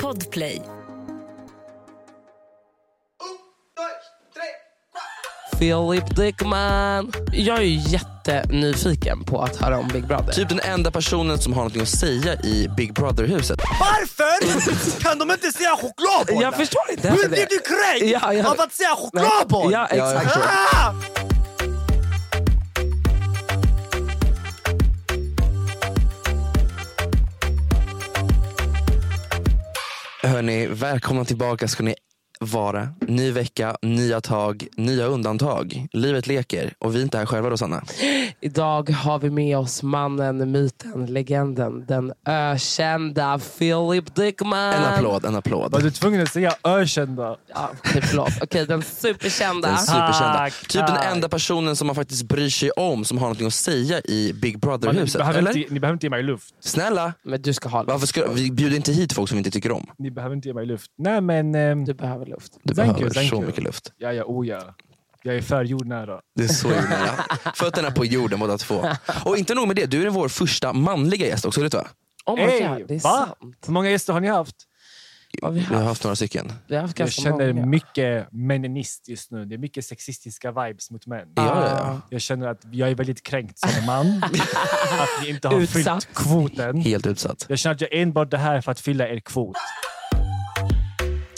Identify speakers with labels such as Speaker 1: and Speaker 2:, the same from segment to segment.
Speaker 1: Podplay.
Speaker 2: Philip Dickman.
Speaker 3: Jag är ju jättenyfiken på att höra om Big Brother.
Speaker 2: Typ den enda personen som har någonting att säga i Big Brother-huset.
Speaker 4: Varför kan de inte säga chokladbollar?
Speaker 3: Jag förstår inte heller
Speaker 4: Hur
Speaker 3: det.
Speaker 4: blir du kränkt
Speaker 3: Ja, ja.
Speaker 4: av att säga chokladboll?
Speaker 3: Ja, exakt.
Speaker 4: Ah!
Speaker 2: Hörni, välkomna tillbaka ska ni vara. Ny vecka, nya tag, nya undantag. Livet leker och vi är inte här själva då Sanna.
Speaker 3: Idag har vi med oss mannen, myten, legenden, den ökända Philip Dickman.
Speaker 2: En applåd, en applåd.
Speaker 5: Var du tvungen att säga ökända?
Speaker 3: Ja, okej, förlåt. Okej, den superkända.
Speaker 2: Den superkända.
Speaker 5: Tack,
Speaker 2: Typ den
Speaker 5: tack.
Speaker 2: enda personen som man faktiskt bryr sig om som har någonting att säga i Big
Speaker 5: Man, ni,
Speaker 2: Brother-huset.
Speaker 5: behöver
Speaker 2: Eller?
Speaker 5: inte, ni behöver inte ge mig luft.
Speaker 2: Snälla!
Speaker 3: Men du ska ha
Speaker 2: Varför
Speaker 3: luft.
Speaker 2: ska, vi bjuder inte hit folk som vi inte tycker om.
Speaker 5: Ni behöver inte ge mig luft. Nej men... ehm,
Speaker 3: Du behöver luft.
Speaker 2: Du
Speaker 5: Thank you,
Speaker 2: behöver
Speaker 5: thank
Speaker 2: så
Speaker 5: you.
Speaker 2: mycket luft.
Speaker 5: ja, ja, oh ja. Jag är för jordnära.
Speaker 2: Det är så nära. Fötterna på jorden båda två. Och inte nog med det, du är vår första manliga gäst också. Vet du vad?
Speaker 3: Oh my
Speaker 5: Ey,
Speaker 3: God, det är
Speaker 5: va?
Speaker 3: sant.
Speaker 5: Hur många gäster har ni haft?
Speaker 3: Vad vi
Speaker 2: Vi har
Speaker 3: har haft.
Speaker 2: haft några stycken.
Speaker 3: Vi har haft
Speaker 5: Jag
Speaker 3: ganska
Speaker 5: känner
Speaker 3: många.
Speaker 5: mycket meninist just nu. Det är mycket sexistiska vibes mot män.
Speaker 2: Ja, ja, ja.
Speaker 5: Jag känner att jag är väldigt kränkt som man. att vi inte har
Speaker 3: Utsatt.
Speaker 5: fyllt kvoten.
Speaker 2: Helt utsatt.
Speaker 5: Jag känner att jag är enbart det här för att fylla er kvot.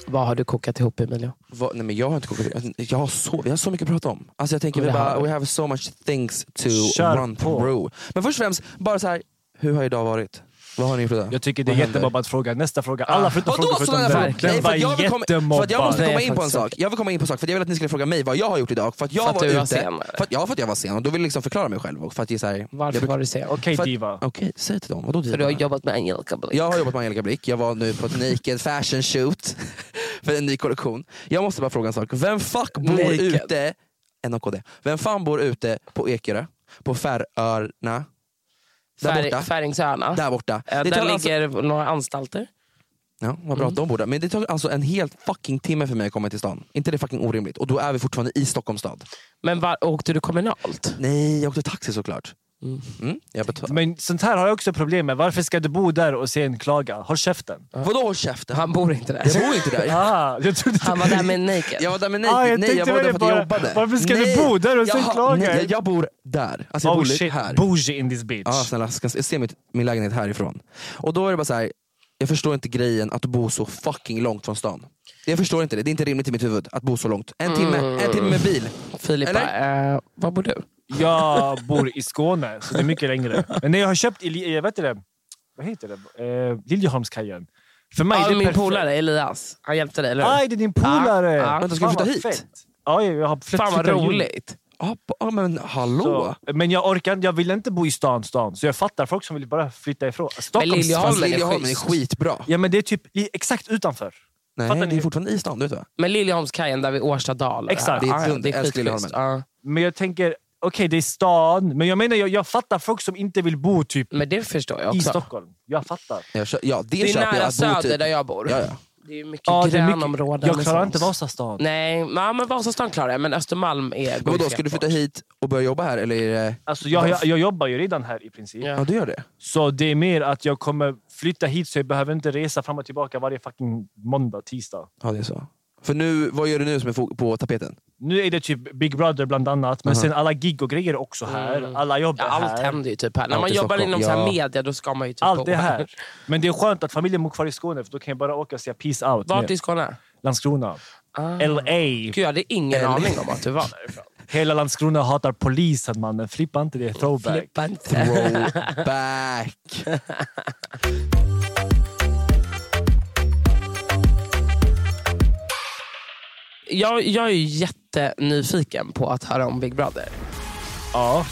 Speaker 3: Vad har du kokat ihop Emilio?
Speaker 2: Vad- nej men jag har inte kokat. Jag har så, vi har så mycket att prata om. Alltså jag tänker
Speaker 3: Ja,
Speaker 2: vi
Speaker 3: det har
Speaker 2: bara,
Speaker 3: vi.
Speaker 2: we have so much things to
Speaker 5: Kör
Speaker 2: run
Speaker 5: på.
Speaker 2: through. Men först och främst, bara så här, hur har idag varit? Vad har ni gjort idag?
Speaker 5: Jag tycker det är
Speaker 2: Vad händer?
Speaker 5: jättemobb att fråga. Nästa fråga. Alla förutom
Speaker 2: Vadå
Speaker 5: frågor förutom
Speaker 2: sådana frågor?
Speaker 5: den.
Speaker 2: Nej,
Speaker 5: Den
Speaker 2: för
Speaker 5: var
Speaker 2: att jag vill komma- För att jag måste
Speaker 5: jättemobbad.
Speaker 2: komma
Speaker 3: Nej,
Speaker 2: in på en
Speaker 3: faktiskt
Speaker 2: sak. Jag vill komma in på en sak för att jag vill att ni skulle fråga mig vad jag har gjort idag. För att jag
Speaker 3: För att
Speaker 2: var
Speaker 3: du
Speaker 2: ute.
Speaker 3: var sen, eller?
Speaker 2: för att, ja, för att jag var sen. Och då vill jag liksom förklara mig själv. Och för att det är så här,
Speaker 3: Varför
Speaker 2: jag,
Speaker 3: var du sen?
Speaker 5: Okej
Speaker 2: För att-
Speaker 5: diva.
Speaker 2: Okej, säg till dem. Vadå
Speaker 3: För du har jobbat med Angelica Blick.
Speaker 2: Jag har jobbat med Angelica Blick, jag var nu på ett naked fashion shoot för en ny kollektion. Jag måste bara fråga en sak. Vem fuck bor
Speaker 3: Naked.
Speaker 2: ute, NKD. Vem fan bor ute på Ekerö? På Färöarna? Där
Speaker 3: Fär-
Speaker 2: borta?
Speaker 3: Färingsöarna.
Speaker 2: Där borta.
Speaker 3: Eh, där
Speaker 2: Det tar alltså-
Speaker 3: ligger några anstalter.
Speaker 2: Ja, vad bra att de bor där. Men det tar alltså en hel fucking timme för mig att komma till stan. inte det fucking orimligt? Och då är vi fortfarande i Stockholms stad.
Speaker 3: Men var, åkte du kommunalt?
Speaker 2: Nej, jag åkte taxi såklart. Mm, jag betal-
Speaker 5: Men sånt här har jag också problem med. Varför ska du bo där och sen klaga? Håll käften.
Speaker 2: Vadå håll käften?
Speaker 3: Han bor inte där.
Speaker 2: Jag bor inte där.
Speaker 5: Ah, jag trodde
Speaker 3: Han var där med Naked.
Speaker 2: Jag var där med nej,
Speaker 5: Ah, jag
Speaker 2: nej jag
Speaker 5: tänkte
Speaker 2: var där
Speaker 5: väl
Speaker 2: för att
Speaker 5: bara,
Speaker 2: jag jobbade.
Speaker 5: varför ska du
Speaker 2: nej.
Speaker 5: bo där och sen
Speaker 2: Jaha,
Speaker 5: klaga?
Speaker 2: Nej, jag, jag bor där. Alltså jag
Speaker 5: Oh
Speaker 2: bor lite
Speaker 5: shit,
Speaker 2: här.
Speaker 5: bougie in this bitch.
Speaker 2: Ja, snälla, ska jag se mitt, min lägenhet härifrån. Och då är det bara så här. jag förstår inte grejen att bo så fucking långt från stan. Jag förstår inte det, det är inte rimligt i mitt huvud att bo så långt. En timme,
Speaker 3: Mm.
Speaker 2: en timme med bil.
Speaker 3: Filip bara, eh, var bor du?
Speaker 5: Jag bor i Skåne, så det är mycket längre. Men när jag har köpt i, Li- eh, vad heter det? Vad heter det? Eh, Liljeholmskajen. För mig
Speaker 3: Ja,
Speaker 5: det är
Speaker 3: Ah, min
Speaker 5: perfekt.
Speaker 3: polare Elias. Han hjälpte dig, eller hur?
Speaker 5: Aj, det är din polare!
Speaker 3: Ah, ah.
Speaker 2: Vänta, ska du
Speaker 5: Fan,
Speaker 2: flytta
Speaker 5: vad
Speaker 2: hit?
Speaker 5: fett. Ja, jag har flytt-
Speaker 3: Fan vad
Speaker 5: flyttat jul.
Speaker 3: roligt.
Speaker 2: Ja, ba- ja, men hallå?
Speaker 5: Så, men jag orkar inte. Jag vill inte bo i stan, stan. Så jag fattar folk som vill bara flytta ifrån. Stockholm,
Speaker 3: Liljeholmen-
Speaker 2: Fast
Speaker 3: är
Speaker 2: Liljeholmen är
Speaker 3: schysst.
Speaker 2: skitbra.
Speaker 5: Ja, men det är typ i, exakt utanför.
Speaker 2: Nej,
Speaker 5: Fattar
Speaker 2: det är
Speaker 5: ni?
Speaker 2: fortfarande i stan. Du vet va?
Speaker 3: Men Liljeholmskajen där vid Årstadal.
Speaker 5: Exakt.
Speaker 2: Det är
Speaker 3: Ah, ja,
Speaker 2: dumt. Jag älskar
Speaker 3: skitschysst.
Speaker 2: Liljeholmen.
Speaker 3: Ja.
Speaker 5: Men jag tänker, okej det är stan, men jag menar jag, jag fattar folk som inte vill bo typ
Speaker 3: Men det förstår jag
Speaker 5: i
Speaker 3: också.
Speaker 5: Stockholm. Jag fattar.
Speaker 2: Jag kö- ja, det,
Speaker 3: Det är
Speaker 2: köper jag.
Speaker 3: nära
Speaker 2: att bo typ-
Speaker 3: Söder där jag bor.
Speaker 2: Ja, ja.
Speaker 3: Det är ju mycket
Speaker 5: Ja, det är mycket-
Speaker 3: grönområden.
Speaker 5: Jag
Speaker 3: och
Speaker 5: klarar
Speaker 3: sånt.
Speaker 5: inte Vasastan.
Speaker 3: Nej, ja, men Vasastan klarar jag, men Östermalm är...
Speaker 2: Men vadå, ska du flytta hit och börja jobba här? Eller är det...
Speaker 5: Alltså, jag, jag, jag jobbar ju redan här i princip.
Speaker 3: Ja.
Speaker 2: Ja, du gör det?
Speaker 5: Så det är mer att jag kommer flytta hit så jag behöver inte resa fram och tillbaka varje fucking måndag, tisdag.
Speaker 2: Ja, det är så. För nu, vad gör du nu som är fo- på tapeten?
Speaker 5: Nu är det typ Big Brother bland annat, men sen alla gig och grejer är också här. Alla jobb är
Speaker 3: Ja, Mm. allt
Speaker 5: här.
Speaker 3: händer ju typ här. När
Speaker 2: Allt
Speaker 3: man
Speaker 2: i
Speaker 3: jobbar
Speaker 2: Stockholm,
Speaker 3: inom så här
Speaker 2: ja.
Speaker 3: media, då ska man ju typ
Speaker 5: Allt
Speaker 3: bo
Speaker 5: är här. Men det är skönt att familjen bor kvar i Skåne, för då kan jag bara åka och säga peace out.
Speaker 3: Vart
Speaker 5: med
Speaker 3: i Ah. Skåne?
Speaker 5: Landskrona. LA.
Speaker 3: Gud, jag hade ingen aning om att du var därifrån.
Speaker 5: Hela Landskrona hatar polisen, mannen. Flippa inte det. Throwback.
Speaker 3: Flippa inte.
Speaker 2: Throwback!
Speaker 3: Jag, jag är ju jättenyfiken på att höra om Big Brother.
Speaker 5: Ja.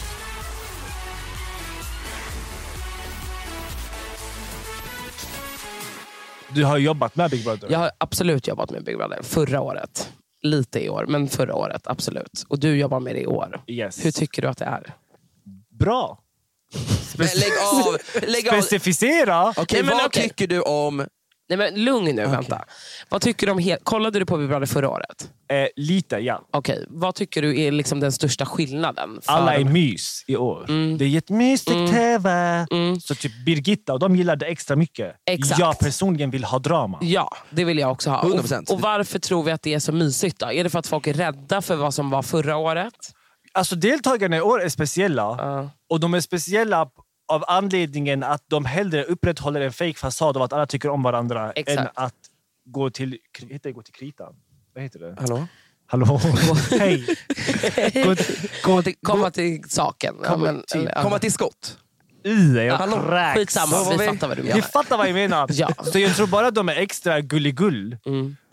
Speaker 5: Du har jobbat med Big Brother.
Speaker 3: Jag har absolut jobbat med Big Brother förra året. Lite i år, men förra året absolut. Och du jobbar med det i år.
Speaker 5: Yes.
Speaker 3: Hur tycker du att det är?
Speaker 5: Bra!
Speaker 2: Men lägg av! Lägg av.
Speaker 5: Specificera!
Speaker 2: Okej,
Speaker 3: Nej, men
Speaker 2: vad
Speaker 3: okej.
Speaker 2: tycker du om...
Speaker 3: Nej, men lugn nu, vänta. Vad tycker du om he- Kollade du på Big Brother förra året?
Speaker 5: Eh, lite, ja.
Speaker 3: Okej, vad tycker du är liksom den största skillnaden? för-
Speaker 5: Alla är mys i år.
Speaker 2: Mm.
Speaker 5: Det är jättemysigt TV. Så typ Birgitta och de gillar det extra mycket.
Speaker 3: Exakt.
Speaker 5: Jag personligen vill ha drama.
Speaker 3: Ja, det vill jag också ha.
Speaker 2: 100%.
Speaker 3: Och, och Varför tror vi att det är så mysigt? Då? Är det för att folk är rädda för vad som var förra året?
Speaker 5: Alltså deltagarna i år är speciella. Och de är speciella p- av anledningen att de hellre upprätthåller en fake fasad av att alla tycker om varandra
Speaker 3: Exakt.
Speaker 5: än att gå till, kri- heter det, gå till kritan. Vad heter det?
Speaker 2: Hallå?
Speaker 5: Hallå? Hej! Gå till-
Speaker 2: Komma till,
Speaker 3: Komma till saken. Ja, men- eller, ja.
Speaker 2: komma till skott.
Speaker 5: I, jag
Speaker 3: Hallå,
Speaker 5: kräks.
Speaker 3: Skitsamma,
Speaker 2: Vad var
Speaker 3: vi
Speaker 2: vi?
Speaker 3: fattar vad du
Speaker 5: Ni
Speaker 3: menar.
Speaker 5: fattar vad jag menar.
Speaker 3: Ja. Mm.
Speaker 5: Så jag tror bara att de är extra gulligull.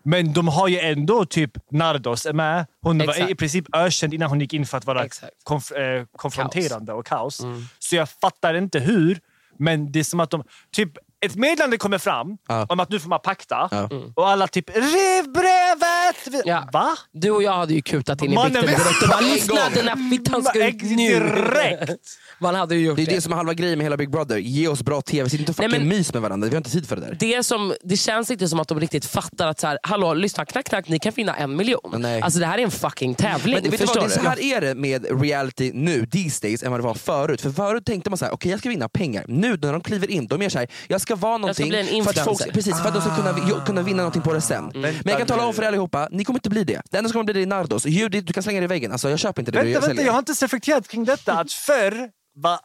Speaker 5: Men de har ju ändå typ Nardos är med. Hon var
Speaker 3: Exakt.
Speaker 5: i princip ökänd innan hon gick in för att vara
Speaker 3: Exakt. Mm.
Speaker 5: konf eh, konfronterande och kaos. Så jag fattar inte hur, men det är som att de... Typ, ett meddelande kommer fram
Speaker 2: Ja.
Speaker 5: om att nu får man pakta
Speaker 2: Ja.
Speaker 5: och alla typ “Riv brevet!”
Speaker 3: Mm. Ja.
Speaker 5: Va?
Speaker 3: Du och jag hade ju kutat in i
Speaker 5: Mannen,
Speaker 3: bikten
Speaker 5: vi-
Speaker 3: direkt och bara
Speaker 2: Mannen,
Speaker 3: “lyssna,
Speaker 2: gång."
Speaker 3: den här fittan ska ut
Speaker 5: Ex-
Speaker 3: nu”.
Speaker 5: Mm, Direkt!
Speaker 3: Man hade ju gjort
Speaker 2: Det
Speaker 3: det.
Speaker 2: är det som är halva grejen med hela Big Brother. Ge oss bra TV. Sitt inte och
Speaker 3: Nej,
Speaker 2: fucking
Speaker 3: men-
Speaker 2: mys med varandra. Vi har inte tid för det där.
Speaker 3: Det, som, det känns inte som att de riktigt fattar att så här, hallå, lyssna, knack, knack, ni kan vinna en miljon.
Speaker 2: Nej.
Speaker 3: Alltså det här är en fucking tävling.
Speaker 2: Men det, vet du
Speaker 3: förstår
Speaker 2: vad, det är
Speaker 3: du?
Speaker 2: så här är det med reality nu, these days, än vad det var förut. För förut tänkte man så här, okej jag ska vinna pengar. Nu när de kliver in, de är så här, jag ska vara någonting
Speaker 3: bli en
Speaker 2: för att,
Speaker 3: influencer.
Speaker 2: folk, precis, för att de ska kunna, jo, kunna vinna någonting på det sen. Men jag kan tala om för er allihopa, ni kommer inte bli det. Det enda som kommer bli det är Nardos. Judith, du kan slänga det i väggen. Alltså, jag köper inte det
Speaker 5: Vänta,
Speaker 2: du
Speaker 5: vänta,
Speaker 2: säljer.
Speaker 5: jag har inte ens reflekterat kring detta. Att förr var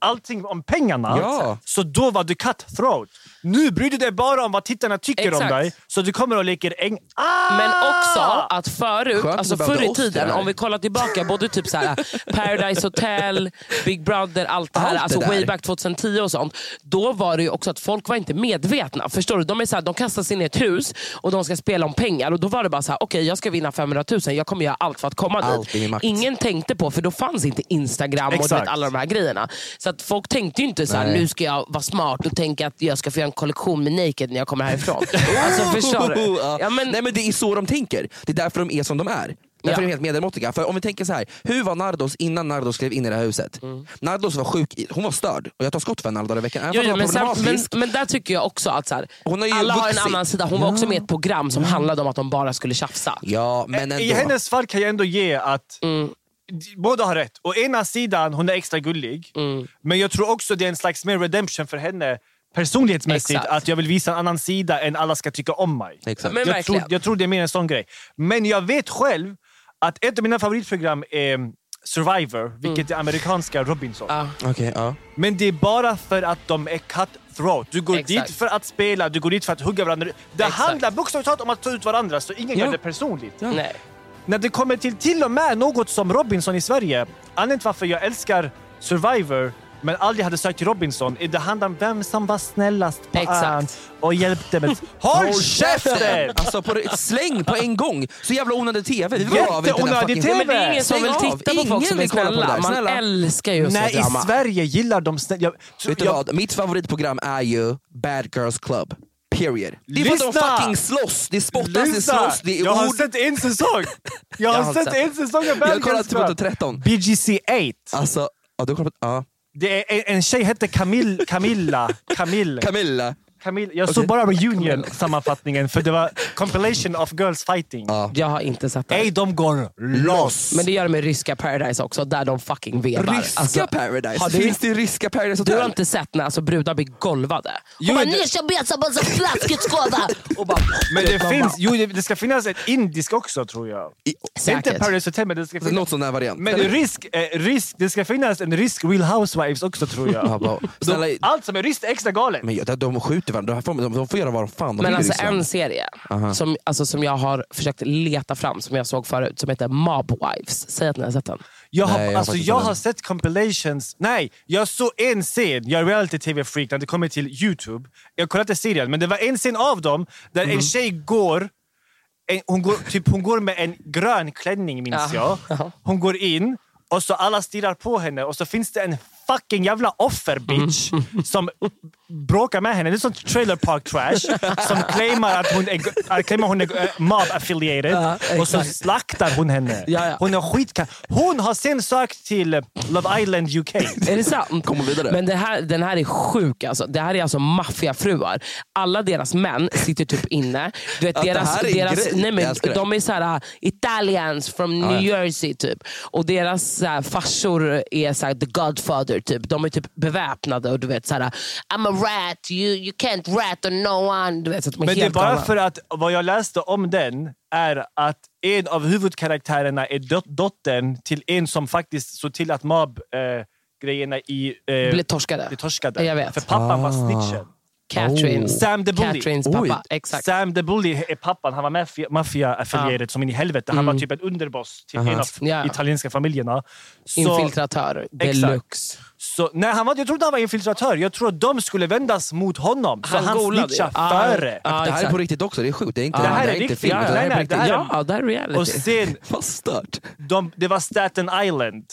Speaker 5: allting om pengarna,
Speaker 2: Ja.
Speaker 5: så då var du cutthroat. Nu bryr du dig bara om vad tittarna tycker
Speaker 3: Exakt.
Speaker 5: om dig, så du kommer och leker äng... Ah!
Speaker 3: Men också att förut,
Speaker 2: Skönt att
Speaker 3: alltså
Speaker 2: du behövde
Speaker 3: förr i
Speaker 2: oss till
Speaker 3: tiden,
Speaker 2: det här.
Speaker 3: om vi kollar tillbaka, både typ så här, Paradise Hotel, Big Brother, allt det här,
Speaker 2: Allt det
Speaker 3: alltså
Speaker 2: där.
Speaker 3: way back 2010 och sånt. Då var det ju också att folk var inte medvetna. Förstår du? De, är så här, de kastar sig in i ett hus och de ska spela om pengar. Och Då var det bara så här, okej jag ska vinna 500 000, jag kommer göra allt för att komma
Speaker 2: Allt i
Speaker 3: dit.
Speaker 2: min makt.
Speaker 3: Ingen tänkte på, för då fanns inte Instagram och du
Speaker 5: Exakt.
Speaker 3: vet, alla de här grejerna. Så att folk tänkte ju inte så här,
Speaker 2: Nej.
Speaker 3: nu ska jag vara smart och tänka att jag ska få göra en kollektion med Naked när jag kommer härifrån. alltså, förstår du?
Speaker 2: Ja.
Speaker 3: Ja, men-
Speaker 2: Nej men det är så de tänker. Det är därför de är som de är. Därför
Speaker 3: Ja.
Speaker 2: är de helt medelmåttiga. För om vi tänker så här, hur var Nardos innan Nardos klev in i det här huset? Nardos var sjuk, i- hon var störd. Och jag tar skott för henne alla dagar i veckan. Även
Speaker 3: Jo,
Speaker 2: fast
Speaker 3: jo,
Speaker 2: hon var
Speaker 3: men, sen, men,
Speaker 2: Alltså, problematisk.
Speaker 3: men där tycker jag också att så här,
Speaker 2: Hon har ju
Speaker 3: alla har en
Speaker 2: vuxit.
Speaker 3: annan sida. Hon var också med i ett program som handlade om att de bara skulle tjafsa.
Speaker 2: Ja, men ändå.
Speaker 5: I hennes fall kan jag ändå ge att
Speaker 3: Mm.
Speaker 5: d- båda har rätt. Å ena sidan, hon är extra gullig.
Speaker 3: Mm.
Speaker 5: Men jag tror också det är en slags mer redemption för henne personlighetsmässigt.
Speaker 3: Exakt.
Speaker 5: Att jag vill visa en annan sida än alla ska tycka om mig.
Speaker 2: Exakt.
Speaker 3: Men
Speaker 5: jag, tror,
Speaker 3: verkligen.
Speaker 5: jag tror det är mer en sån grej. Men jag vet själv att ett av mina favoritprogram är mm, Survivor,
Speaker 3: Mm.
Speaker 5: vilket är amerikanska Robinson.
Speaker 2: Okej, ja.
Speaker 5: Men det är bara för att de är cutthroat. Du går
Speaker 3: Exakt.
Speaker 5: dit för att spela, du går dit för att hugga varandra. Det
Speaker 3: Exakt.
Speaker 5: handlar bokstavligt talat om att ta ut varandra, så ingen gör det personligt.
Speaker 3: Nej.
Speaker 5: När det kommer till till och med något som Robinson i Sverige, anledningen till varför jag älskar Survivor men aldrig hade sökt till Robinson, är det handlar om vem som var snällast på
Speaker 3: Exakt.
Speaker 5: ön och hjälpte med... Håll käften!
Speaker 2: Alltså, på, det- släng på en gång! Så jävla onödig TV. Vi vill av inte den här fucking...
Speaker 5: Jätteonödig TV.
Speaker 3: Men det är ingen som
Speaker 2: Stäng
Speaker 3: vill
Speaker 2: av.
Speaker 3: titta på folk
Speaker 2: Ingen
Speaker 3: som är
Speaker 2: vill kolla på det
Speaker 3: snälla.
Speaker 2: där,
Speaker 3: Man
Speaker 2: snälla.
Speaker 3: älskar ju att se
Speaker 5: Nej, i
Speaker 3: drama.
Speaker 5: Sverige gillar de snälla... Jag,
Speaker 2: Vet du
Speaker 5: jag,
Speaker 2: vad? Mitt favoritprogram är ju Bad Girls Club. period. Det är för att de
Speaker 5: Lyssna!
Speaker 2: fucking slåss, det spottas, det slåss, det
Speaker 5: jag
Speaker 2: är
Speaker 5: har
Speaker 2: ord.
Speaker 5: sett en säsong! Jag har sett en säsong av
Speaker 2: Jag har kollat
Speaker 5: Bergens
Speaker 2: typ på
Speaker 5: Bröd.
Speaker 2: 13.
Speaker 5: BGC 8.
Speaker 2: Alltså, ja, du har kollat på... Ja.
Speaker 5: Det är en, en tjej hette Camilla. Camilla. Camilla.
Speaker 2: Camilla.
Speaker 5: Camilla. Jag såg bara reunion-sammanfattningen för det var compilation of girls fighting.
Speaker 2: Ah.
Speaker 3: Jag har inte sett det.
Speaker 5: Ey,
Speaker 3: här.
Speaker 5: de går loss!
Speaker 3: Men det gör de med ryska Paradise också, där de fucking vevar.
Speaker 2: Ryska
Speaker 3: Alltså,
Speaker 2: Paradise?
Speaker 3: har du-
Speaker 2: Finns det ryska Paradise
Speaker 3: Du har
Speaker 2: Hotel?
Speaker 3: inte sett när alltså, brudar blir golvade?
Speaker 5: Jo,
Speaker 3: Hon bara,
Speaker 5: det-
Speaker 3: ni ska beta på en sån flaskutskåda! Och bara-
Speaker 5: Men
Speaker 3: du
Speaker 5: det
Speaker 3: vet, man
Speaker 5: finns,
Speaker 3: bara-
Speaker 5: jo, det- det ska finnas ett indisk också tror jag. Det är inte
Speaker 3: Säkert.
Speaker 5: Paradise Hotel, men det ska
Speaker 2: Något
Speaker 5: finnas...
Speaker 2: sån där variant.
Speaker 5: Men
Speaker 2: Eller-
Speaker 5: risk, eh, risk, det ska finnas en risk Real Housewives också tror
Speaker 2: Ja,
Speaker 5: jag.
Speaker 2: bara- Snälla,
Speaker 5: De, allt som är risk är extra galet.
Speaker 2: men de, de skjuter varandra, de får, de, de får göra vad de fan de
Speaker 3: Men
Speaker 2: vill i
Speaker 3: alltså
Speaker 2: Ryssland.
Speaker 3: en serie som, alltså, som jag har försökt leta fram, som jag såg förut, som heter Mob Wives. Säg att ni har sett den.
Speaker 5: Jag har,
Speaker 2: Nej, jag har
Speaker 5: alltså,
Speaker 2: faktiskt
Speaker 5: jag
Speaker 2: inte
Speaker 5: har
Speaker 2: den.
Speaker 5: sett compilations. Nej, jag såg en scen. Jag är reality-tv-freak när det kommer till Youtube. Jag kollade inte serien, men det var en scen av dem där en tjej går en, hon, går, typ, hon går med en grön klänning minns
Speaker 3: Ja.
Speaker 5: jag. Hon går in och så alla stirrar på henne och så finns det en fucking jävla offer-bitch som bråkar med henne. Det är sånt trailer park trash som claimar att hon är, äh, claimar hon är äh, mob-affiliated
Speaker 3: Ja,
Speaker 5: och så
Speaker 3: exakt.
Speaker 5: slaktar hon henne.
Speaker 3: Ja, ja.
Speaker 5: Hon är skitkall. Hon har sen sökt till Love Island UK.
Speaker 3: Är det sant?
Speaker 2: Kommer vidare.
Speaker 3: Men det här, den här är sjuk alltså. Det här är alltså maffiafruar. Alla deras män sitter typ inne. Du vet,
Speaker 2: Att det
Speaker 3: deras,
Speaker 2: här är en
Speaker 3: deras,
Speaker 2: grej.
Speaker 3: nej, men,
Speaker 2: Jag älskar det.
Speaker 3: de är så här, italians from New Jersey typ. Och deras så här, farsor är så här, the godfather typ. De är typ beväpnade och du vet så här, I'm a rat, you, you can't rat on no one. Du vet, så att de
Speaker 5: Men det är
Speaker 3: helt
Speaker 5: bara
Speaker 3: galna.
Speaker 5: för att vad jag läste om den är att en av huvudkaraktärerna är dot- dottern till en som faktiskt såg till att mob-grejerna i... Eh,
Speaker 3: Blev torskade.
Speaker 5: blev torskade.
Speaker 3: Jag vet.
Speaker 5: För pappan var snitchen.
Speaker 3: Catherine.
Speaker 5: Sam the Bully.
Speaker 3: Catherines pappa. Exakt. Ah.
Speaker 5: Sam the Bully är pappan. Han var mafia- maffia-affilierad som in i helvete. Han var typ en underboss till en av
Speaker 3: Mm. Ja.
Speaker 5: italienska familjerna. Så-
Speaker 3: Infiltratör deluxe.
Speaker 5: Så, nej, han var, jag trodde han var infiltratör. Jag tror att de skulle vändas mot honom. Så
Speaker 3: Han
Speaker 5: han,
Speaker 3: golade
Speaker 5: snitchar
Speaker 3: ju. Ah,
Speaker 5: före.
Speaker 3: ah,
Speaker 2: det här är
Speaker 3: exakt.
Speaker 2: på riktigt också, det är sjukt. Det är inte,
Speaker 5: Det här är
Speaker 2: är inte
Speaker 5: riktigt.
Speaker 2: film,
Speaker 5: Ja,
Speaker 2: utan det här är
Speaker 5: nej,
Speaker 2: på riktigt.
Speaker 5: nej, det här är-
Speaker 3: Ja, det här är reality.
Speaker 5: Och sen,
Speaker 2: Vad stört.
Speaker 5: de, det var Staten Island.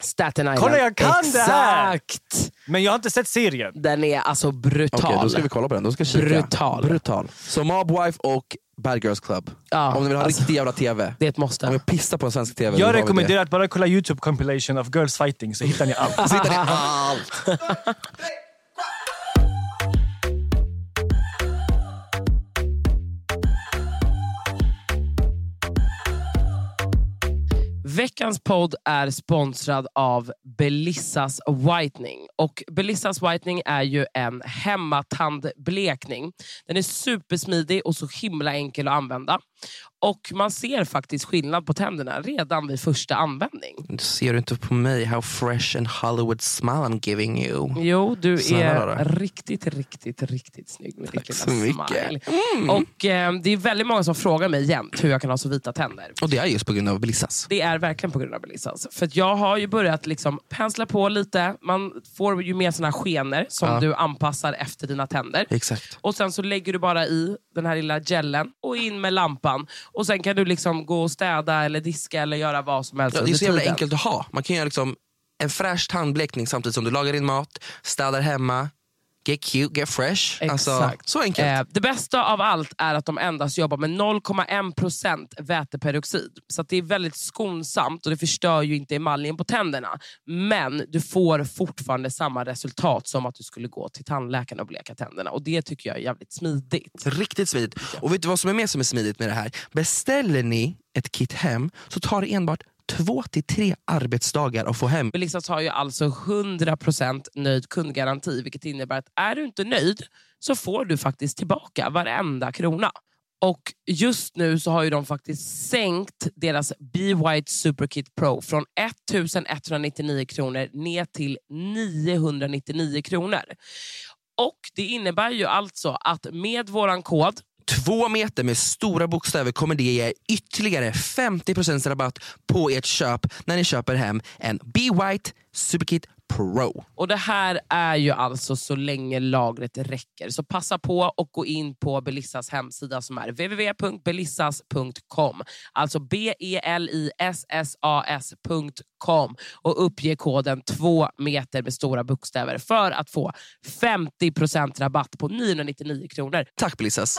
Speaker 3: Staten Island.
Speaker 5: Kolla, jag kan det här!
Speaker 3: Exakt!
Speaker 5: Men jag har inte sett serien.
Speaker 3: Den är alltså
Speaker 2: Okej,
Speaker 3: brutal.
Speaker 2: då ska vi kolla på den. Då ska jag kika.
Speaker 3: Brutal.
Speaker 2: Brutal. Så Mob Wife och Bad Girls Club.
Speaker 3: Ja,
Speaker 2: Om ni vill ha
Speaker 3: alltså.
Speaker 2: riktig jävla TV.
Speaker 3: Det är ett måste.
Speaker 2: Om vi pissar på en svensk TV. då har
Speaker 5: Jag
Speaker 2: vi
Speaker 5: rekommenderar att bara kolla YouTube compilation of girls fighting så hittar ni allt.
Speaker 2: det. Så hittar ni allt.
Speaker 3: Veckans podd är sponsrad av Belissas Whitening. Och Belissas Whitening är ju en hemmatandblekning. Den är supersmidig och så himla enkel att använda. Och man ser faktiskt skillnad på tänderna redan vid första användning.
Speaker 2: Ser du inte på mig how fresh and Hollywood smile I'm giving you?
Speaker 3: Jo, du
Speaker 2: Snälla
Speaker 3: är
Speaker 2: rara.
Speaker 3: riktigt, riktigt, riktigt snygg med ditt
Speaker 2: så
Speaker 3: lilla
Speaker 2: mycket. Mm.
Speaker 3: smile. Och eh, Det är väldigt många som frågar mig jämt hur jag kan ha så vita tänder.
Speaker 2: Och det är just på grund av Belissas.
Speaker 3: Det är verkligen på grund av Belissas. För att jag har ju börjat liksom pensla på lite. Man får ju med såna här skenor som du anpassar efter dina tänder.
Speaker 2: Exakt.
Speaker 3: Och sen så lägger du bara i den här lilla gelen och in med lampan. Och Sen kan du liksom gå och städa eller diska eller göra vad som helst
Speaker 2: Ja, det är
Speaker 3: under
Speaker 2: så jävla
Speaker 3: tiden.
Speaker 2: enkelt att ha. Man kan göra liksom en fräsch tandblekning samtidigt som du lagar din mat, städar hemma, get cute, get fresh. Alltså, så enkelt.
Speaker 3: Eh, det bästa av allt är att de endast jobbar med 0,1% väteperoxid. Så att det är väldigt skonsamt och det förstör ju inte emaljen på tänderna. Men du får fortfarande samma resultat som att du skulle gå till tandläkaren och bleka tänderna. Och det tycker jag är jävligt smidigt.
Speaker 2: Riktigt smidigt. Och vet du vad som är mer som är smidigt med det här? Beställer ni ett kit hem så tar det enbart två till tre arbetsdagar att få hem.
Speaker 3: Belissas har ju alltså 100% nöjd kundgaranti, vilket innebär att är du inte nöjd så får du faktiskt tillbaka varenda krona. Och just nu så har ju de faktiskt sänkt deras Be White Super Kit Pro från 1199 kronor ner till 999 kronor. Och det innebär ju alltså att med våran kod
Speaker 2: Två meter med stora bokstäver kommer det ge er ytterligare 50% rabatt på ert köp när ni köper hem en Be White Superkit Pro.
Speaker 3: Och Det här är ju alltså så länge lagret räcker. Så passa på och gå in på Belissas hemsida som är www.belissas.com. Alltså B-E-L-I-S-S-A-S.com och uppge koden 2 meter med stora bokstäver för att få 50% rabatt på 999 kronor.
Speaker 2: Tack Belissas.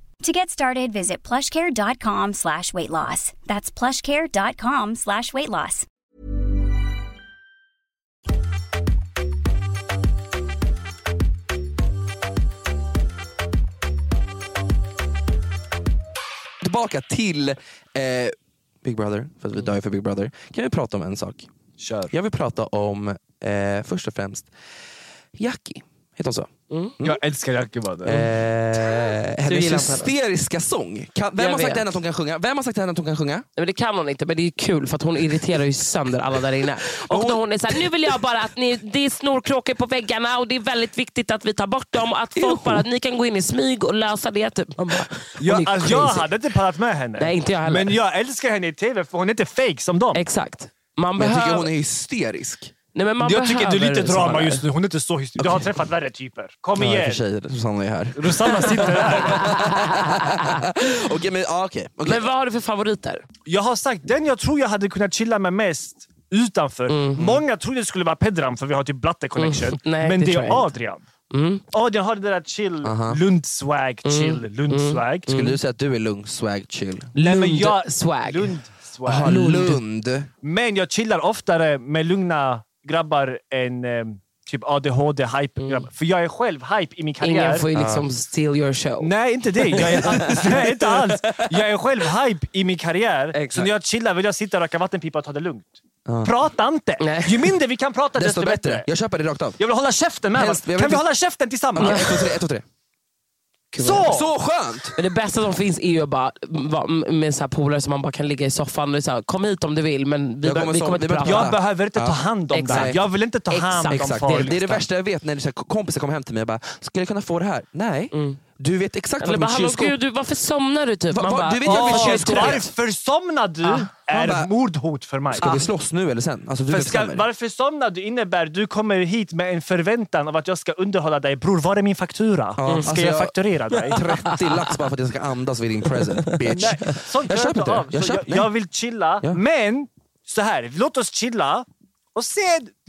Speaker 6: To get started, visit plushcare.com slash weight loss. That's plushcare.com slash weight loss.
Speaker 2: Tillbaka till eh, Big Brother, för att vi dör ju för Big Brother. Kan vi prata om en sak?
Speaker 4: Kör.
Speaker 2: Jag vill prata om eh, först och främst Jackie. Heter hon så?
Speaker 5: Jag älskar Jackie Bader.
Speaker 2: Eh,
Speaker 3: Mm. gillar inte
Speaker 2: hennes
Speaker 3: henne?
Speaker 2: hysteriska sång. Kan, vem
Speaker 3: Jag
Speaker 2: har sagt
Speaker 3: vet.
Speaker 2: till henne att hon kan sjunga? Vem har sagt till henne att hon kan sjunga?
Speaker 3: Nej, men det kan hon inte, men det är ju kul för att hon irriterar ju sönder alla där inne. Och när hon är såhär, nu vill jag bara att ni, det är snorkråkor på väggarna och det är väldigt viktigt att vi tar bort dem och att folk bara, ni kan gå in i smyg och lösa det. Typ. Man bara, hon
Speaker 5: Jag,
Speaker 3: är
Speaker 5: alltså, jag
Speaker 3: crazy.
Speaker 5: hade inte pallat med henne.
Speaker 3: Nej, inte jag heller.
Speaker 5: Men jag älskar henne i TV för hon är inte fake som dem.
Speaker 3: Exakt. Man
Speaker 2: Men jag tycker
Speaker 3: behöver...
Speaker 2: hon är hysterisk.
Speaker 3: Nej, men man
Speaker 5: jag tycker det är
Speaker 3: behöver
Speaker 5: lite drama
Speaker 3: sådana.
Speaker 5: just nu. Hon är inte så hysterisk. Jag har träffat värre typer. Kom
Speaker 2: Ja, i och
Speaker 5: igen.
Speaker 2: för sig, Susanna är här.
Speaker 5: Rosanna sitter där.
Speaker 2: Okej, men, ah, okej. okej.
Speaker 3: Men vad har du för favoriter?
Speaker 5: Jag har sagt den jag tror jag hade kunnat chilla med mest utanför. Många trodde det skulle vara Pedram för vi har typ blatte connection.
Speaker 3: Mhm. Mm. Nej,
Speaker 5: Men
Speaker 3: det
Speaker 5: det,
Speaker 3: tror jag Mm.
Speaker 5: är Adrian. Adrian har det där chill, Lundswag, chill, Lundswag.
Speaker 2: Skulle du säga att du är lugn, swag, chill?
Speaker 5: Nej, men jag-
Speaker 3: Mm. Lundswag.
Speaker 5: Lundswag.
Speaker 2: Aha, Lund. Lund.
Speaker 5: Men jag chillar oftare med lugna grabbar än eh, typ ADHD-hype-grabbar. För jag är själv hype i min karriär.
Speaker 3: Mm. Ingen får ju liksom steal your show.
Speaker 5: Nej, inte det. Jag är, nej, inte alls. Jag är själv hype i min karriär.
Speaker 3: Exakt.
Speaker 5: Så när jag chillar vill jag sitta och röka vattenpipa och ta det lugnt. Prata inte!
Speaker 3: Nej.
Speaker 5: Ju mindre vi kan prata,
Speaker 2: Desto
Speaker 5: desto,
Speaker 2: bättre.
Speaker 5: bättre.
Speaker 2: Jag köper det rakt av.
Speaker 5: Jag vill hålla käften med
Speaker 2: Helst- jag
Speaker 5: varandra.
Speaker 2: vill
Speaker 5: Kan vi
Speaker 2: inte-
Speaker 5: hålla käften
Speaker 2: Okej,
Speaker 5: tillsammans?
Speaker 2: ett, och tre, ett och tre.
Speaker 5: Så!
Speaker 2: Så skönt!
Speaker 3: Men det bästa som finns är ju att bara vara med så här polare som man bara kan ligga i soffan och säga kom hit om du vill men vi,
Speaker 2: Jag
Speaker 3: be-
Speaker 2: kommer
Speaker 3: vi
Speaker 2: så-
Speaker 3: kommer inte
Speaker 2: det är bara-
Speaker 3: prata.
Speaker 5: Jag
Speaker 2: Ja.
Speaker 5: behöver inte
Speaker 2: Ja.
Speaker 5: ta hand om det.
Speaker 3: Exakt.
Speaker 5: här. Jag vill inte ta hand om
Speaker 3: Exakt.
Speaker 5: folk.
Speaker 2: Det, det är det värsta jag vet, när så här, kompisar kommer hem till mig och bara “ska jag kunna få det här?” Nej.
Speaker 5: Mm.
Speaker 2: Du vet exakt
Speaker 3: Eller
Speaker 2: vad
Speaker 3: bara,
Speaker 2: mitt
Speaker 3: hallå
Speaker 2: kylskåp...
Speaker 3: gud, du, varför somnar du? Typ?
Speaker 2: Va-
Speaker 3: Man
Speaker 2: va-
Speaker 3: bara,
Speaker 2: du vet ju att mitt
Speaker 3: "Åh,
Speaker 5: Åh,
Speaker 2: kylskåp-
Speaker 3: trött."
Speaker 5: varför somnar du? är
Speaker 2: bara-
Speaker 5: mordhot för mig.
Speaker 2: Ska vi slåss nu eller sen? Alltså, du
Speaker 5: För
Speaker 2: vet
Speaker 5: ska,
Speaker 2: bestämmer.
Speaker 5: varför somnar du innebär du kommer hit med en förväntan av att jag ska underhålla dig. Bror, var är min faktura? Mm, ska
Speaker 2: alltså
Speaker 5: jag
Speaker 2: jag-
Speaker 5: fakturera dig?
Speaker 2: 30 lax bara för att jag ska andas vid din present, bitch.
Speaker 5: Nej, sånt
Speaker 2: jag
Speaker 5: klarar
Speaker 2: köper inte
Speaker 5: av.
Speaker 2: det. Jag,
Speaker 5: Så
Speaker 2: köper,
Speaker 5: jag,
Speaker 2: nej.
Speaker 5: jag vill chilla,
Speaker 2: Ja.
Speaker 5: men så här, låt oss chilla och se,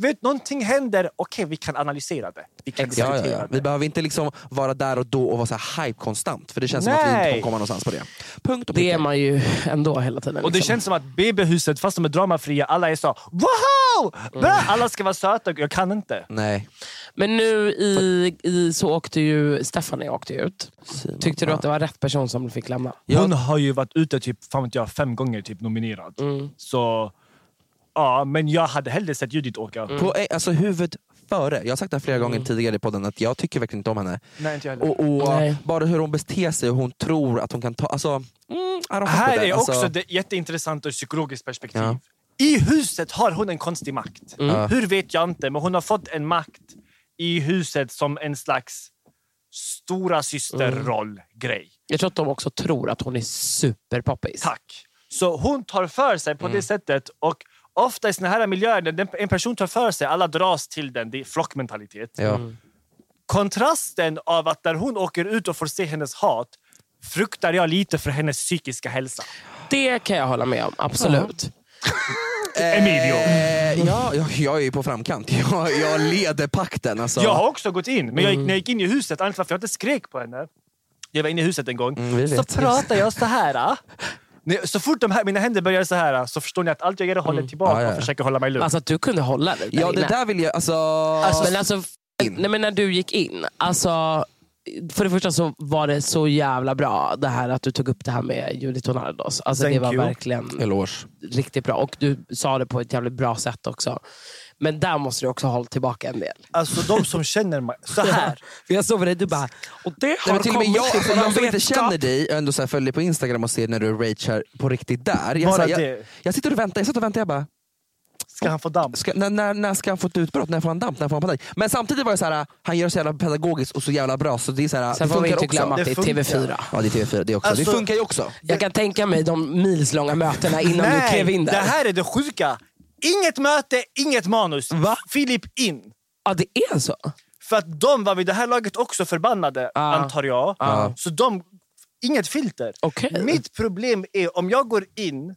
Speaker 5: vet någonting händer, okej vi kan analysera det. Vi kan
Speaker 2: Ja, ja,
Speaker 5: diskutera
Speaker 2: ja.
Speaker 5: det.
Speaker 2: Vi behöver inte liksom vara där och då och vara så här hype konstant, för det känns som att vi
Speaker 5: Nej.
Speaker 2: inte kommer komma någonstans på det. Punkt och
Speaker 3: Det är
Speaker 2: pricka.
Speaker 3: man ju ändå hela tiden.
Speaker 5: Och det
Speaker 3: liksom.
Speaker 5: känns som att BB-huset, fast de är dramafria, alla är så wow! Bra! Alla ska vara söta, jag kan inte.
Speaker 2: Nej.
Speaker 3: Men nu i, i, så åkte ju Stephanie åkte ju ut. Tyckte du att det var rätt person som fick lämna?
Speaker 5: Hon har ju varit ute typ, fan vet jag, fem gånger typ nominerad. Så ja, men jag hade hellre sett Judith åka.
Speaker 2: På, eh, alltså huvud före. Jag har sagt det här flera gånger tidigare i podden, att jag tycker verkligen inte om henne.
Speaker 5: Mm. Nej, inte jag heller.
Speaker 2: Och, och
Speaker 3: Nej.
Speaker 2: bara hur hon beter sig och hon tror att hon kan ta... Alltså, mm, I don't fuck
Speaker 5: Här
Speaker 2: with
Speaker 5: är
Speaker 2: that.
Speaker 5: också
Speaker 2: Alltså,
Speaker 5: det jätteintressanta ur psykologiskt perspektiv.
Speaker 2: Ja. Mm.
Speaker 5: I huset har hon en konstig makt. Hur vet jag inte, men hon har fått en makt i huset som en slags stora
Speaker 2: Mm.
Speaker 5: systerroll-grej.
Speaker 3: Jag tror att de också tror att hon är superpoppis.
Speaker 5: Tack. Så hon tar för sig på
Speaker 2: Mm.
Speaker 5: det sättet. Och ofta i såna här miljöer, när den- en person tar för sig, alla dras till den. Det är flockmentalitet.
Speaker 2: Ja. Mm.
Speaker 5: Kontrasten av att när hon åker ut och får se hennes hat fruktar jag lite för hennes psykiska hälsa.
Speaker 3: Det kan jag hålla med om, absolut.
Speaker 5: Emilio.
Speaker 2: Eh, ja, jag, jag är ju på framkant. Jag, jag leder pakten. Alltså.
Speaker 5: Jag har också gått in, men jag gick, när jag gick in i huset, anledningen till varför jag inte skrek på henne. Jag var inne i huset en gång.
Speaker 3: Mm,
Speaker 2: vi
Speaker 5: så
Speaker 2: vet.
Speaker 5: pratar jag så här. ah. När- Så fort de här, mina händer börjar så här ah, så förstår ni att allt jag gör är
Speaker 3: Mm.
Speaker 5: håller tillbaka
Speaker 2: Ja, ja.
Speaker 5: och försöker hålla mig lugn.
Speaker 3: Alltså att du kunde hålla dig där
Speaker 2: Ja, det
Speaker 3: inne.
Speaker 2: där vill jag... Alltså,
Speaker 3: men alltså, f- nej, men när du gick in, alltså, för det första så var det så jävla bra det här att du tog upp det här med Judith Tornados. Alltså, det
Speaker 5: Thank
Speaker 3: var
Speaker 5: you.
Speaker 3: verkligen
Speaker 2: Eloge.
Speaker 3: riktigt bra. Och du sa det på ett jävligt bra sätt också. Men där måste du också hålla tillbaka en del.
Speaker 5: Alltså de som känner mig. Så här.
Speaker 3: För jag såg dig, du bara, och det har
Speaker 2: Nej, men till och med
Speaker 3: kommit
Speaker 2: jag, alltså,
Speaker 3: vår
Speaker 2: jag som inte
Speaker 3: vetskap."
Speaker 2: känner dig, jag ändå så här följer dig på Instagram och ser när du ragear på riktigt där. Jag,
Speaker 5: Bara
Speaker 2: så här, jag,
Speaker 5: det.
Speaker 2: jag sitter och väntar, jag sitter och väntar, jag bara,
Speaker 5: Ska han få damp?
Speaker 2: ska, när, när, när ska han få ett utbrott? När får han damp? När får han panik? Men samtidigt var det så här, han gör det så jävla pedagogiskt och så jävla bra så det är så här,
Speaker 3: Sen
Speaker 2: det
Speaker 3: får vi inte
Speaker 2: funkar också.
Speaker 3: glömma att
Speaker 5: Det
Speaker 3: det är
Speaker 5: funkar.
Speaker 3: TV4.
Speaker 2: Ja, det är TV4 det också.
Speaker 5: Alltså-
Speaker 2: det funkar ju också.
Speaker 3: Jag kan tänka mig de milslånga mötena innan du klev in där.
Speaker 5: det här är det sjuka. Inget möte, inget manus.
Speaker 3: Va?
Speaker 5: Filip in.
Speaker 3: Ja, det är så?
Speaker 5: För att de var vid det här laget också förbannade,
Speaker 3: Ah.
Speaker 5: antar jag.
Speaker 3: Ah.
Speaker 5: Så de... Inget filter.
Speaker 3: Okej.
Speaker 5: Mitt problem är om jag går in...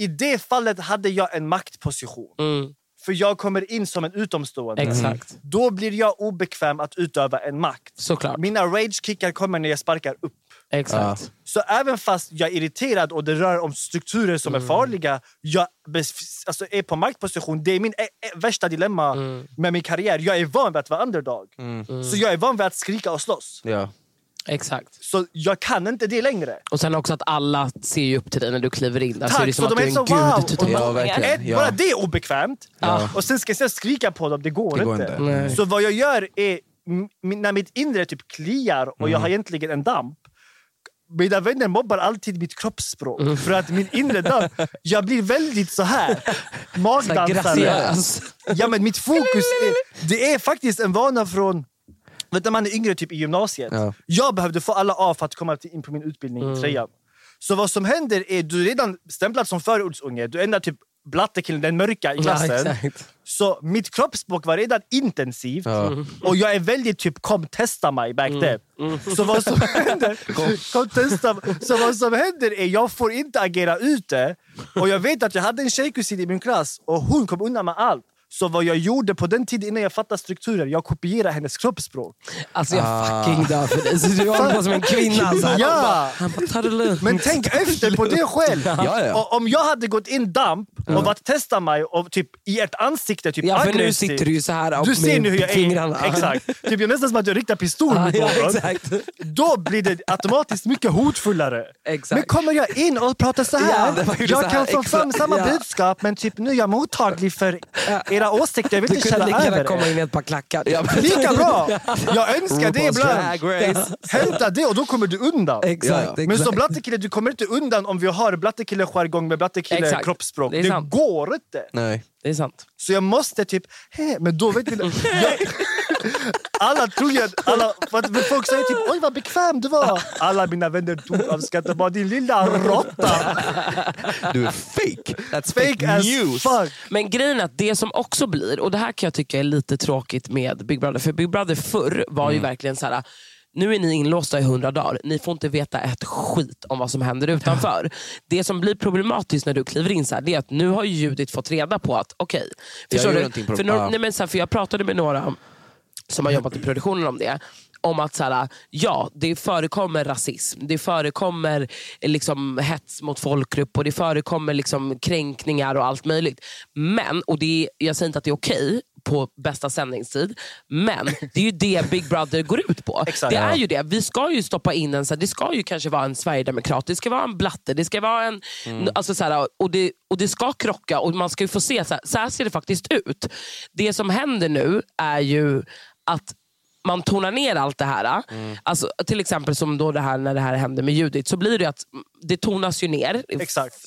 Speaker 5: I det fallet hade jag en maktposition.
Speaker 3: Mm,
Speaker 5: För jag kommer in som en utomstående.
Speaker 3: exakt.
Speaker 5: Då blir jag obekväm att utöva en makt.
Speaker 3: Såklart.
Speaker 5: Mina rage-kickar kommer när jag sparkar upp.
Speaker 3: Exakt.
Speaker 5: Så även fast jag är irriterad och det rör om strukturer som
Speaker 3: Mm.
Speaker 5: är farliga, jag bes- alltså är på maktposition. Det är min ä- ä- värsta dilemma
Speaker 3: Mm.
Speaker 5: med min karriär. Jag är van vid att vara underdog. Så jag är van vid att skrika och slåss.
Speaker 3: Mm.
Speaker 2: Ja.
Speaker 3: Exakt.
Speaker 5: Så jag kan inte det längre.
Speaker 3: Och sen också att alla ser ju upp till dig när du kliver in. Där så är Alltså, det
Speaker 5: Tack!
Speaker 3: som
Speaker 5: Så
Speaker 3: att du
Speaker 5: de
Speaker 3: är
Speaker 5: är
Speaker 3: en
Speaker 5: så
Speaker 3: gud.
Speaker 5: wow!
Speaker 3: typ.
Speaker 5: Och
Speaker 2: Ja,
Speaker 5: man-
Speaker 2: verkligen.
Speaker 5: ett,
Speaker 2: Ja.
Speaker 5: Bara det är obekvämt.
Speaker 3: Ja.
Speaker 5: Och sen ska jag skrika på dem. Det går,
Speaker 2: Det går inte.
Speaker 5: inte.
Speaker 3: Nej.
Speaker 5: Så vad jag gör är, m- när mitt inre typ kliar och jag har egentligen en damp. Mina vänner mobbar alltid mitt kroppsspråk. För att min inre damp, jag blir väldigt så här.
Speaker 3: Alltså,
Speaker 5: Magdansare.
Speaker 3: Gracias.
Speaker 5: Ja, men mitt fokus är, det är faktiskt en vana från vet du, när man är yngre, typ i gymnasiet.
Speaker 2: Ja.
Speaker 5: Jag behövde få alla A för att komma till- in på min utbildning i trean. Så vad som händer är du är redan stämplad som förortsunge. Du är enda typ blattekillen, den mörka i
Speaker 3: Ja,
Speaker 5: klassen.
Speaker 3: exakt.
Speaker 5: så mitt kroppsspråk var redan intensivt och jag är väldigt typ kom testa mig back then. Så, vad som händer, kom, testa, mig. så vad som händer är jag får inte agera ute och jag vet att jag hade en tjejkusin i min klass och hon kom undan med allt. Så vad jag gjorde på den tiden innan jag fattade strukturer, jag kopierade hennes kroppsspråk.
Speaker 3: Alltså jag
Speaker 2: Ah.
Speaker 3: fucking dör för dig. Så du håller på som en kvinna. Så här.
Speaker 5: Ja.
Speaker 3: Han bara, han bara, ta det lugnt.
Speaker 5: Men tänk efter på det själv.
Speaker 2: Ja, ja.
Speaker 5: Och Om jag hade gått in damp och varit testa mig och typ i ett ansikte typ
Speaker 3: ja, för nu
Speaker 5: aggressivt.
Speaker 3: sitter du ju så här och
Speaker 5: Du
Speaker 3: med
Speaker 5: ser nu hur jag
Speaker 3: fingrarna.
Speaker 5: är. Exakt. Typ, jag är nästan som att jag riktar pistol
Speaker 3: Ja,
Speaker 5: mot någon.
Speaker 3: ja, exakt.
Speaker 5: Då blir det automatiskt mycket hotfullare.
Speaker 3: Exakt.
Speaker 5: Men kommer jag in och pratar så
Speaker 3: Ja,
Speaker 5: här,
Speaker 3: det var ju så
Speaker 5: jag
Speaker 3: här,
Speaker 5: kan få fram
Speaker 3: exakt.
Speaker 5: samma
Speaker 3: Ja.
Speaker 5: budskap men typ nu är jag mottaglig för era åsikter. Jag vill
Speaker 3: Du
Speaker 5: inte
Speaker 3: kunde
Speaker 5: köra
Speaker 3: lika
Speaker 5: över
Speaker 3: gärna komma
Speaker 5: er.
Speaker 3: in i ett par klackar.
Speaker 5: Lika bra! Jag önskar det ibland.
Speaker 2: Race.
Speaker 5: Hämta det och då kommer du undan.
Speaker 3: Exakt,
Speaker 2: Ja, ja.
Speaker 5: Men som blattekille, du kommer inte undan om vi har blattekille-jargong med
Speaker 3: Exakt.
Speaker 5: blattekille-kroppsspråk.
Speaker 3: Det är
Speaker 5: Det,
Speaker 3: sant.
Speaker 5: går inte.
Speaker 2: Nej.
Speaker 3: Det är sant.
Speaker 5: Så jag måste typ... "Hä?" Men då vet vi... Jag, alla tror ju att... Alla, för att men folk säger typ “Oj, vad bekväm du var”. Alla mina vänner dog av skratt. De bara “Din lilla råtta!
Speaker 2: Du är fake! That's fake,
Speaker 5: Fake as
Speaker 2: news!
Speaker 5: fuck!”
Speaker 3: Men grejen är att det som också blir, och det här kan jag tycka är lite tråkigt med Big Brother, för Big Brother förr var ju
Speaker 2: Mm.
Speaker 3: verkligen så här. Nu är ni inlåsta i hundra dagar. Ni får inte veta ett skit om vad som händer utanför. Det som blir problematiskt när du kliver in så här, det är att nu har ju Judith fått reda på att, okej. förstår
Speaker 2: gör
Speaker 3: du?
Speaker 2: någonting pro-
Speaker 3: för, några,
Speaker 2: ja.
Speaker 3: nej men så här, för jag pratade med några som har jobbat i produktionen om det. Om att så här, ja, det förekommer rasism, det förekommer eh, liksom, hets mot folkgrupp och det förekommer liksom, kränkningar och allt möjligt. Men, och det är, jag säger inte att det är okej på bästa sändningstid, men det är ju det Big Brother går ut på.
Speaker 5: Exakt.
Speaker 3: det
Speaker 5: Ja.
Speaker 3: är ju det. Vi ska ju stoppa in en, så här, det ska ju kanske vara en sverigedemokrat, det ska vara en blatte, det ska vara en...
Speaker 5: Mm.
Speaker 3: Alltså, så här, och, det, och det ska krocka och man ska ju få se, så här, så här ser det faktiskt ut. Det som händer nu är ju att man tonar ner allt det här,
Speaker 5: Mm.
Speaker 3: alltså, till exempel som då det här, när det här hände med Judith, så blir det ju att det tonas ju ner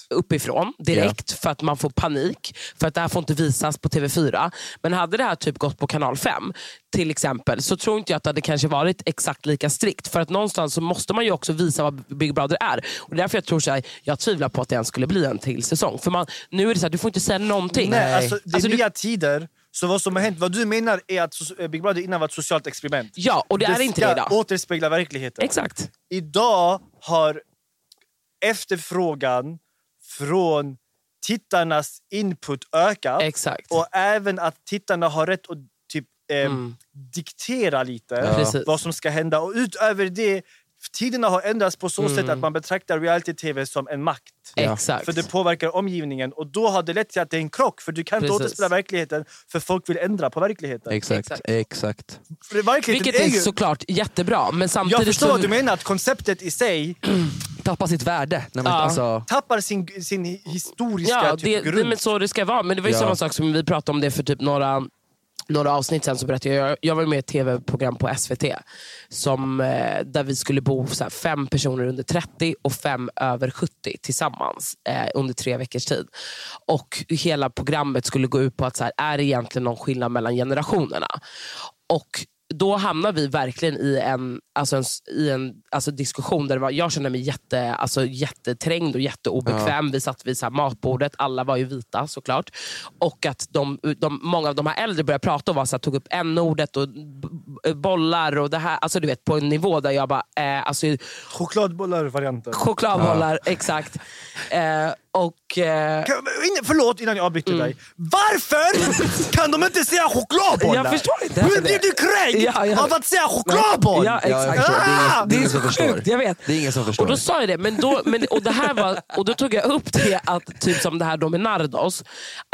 Speaker 3: uppifrån direkt för att man får panik. För att det här får inte visas på TV4. Men hade det här typ gått på kanal 5 till exempel, så tror inte jag att det hade kanske varit exakt lika strikt. För att någonstans så måste man ju också visa vad Big Brother är. Och därför jag tror så här, jag tvivlar på att det ens skulle bli en till säsong. För man, nu är det så här, du får inte säga någonting.
Speaker 5: Nej, alltså, det är nya tider. Så vad som har hänt, vad du menar är att so- eh, Big Brother innan var ett socialt experiment.
Speaker 3: Ja, och det är inte det
Speaker 5: ska
Speaker 3: idag.
Speaker 5: återspegla verkligheten.
Speaker 3: Exakt.
Speaker 5: Idag har efterfrågan från tittarnas input ökat.
Speaker 3: Exakt.
Speaker 5: Och även att tittarna har rätt att typ, eh, diktera lite
Speaker 3: Mm. Ja. Precis.
Speaker 5: vad som ska hända. Och utöver det, tiderna har ändrats på så sätt att man betraktar reality-tv som en makt.
Speaker 3: Ja. Mm. Exakt.
Speaker 5: För det påverkar omgivningen och då har det lett till att det är en krock. För du kan inte
Speaker 3: Precis.
Speaker 5: återspela verkligheten för folk vill ändra på verkligheten.
Speaker 2: Exakt, exakt.
Speaker 5: För verkligheten
Speaker 3: Vilket är
Speaker 5: ju...
Speaker 3: såklart jättebra, men samtidigt...
Speaker 5: Jag förstår
Speaker 3: så,
Speaker 5: vad du menar, att konceptet i sig
Speaker 2: Tappa sitt värde. När man,
Speaker 3: Ja.
Speaker 2: alltså,
Speaker 5: tappar sin, sin historiska
Speaker 3: Ja,
Speaker 5: typ,
Speaker 3: det,
Speaker 5: grund.
Speaker 3: det, men så det ska vara. Men det var ju
Speaker 2: Ja.
Speaker 3: samma sak som vi pratade om det för typ några, några avsnitt sen. Så berättade jag, jag var med i ett tv-program på SVT som, eh, där vi skulle bo så här, fem personer under 30 och fem över 70 tillsammans eh, under tre veckors tid. Och hela programmet skulle gå ut på att så här, är det egentligen någon skillnad mellan generationerna? Och då hamnar vi verkligen i en, alltså en, i en alltså diskussion där det var, jag kände mig jätte, alltså jätteträngd och jätteobekväm. Vi satt vid så här matbordet, alla var ju vita såklart. Och att de, de, många av de här äldre började prata och var så här, tog upp n-ordet och b- b- bollar och det här. Alltså du vet på en nivå där jag bara, eh, alltså,
Speaker 5: Chokladbollar-varianten.
Speaker 3: chokladbollar, exakt. Eh, och... Eh,
Speaker 5: Kan- in- Förlåt innan jag avbryter
Speaker 3: Mm.
Speaker 5: dig. Varför kan de inte säga chokladbollar?
Speaker 3: Jag förstår inte
Speaker 5: Hur
Speaker 3: heller
Speaker 5: blir
Speaker 3: det.
Speaker 5: du kränkt
Speaker 3: Ja, ja.
Speaker 5: av att säga chokladboll?
Speaker 3: Ja,
Speaker 2: ja, jag
Speaker 3: exakt.
Speaker 2: förstår. Det är ingen-
Speaker 5: Ah!
Speaker 2: det är ingen
Speaker 3: Det
Speaker 2: som
Speaker 3: är så
Speaker 2: förstår.
Speaker 3: sjukt, jag vet.
Speaker 2: Det är ingen som förstår.
Speaker 3: Och då sa jag det, men då, men, och, det här var, och då tog jag upp det, att, typ som det här då med Nardos.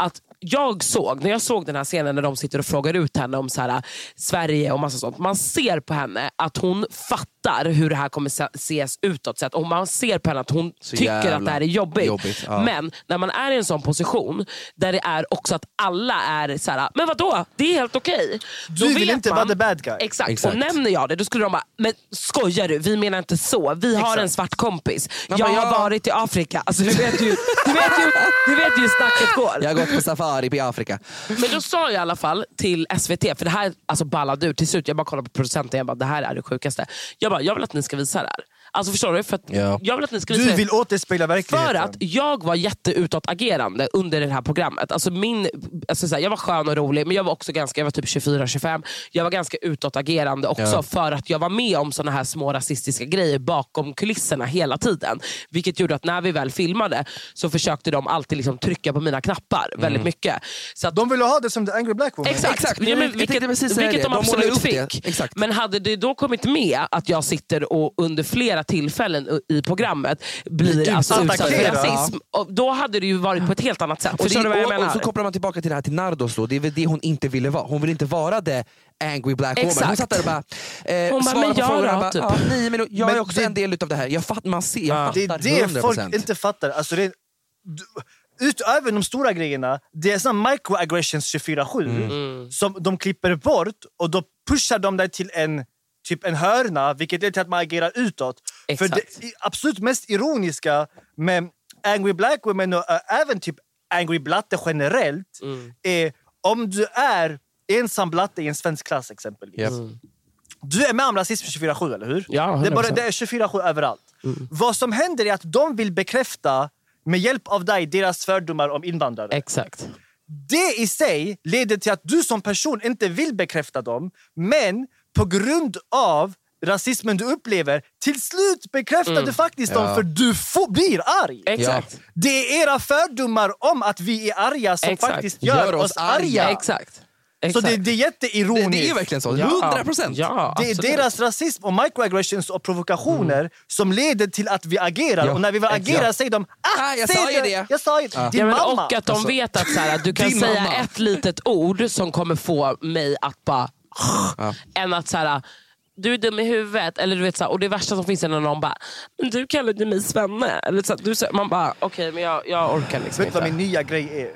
Speaker 3: Att jag såg, när jag såg den här scenen när de sitter och frågar ut henne om så här, äh, Sverige och massa sånt. Man ser på henne att hon fattar hur det här kommer se- ses utåt sett. Och man ser på henne att hon
Speaker 2: Så
Speaker 3: tycker att
Speaker 2: jävla
Speaker 3: det här är jobbigt.
Speaker 2: jobbigt, ja.
Speaker 3: Men när man är i en sån position där det är också att alla är så här, "Äh, men vadå? Det är helt okej. Då
Speaker 5: Du vill
Speaker 3: vet
Speaker 5: inte
Speaker 3: man-
Speaker 5: vara the bad guy.
Speaker 3: Exakt.
Speaker 2: Exakt.
Speaker 3: Och nämner jag det, då skulle de bara, men skojar du? Vi menar inte så. Vi har
Speaker 5: Exakt.
Speaker 3: en svart kompis.
Speaker 2: Man
Speaker 3: jag
Speaker 2: bara,
Speaker 3: har
Speaker 2: "Ja."
Speaker 3: varit i Afrika. Alltså, du, vet ju, du, vet ju, du vet ju hur snacket går.
Speaker 2: Jag har gått på safari i Afrika.
Speaker 3: Men då sa jag i alla fall till SVT, för det här alltså, ballade ur till slut. Jag bara kollade på producenten jag bara, det här är det sjukaste. Jag bara, jag vill att ni ska visa det här. Alltså förstår du? För att
Speaker 2: Ja.
Speaker 3: Jag vill att ni ska visa
Speaker 5: Du
Speaker 3: det.
Speaker 5: vill återspegla verkligheten.
Speaker 3: För att jag var jätteutåtagerande under det här programmet. Alltså min, alltså så här, jag var skön och rolig, men jag var också ganska, jag var typ 24-25. Jag var ganska utåtagerande också
Speaker 2: Ja.
Speaker 3: för att jag var med om såna här små rasistiska grejer bakom kulisserna hela tiden. Vilket gjorde att när vi väl filmade så försökte de alltid liksom trycka på mina knappar väldigt mycket. Så att
Speaker 5: Mm. De vill ha det som the angry black woman.
Speaker 3: Exakt,
Speaker 2: Exakt,
Speaker 3: Ja,
Speaker 2: jag
Speaker 3: men
Speaker 2: tänkte
Speaker 3: vilket,
Speaker 2: precis säga
Speaker 3: vilket
Speaker 2: det.
Speaker 3: de
Speaker 2: De målar
Speaker 3: absolut
Speaker 2: upp det.
Speaker 3: fick.
Speaker 2: Exakt.
Speaker 3: Men hade det då kommit med att jag sitter och under flera tillfällen u- i programmet blir alltså utsatt för
Speaker 5: attackerad.
Speaker 3: rasism, och då hade det ju varit på ett helt annat sätt.
Speaker 2: Och,
Speaker 3: Förstår du vad
Speaker 2: det,
Speaker 3: jag
Speaker 2: och, och
Speaker 3: menar?
Speaker 2: så kopplar man tillbaka till det här till Nardos då, det är väl det hon inte ville vara. Hon ville inte vara the angry black woman. Hon
Speaker 3: Exakt.
Speaker 2: satt där och bara,
Speaker 3: Hon
Speaker 2: eh,
Speaker 3: bara,
Speaker 2: svarade
Speaker 3: men
Speaker 2: på
Speaker 3: jag
Speaker 2: frågorna.
Speaker 3: då,
Speaker 2: bara,
Speaker 3: typ.
Speaker 2: ja, nej, men jag är
Speaker 5: Men
Speaker 2: också
Speaker 5: det-
Speaker 2: en del utav det här. Jag fattar, man ser, jag
Speaker 5: Det
Speaker 2: fattar
Speaker 5: är det
Speaker 2: 100%.
Speaker 5: folk inte fattar. Alltså det, du, utöver de stora grejerna, det är såna microaggressions 24-7 som de klipper bort och då pushar de dig till en, typ en hörna vilket leder till att man agerar utåt. För
Speaker 3: Exakt.
Speaker 5: det i- absolut mest ironiska med angry black women och eh, även typ angry blatte generellt är om du är ensam blatte i en svensk klass exempelvis.
Speaker 2: Japp.
Speaker 5: Du är med om rasism 24-7, eller hur?
Speaker 3: Ja, 100%.
Speaker 5: det, är bara, det är 24-7 överallt. Vad som händer är att de vill bekräfta, med hjälp av dig, deras fördomar om invandrare.
Speaker 3: Exakt.
Speaker 5: det i sig leder till att du som person inte vill bekräfta dem, men på grund av rasismen du upplever, till slut bekräftar du faktiskt dem för du får, blir arg.
Speaker 3: Exakt.
Speaker 5: Det är era fördomar om att vi är arga som
Speaker 3: Exakt.
Speaker 5: faktiskt gör,
Speaker 2: Gör oss
Speaker 5: oss, arga.
Speaker 2: arga.
Speaker 3: Exakt.
Speaker 5: Så
Speaker 3: Exakt.
Speaker 5: det, det är
Speaker 2: Det,
Speaker 5: jätteironiskt.
Speaker 2: det är verkligen så,
Speaker 3: Ja.
Speaker 2: 100%.
Speaker 3: Ja,
Speaker 5: Det är
Speaker 3: absolut.
Speaker 5: deras rasism och microaggressions och provokationer som leder till att vi agerar.
Speaker 2: Ja,
Speaker 5: Och när vi väl
Speaker 2: exakt.
Speaker 5: agerar säger de ah,
Speaker 2: Ah, jag
Speaker 5: säg
Speaker 2: sa ju det.
Speaker 5: Jag sa ju det. Din
Speaker 3: Ja, men
Speaker 5: mamma. Alltså,
Speaker 3: och att de vet att så här, att du kan
Speaker 2: Din
Speaker 3: säga
Speaker 2: mamma.
Speaker 3: ett litet ord som kommer få mig att bara... Än att så här, du är dum i huvudet. Eller du vet, så här, och det värsta som finns är när någon bara, men du kallade mig Svenne. Eller, så här, du, så- man bara, okej men jag, jag orkar liksom
Speaker 5: Vet du vad min
Speaker 3: inte.
Speaker 5: nya grej är?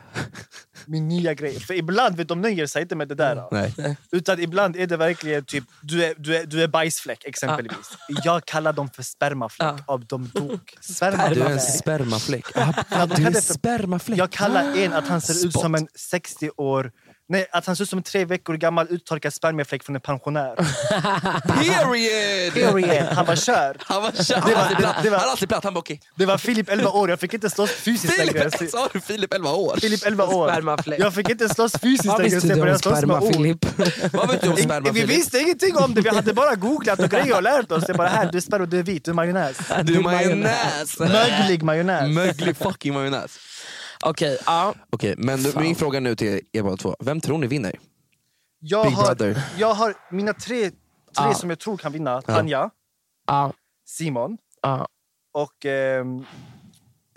Speaker 5: Min nya grej. För ibland vet du, de nöjer sig inte med det där.
Speaker 2: Nej.
Speaker 5: Utan ibland är det verkligen typ, du är, du är, du är bajsfläck exempelvis. Jag kallar dem för spermafläck. Av de dog. Spermafläck.
Speaker 2: Du är en spermafläck. Ah,
Speaker 5: Ja, de
Speaker 2: du är
Speaker 5: kallar det för-
Speaker 2: spermafläck.
Speaker 5: Jag kallar en att han ser ut
Speaker 2: Spot.
Speaker 5: som en 60 år... Nej, att han ser ut som en tre veckor gammal uttorkad spermiefläck från en pensionär.
Speaker 2: Period!
Speaker 5: Period. Han var kör.
Speaker 2: Han var kär.
Speaker 5: Det var-
Speaker 2: Han var-
Speaker 5: det var-
Speaker 2: han var alltid platt, han bara okej.
Speaker 5: Det var Filip 11 år, jag fick inte slåss fysiskt längre.
Speaker 2: Filip, sa du Filip 11 år?
Speaker 5: Filip 11 år.
Speaker 3: Spermafläck.
Speaker 5: Jag fick inte slåss fysiskt
Speaker 3: Vad
Speaker 5: längre.
Speaker 3: visste du
Speaker 5: Stefan,
Speaker 3: om
Speaker 5: Jag slåss med Oh,
Speaker 3: sperma,
Speaker 5: ord.
Speaker 3: Filip?
Speaker 2: Vad vet du om sperma
Speaker 5: Vi
Speaker 2: Filip?
Speaker 5: visste ingenting om det, vi hade bara googlat och grejer och lärt oss. Det är bara här, du är sparv och du är vit, du är majonnäs.
Speaker 2: Du är majonnäs!
Speaker 5: Möglig majonnäs.
Speaker 2: Möglig fucking majonnäs.
Speaker 3: Okej, ja.
Speaker 2: Okej, men då- min fråga nu till er båda två. Vem tror ni vinner?
Speaker 5: Jag
Speaker 2: Big
Speaker 5: har,
Speaker 2: Brother.
Speaker 5: jag har mina tre,
Speaker 3: Ja.
Speaker 5: tre som jag tror kan vinna. Tanja,
Speaker 3: ja,
Speaker 5: Simon
Speaker 3: ja.
Speaker 5: och... ehm,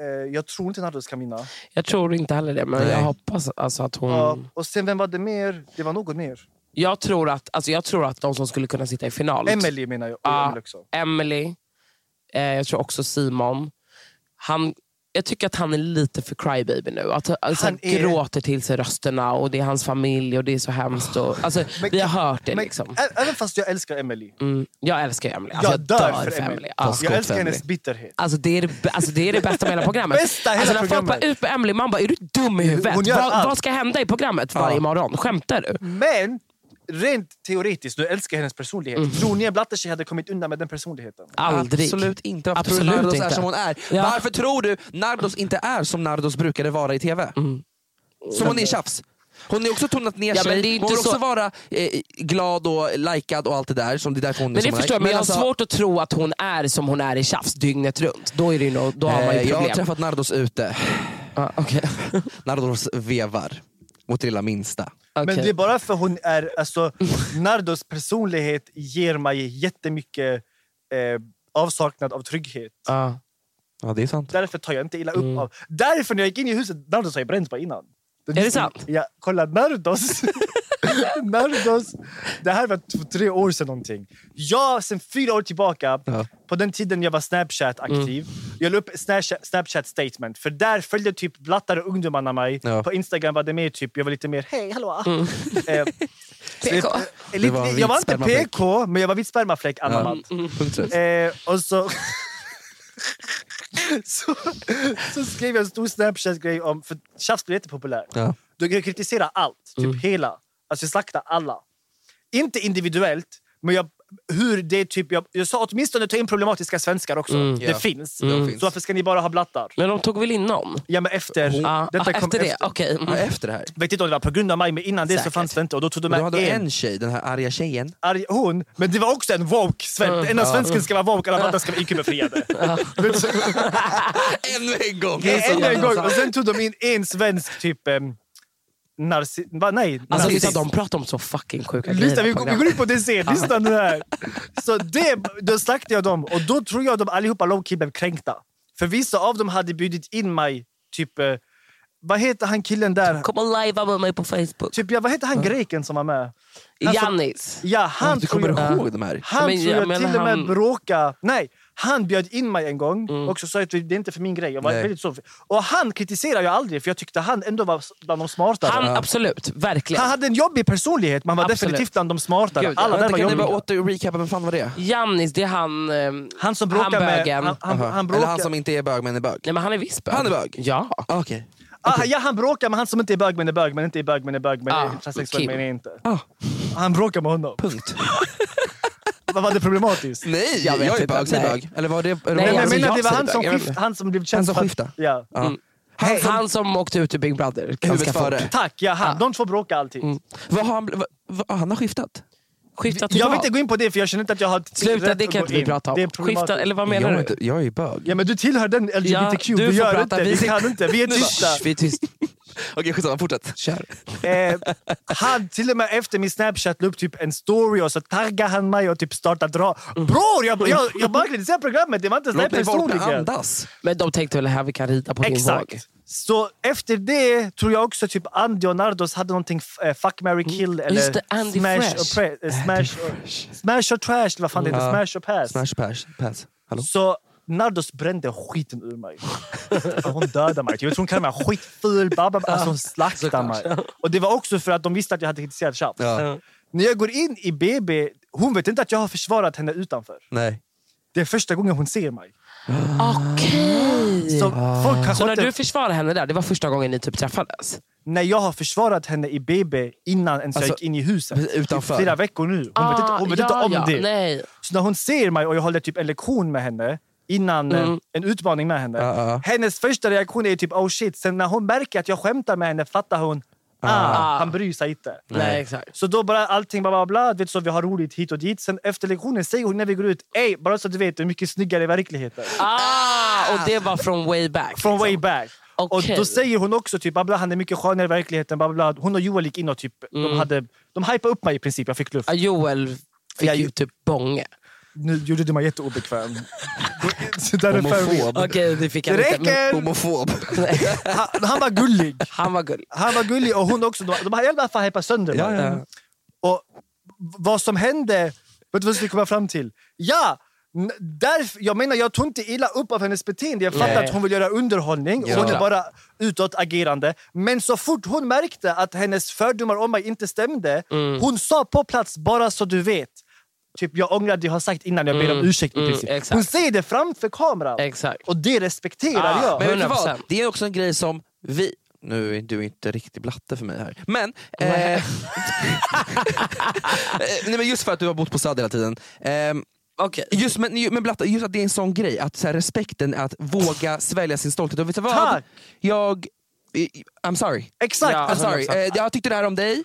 Speaker 5: eh, jag tror inte Nardos kan vinna.
Speaker 3: Jag tror inte heller det, men
Speaker 2: Nej.
Speaker 3: jag hoppas alltså, att hon...
Speaker 5: Ja, och sen vem var det mer? Det var någon mer.
Speaker 3: Jag, tror att, alltså, jag tror att de som skulle kunna sitta i final...
Speaker 5: Emelie menar jag. Och
Speaker 3: Ja.
Speaker 5: Emily också.
Speaker 3: Ah, Emily. Eh, jag tror också Simon. Han, jag tycker att han är lite för crybaby nu. Att, alltså, han
Speaker 5: Han är-
Speaker 3: gråter till sig rösterna och det är hans familj och det är så hemskt. Och, alltså,
Speaker 5: Men-
Speaker 3: vi har hört det.
Speaker 5: Men
Speaker 3: liksom.
Speaker 5: ä- även fast jag älskar Emelie.
Speaker 3: Mm, jag älskar ju Emily. Alltså,
Speaker 5: Jag, dör för,
Speaker 3: Emily. Alltså,
Speaker 5: Emelie.
Speaker 3: Ja.
Speaker 5: Jag
Speaker 2: Skott
Speaker 5: älskar
Speaker 2: för
Speaker 5: hennes
Speaker 2: Emily.
Speaker 5: bitterhet.
Speaker 3: Alltså det, är det, bä- alltså det är det bästa med hela programmet.
Speaker 5: Bästa hela
Speaker 3: alltså när folk
Speaker 5: programmet.
Speaker 3: bara ut med Emily, man bara är du dum i huvudet?
Speaker 5: Hon gör
Speaker 3: Vad,
Speaker 5: allt.
Speaker 3: vad ska hända i programmet varje morgon? Skämtar du?
Speaker 5: Men rent teoretiskt, du älskar hennes personlighet.
Speaker 3: Mm.
Speaker 5: Tror ni en blattetjej hade kommit undan med den personligheten?
Speaker 3: Ah, Aldrig.
Speaker 2: Absolut inte. Varför tror du
Speaker 3: Absolut
Speaker 2: Nardos är
Speaker 3: inte.
Speaker 2: som hon är?
Speaker 3: Ja.
Speaker 2: Varför tror du Nardos inte är som Nardos brukade vara i TV? Som hon är tjafs. Hon är också tonat ner
Speaker 3: Mm. Ja, men det är
Speaker 2: sig,
Speaker 3: inte
Speaker 2: hon vill
Speaker 3: så-
Speaker 2: också vara eh, glad och likad och allt det där. Som det är därför hon är
Speaker 3: Men det
Speaker 2: som hon
Speaker 3: förstår
Speaker 2: är.
Speaker 3: jag, men jag har
Speaker 2: alltså,
Speaker 3: svårt att tro att hon är som hon är i tjafs dygnet runt. Då, är det ju no, då har man ju
Speaker 2: eh, Jag
Speaker 3: problem.
Speaker 2: har träffat Nardos ute.
Speaker 3: ah, okej.
Speaker 2: Nardos vevar mot det lilla minsta.
Speaker 3: Okej.
Speaker 5: Men det är bara för hon är... Alltså, Nardos personlighet ger mig jättemycket eh, avsaknad av trygghet.
Speaker 3: Ah.
Speaker 2: Ja, det är sant.
Speaker 5: Därför tar jag inte illa upp
Speaker 3: Mm.
Speaker 5: av... Därför när jag gick in i huset, Nardos har ju bränt mig innan.
Speaker 3: Är det sant?
Speaker 5: Ja, kolla Nardos. Nardos. Det här var för tre år sedan någonting. Jag, sen fyra år tillbaka, på den tiden jag var Snapchat-aktiv,
Speaker 2: Mm.
Speaker 5: jag la upp Snapchat- Snapchat-statement. För där följde typ blattare ungdomarna mig.
Speaker 2: Ja. Mm.
Speaker 5: På Instagram var det mer typ, jag var lite mer hej, hallå. Eh, så
Speaker 3: PK.
Speaker 5: jag- eh,
Speaker 2: Du
Speaker 5: Lite,
Speaker 2: var en
Speaker 5: jag var
Speaker 2: vit
Speaker 5: inte
Speaker 2: spermafläck. Mm,
Speaker 5: PK, men jag var vit spermafläck anammat.
Speaker 2: Punkt slut.
Speaker 5: Eh, och så, så, så skrev jag en stor Snapchat-grej om... För tjafs blev jättepopulärt.
Speaker 2: Ja.
Speaker 5: Du kan kritisera allt, typ
Speaker 3: Mm.
Speaker 5: hela. Alltså jag slaktar alla. Inte individuellt, men jag, hur det typ... Jag, jag sa åtminstone ta in problematiska svenskar också. Det
Speaker 2: Ja.
Speaker 5: finns.
Speaker 2: Mm. finns.
Speaker 5: Så varför ska ni bara ha blattar?
Speaker 3: Men de tog väl in någon?
Speaker 5: Ja, men efter...
Speaker 3: Ah,
Speaker 5: detta
Speaker 3: ah,
Speaker 5: kom
Speaker 3: efter det? Okej. Mm.
Speaker 2: Ja, efter det här.
Speaker 5: Vet inte om det var på grund av mig, men innan det så
Speaker 3: Säkert.
Speaker 5: fanns det inte. Och då tog de
Speaker 2: Men
Speaker 5: med
Speaker 2: då hade
Speaker 5: en
Speaker 2: en tjej, den här arga tjejen.
Speaker 5: arg hon, men det var också en woke
Speaker 3: Mm.
Speaker 5: svensk. En av svensken ska vara woke, alla andra ska vara IQ-befriade.
Speaker 2: Ännu en gång!
Speaker 5: Ännu en gång! Och sen tog de in en svensk typ... Um, narcissi... Va, nej.
Speaker 3: Alltså,
Speaker 5: narcissist.
Speaker 3: lyssna, de pratar om så fucking sjuka
Speaker 5: Lyssna, vi,
Speaker 3: grejer. i
Speaker 5: vi
Speaker 3: det här
Speaker 5: går in på det sen. Lyssna nu här. Så det, då slaktade jag dem och då tror jag de allihopa low-key blev kränkta. För vissa av dem hade bjudit in mig, typ... eh, Vad heter han killen där?
Speaker 3: programmet. Kom och livea med mig på Facebook.
Speaker 5: Typ, ja, vad heter han greken som var med? Han som-
Speaker 3: Jannis.
Speaker 5: Ja, han
Speaker 2: Du
Speaker 5: tror
Speaker 2: kommer
Speaker 5: jag...
Speaker 2: ihåg de här?
Speaker 5: Han
Speaker 3: Men
Speaker 5: tror
Speaker 3: jag
Speaker 5: jag
Speaker 3: menar,
Speaker 5: till och med
Speaker 3: han-
Speaker 5: bråka. Nej, han bjöd in mig en gång och så sa jag att det är inte för min grej. Jag var
Speaker 2: Nej.
Speaker 5: väldigt så. Och han kritiserar jag aldrig för jag tyckte han ändå var bland de smartare.
Speaker 3: Han,
Speaker 5: Han,
Speaker 3: absolut. Verkligen.
Speaker 5: hade en jobbig personlighet men han var
Speaker 3: Absolut.
Speaker 5: definitivt bland de smartare.
Speaker 3: Gud, ja.
Speaker 5: Alla där
Speaker 2: Vänta,
Speaker 5: var
Speaker 2: kan ni
Speaker 5: jobbiga.
Speaker 2: bara åter recapa, vem fan var det?
Speaker 3: Jannis, det är han... ehm,
Speaker 5: Han som bråkar med...
Speaker 3: bögen.
Speaker 5: Han, han,
Speaker 2: Aha.
Speaker 5: han
Speaker 2: Eller
Speaker 5: bråkar,
Speaker 2: han som inte är bög men är bög?
Speaker 3: Nej, men han är visst bög.
Speaker 2: Han är bög?
Speaker 3: Ja.
Speaker 2: Ah, Okej.
Speaker 5: ah, ja, han bråkar med han som inte är bög men är bög men inte är bög men är bög men
Speaker 3: Ah,
Speaker 5: är transsexuell
Speaker 3: Kim.
Speaker 5: men är inte.
Speaker 2: Ah,
Speaker 5: Han bråkar med honom.
Speaker 2: punkt.
Speaker 5: Vad var det problematiskt?
Speaker 2: Nej,
Speaker 3: Jag
Speaker 2: jag,
Speaker 3: vet
Speaker 2: är
Speaker 3: inte,
Speaker 2: bög, säg
Speaker 3: nej.
Speaker 2: bög. Eller var det... eller
Speaker 3: Nej,
Speaker 5: Nej,
Speaker 2: var
Speaker 5: men jag
Speaker 3: alltså,
Speaker 5: menar,
Speaker 3: jag
Speaker 5: det var
Speaker 2: säger
Speaker 5: han som,
Speaker 2: bög, jag vet
Speaker 5: skift,
Speaker 2: inte.
Speaker 5: han som blev känd
Speaker 2: Han som
Speaker 5: för att-
Speaker 2: skifta?
Speaker 5: Ja.
Speaker 3: Ah. Han, han som åkte ut ur Big Brother ganska
Speaker 2: Huvudet
Speaker 3: fort.
Speaker 2: före.
Speaker 5: Tack, ja,
Speaker 3: Ah.
Speaker 5: han. De två bråkar alltid.
Speaker 3: Mm.
Speaker 2: Vad har han... bl- Vad, vad, han har skiftat?
Speaker 3: Skifta till
Speaker 5: Jag vill
Speaker 3: vad?
Speaker 5: inte gå in på det för jag känner inte att jag har tid-
Speaker 3: Sluta,
Speaker 5: rätt
Speaker 3: det
Speaker 5: att
Speaker 3: kan
Speaker 5: gå
Speaker 3: inte vi
Speaker 5: in.
Speaker 3: prata
Speaker 5: Det
Speaker 3: om.
Speaker 5: är problematiskt.
Speaker 3: Skifta, eller vad
Speaker 2: jag,
Speaker 3: menar
Speaker 2: är
Speaker 3: du?
Speaker 2: inte- jag är ju bög.
Speaker 5: Ja men du tillhör den LGBTQ,
Speaker 3: Ja, du
Speaker 5: vi
Speaker 3: får
Speaker 5: gör
Speaker 3: prata,
Speaker 5: inte,
Speaker 3: vi
Speaker 5: vi
Speaker 3: sitter-
Speaker 5: kan inte, vi är
Speaker 3: Nu bara,
Speaker 5: tysta.
Speaker 3: "Shh, Vi är tysta.
Speaker 2: Okej skitsamma, fortsätt. Kör.
Speaker 5: Eh, han till och med efter min snapchat la upp typ en story och så taggade han mig och typ startade dra. Bror jag, jag, jag bara kritiserade programmet, det var inte ens
Speaker 2: Låt
Speaker 5: den
Speaker 2: mig vakna
Speaker 5: personligen.
Speaker 2: andas.
Speaker 3: Men de tänkte väl här vi kan rida på din våg.
Speaker 5: Exakt. Så efter det tror jag också typ Andy och Nardos hade någonting f- eh, Fuck, marry, kill eller
Speaker 3: Just det, Andy
Speaker 5: smash,
Speaker 3: Fresh.
Speaker 5: Och pre- eh, smash, och, smash or trash. eller Vad fan det heter?
Speaker 2: Ja.
Speaker 5: Smash och pass.
Speaker 2: Smash pass. pass. Hallå?
Speaker 5: Så Nardos brände skiten ur mig. Alltså, hon dödade mig. Jag tror hon kallade mig skitful. Babba, alltså, hon slaktade mig. Och det var också för att de visste att jag hade kritiserat Shab.
Speaker 2: Ja.
Speaker 5: När jag går in i BB, hon vet inte att jag har försvarat henne utanför.
Speaker 2: Nej.
Speaker 5: Det är första gången hon ser mig.
Speaker 3: Okej.
Speaker 5: Så folk kanske
Speaker 3: Så när
Speaker 5: inte...
Speaker 3: du försvarade henne där, det var första gången ni typ träffades?
Speaker 5: När jag har försvarat henne i BB innan ens
Speaker 2: Alltså,
Speaker 5: jag gick in i huset.
Speaker 2: precis, utanför.
Speaker 5: Typ Flera veckor nu. Hon vet inte, hon vet
Speaker 3: Ah, ja,
Speaker 5: inte om
Speaker 3: ja,
Speaker 5: det.
Speaker 3: Nej.
Speaker 5: Så när hon ser mig och jag håller typ en lektion med henne innan
Speaker 3: Mm.
Speaker 5: eh, en utmaning med henne.
Speaker 3: Ah,
Speaker 2: Ja, ja.
Speaker 5: Hennes första reaktion är typ oh shit. Sen när hon märker att jag skämtar med henne fattar hon ah, han bryr sig inte.
Speaker 3: nej, exakt.
Speaker 5: Så då bara allting bla bla bla, du vet, så vi har roligt hit och dit. Sen efter lektionen säger hon när vi går ut, ey bara så du vet, du är mycket snyggare i verkligheten.
Speaker 3: Ah, och det var från way back?
Speaker 5: Från
Speaker 3: liksom.
Speaker 5: way back.
Speaker 3: Okej.
Speaker 5: Och då säger hon också typ bla, bla, han är mycket skönare i verkligheten. Bla, bla. bla. Hon och Joel gick in och typ,
Speaker 3: Mm.
Speaker 5: de, hade, de hypade upp mig i princip. Jag fick luft.
Speaker 3: Ja, Joel fick
Speaker 5: Jag-
Speaker 3: ju typ bånge.
Speaker 5: Nu gjorde du mig jätteobekväm. Så där är fair.
Speaker 2: Homofob.
Speaker 3: Okej, det fick han
Speaker 5: Det
Speaker 3: inte. men-
Speaker 5: räcker!
Speaker 2: Homofob.
Speaker 5: Han, han var gullig.
Speaker 3: Han var gullig.
Speaker 5: Han var gullig och hon också. De, de hade i alla fall hypat sönder mig.
Speaker 2: Ja, ja.
Speaker 5: Och vad som hände, vet du vad jag skulle komma fram till? Ja! n- Därf, jag menar, jag tog inte illa upp av hennes beteende. Jag fattade
Speaker 3: Nej.
Speaker 5: att hon vill göra underhållning. och
Speaker 2: Ja.
Speaker 5: Hon är bara utåtagerande. Men så fort hon märkte att hennes fördomar om mig inte stämde,
Speaker 3: Mm.
Speaker 5: hon sa på plats, bara så du vet. Typ, jag ångrar det jag har sagt innan, jag ber om ursäkt. i
Speaker 3: mm,
Speaker 5: princip.
Speaker 3: exakt.
Speaker 5: hon säger det framför kameran.
Speaker 3: Exakt.
Speaker 5: Och det respekterar
Speaker 3: Ah,
Speaker 5: jag.
Speaker 2: Men vet du
Speaker 3: 100%.
Speaker 2: vad? Det är också en grej som vi... Nu är du inte riktigt blatte för mig här. Men... Eh,
Speaker 3: Nej.
Speaker 2: eh, nej men just för att du har bott på SAD hela tiden. Ehm,
Speaker 3: Okej.
Speaker 2: Just, men, ju- men blatta, just att det är en sån grej, att så här, respekten är att våga svälja sin stolthet. Och vet du vad?
Speaker 5: Tack!
Speaker 2: Jag... i- I'm sorry.
Speaker 5: Exakt!
Speaker 3: Ja.
Speaker 2: I'm sorry.
Speaker 3: 100%.
Speaker 2: Eh, jag tyckte det här om dig, eh,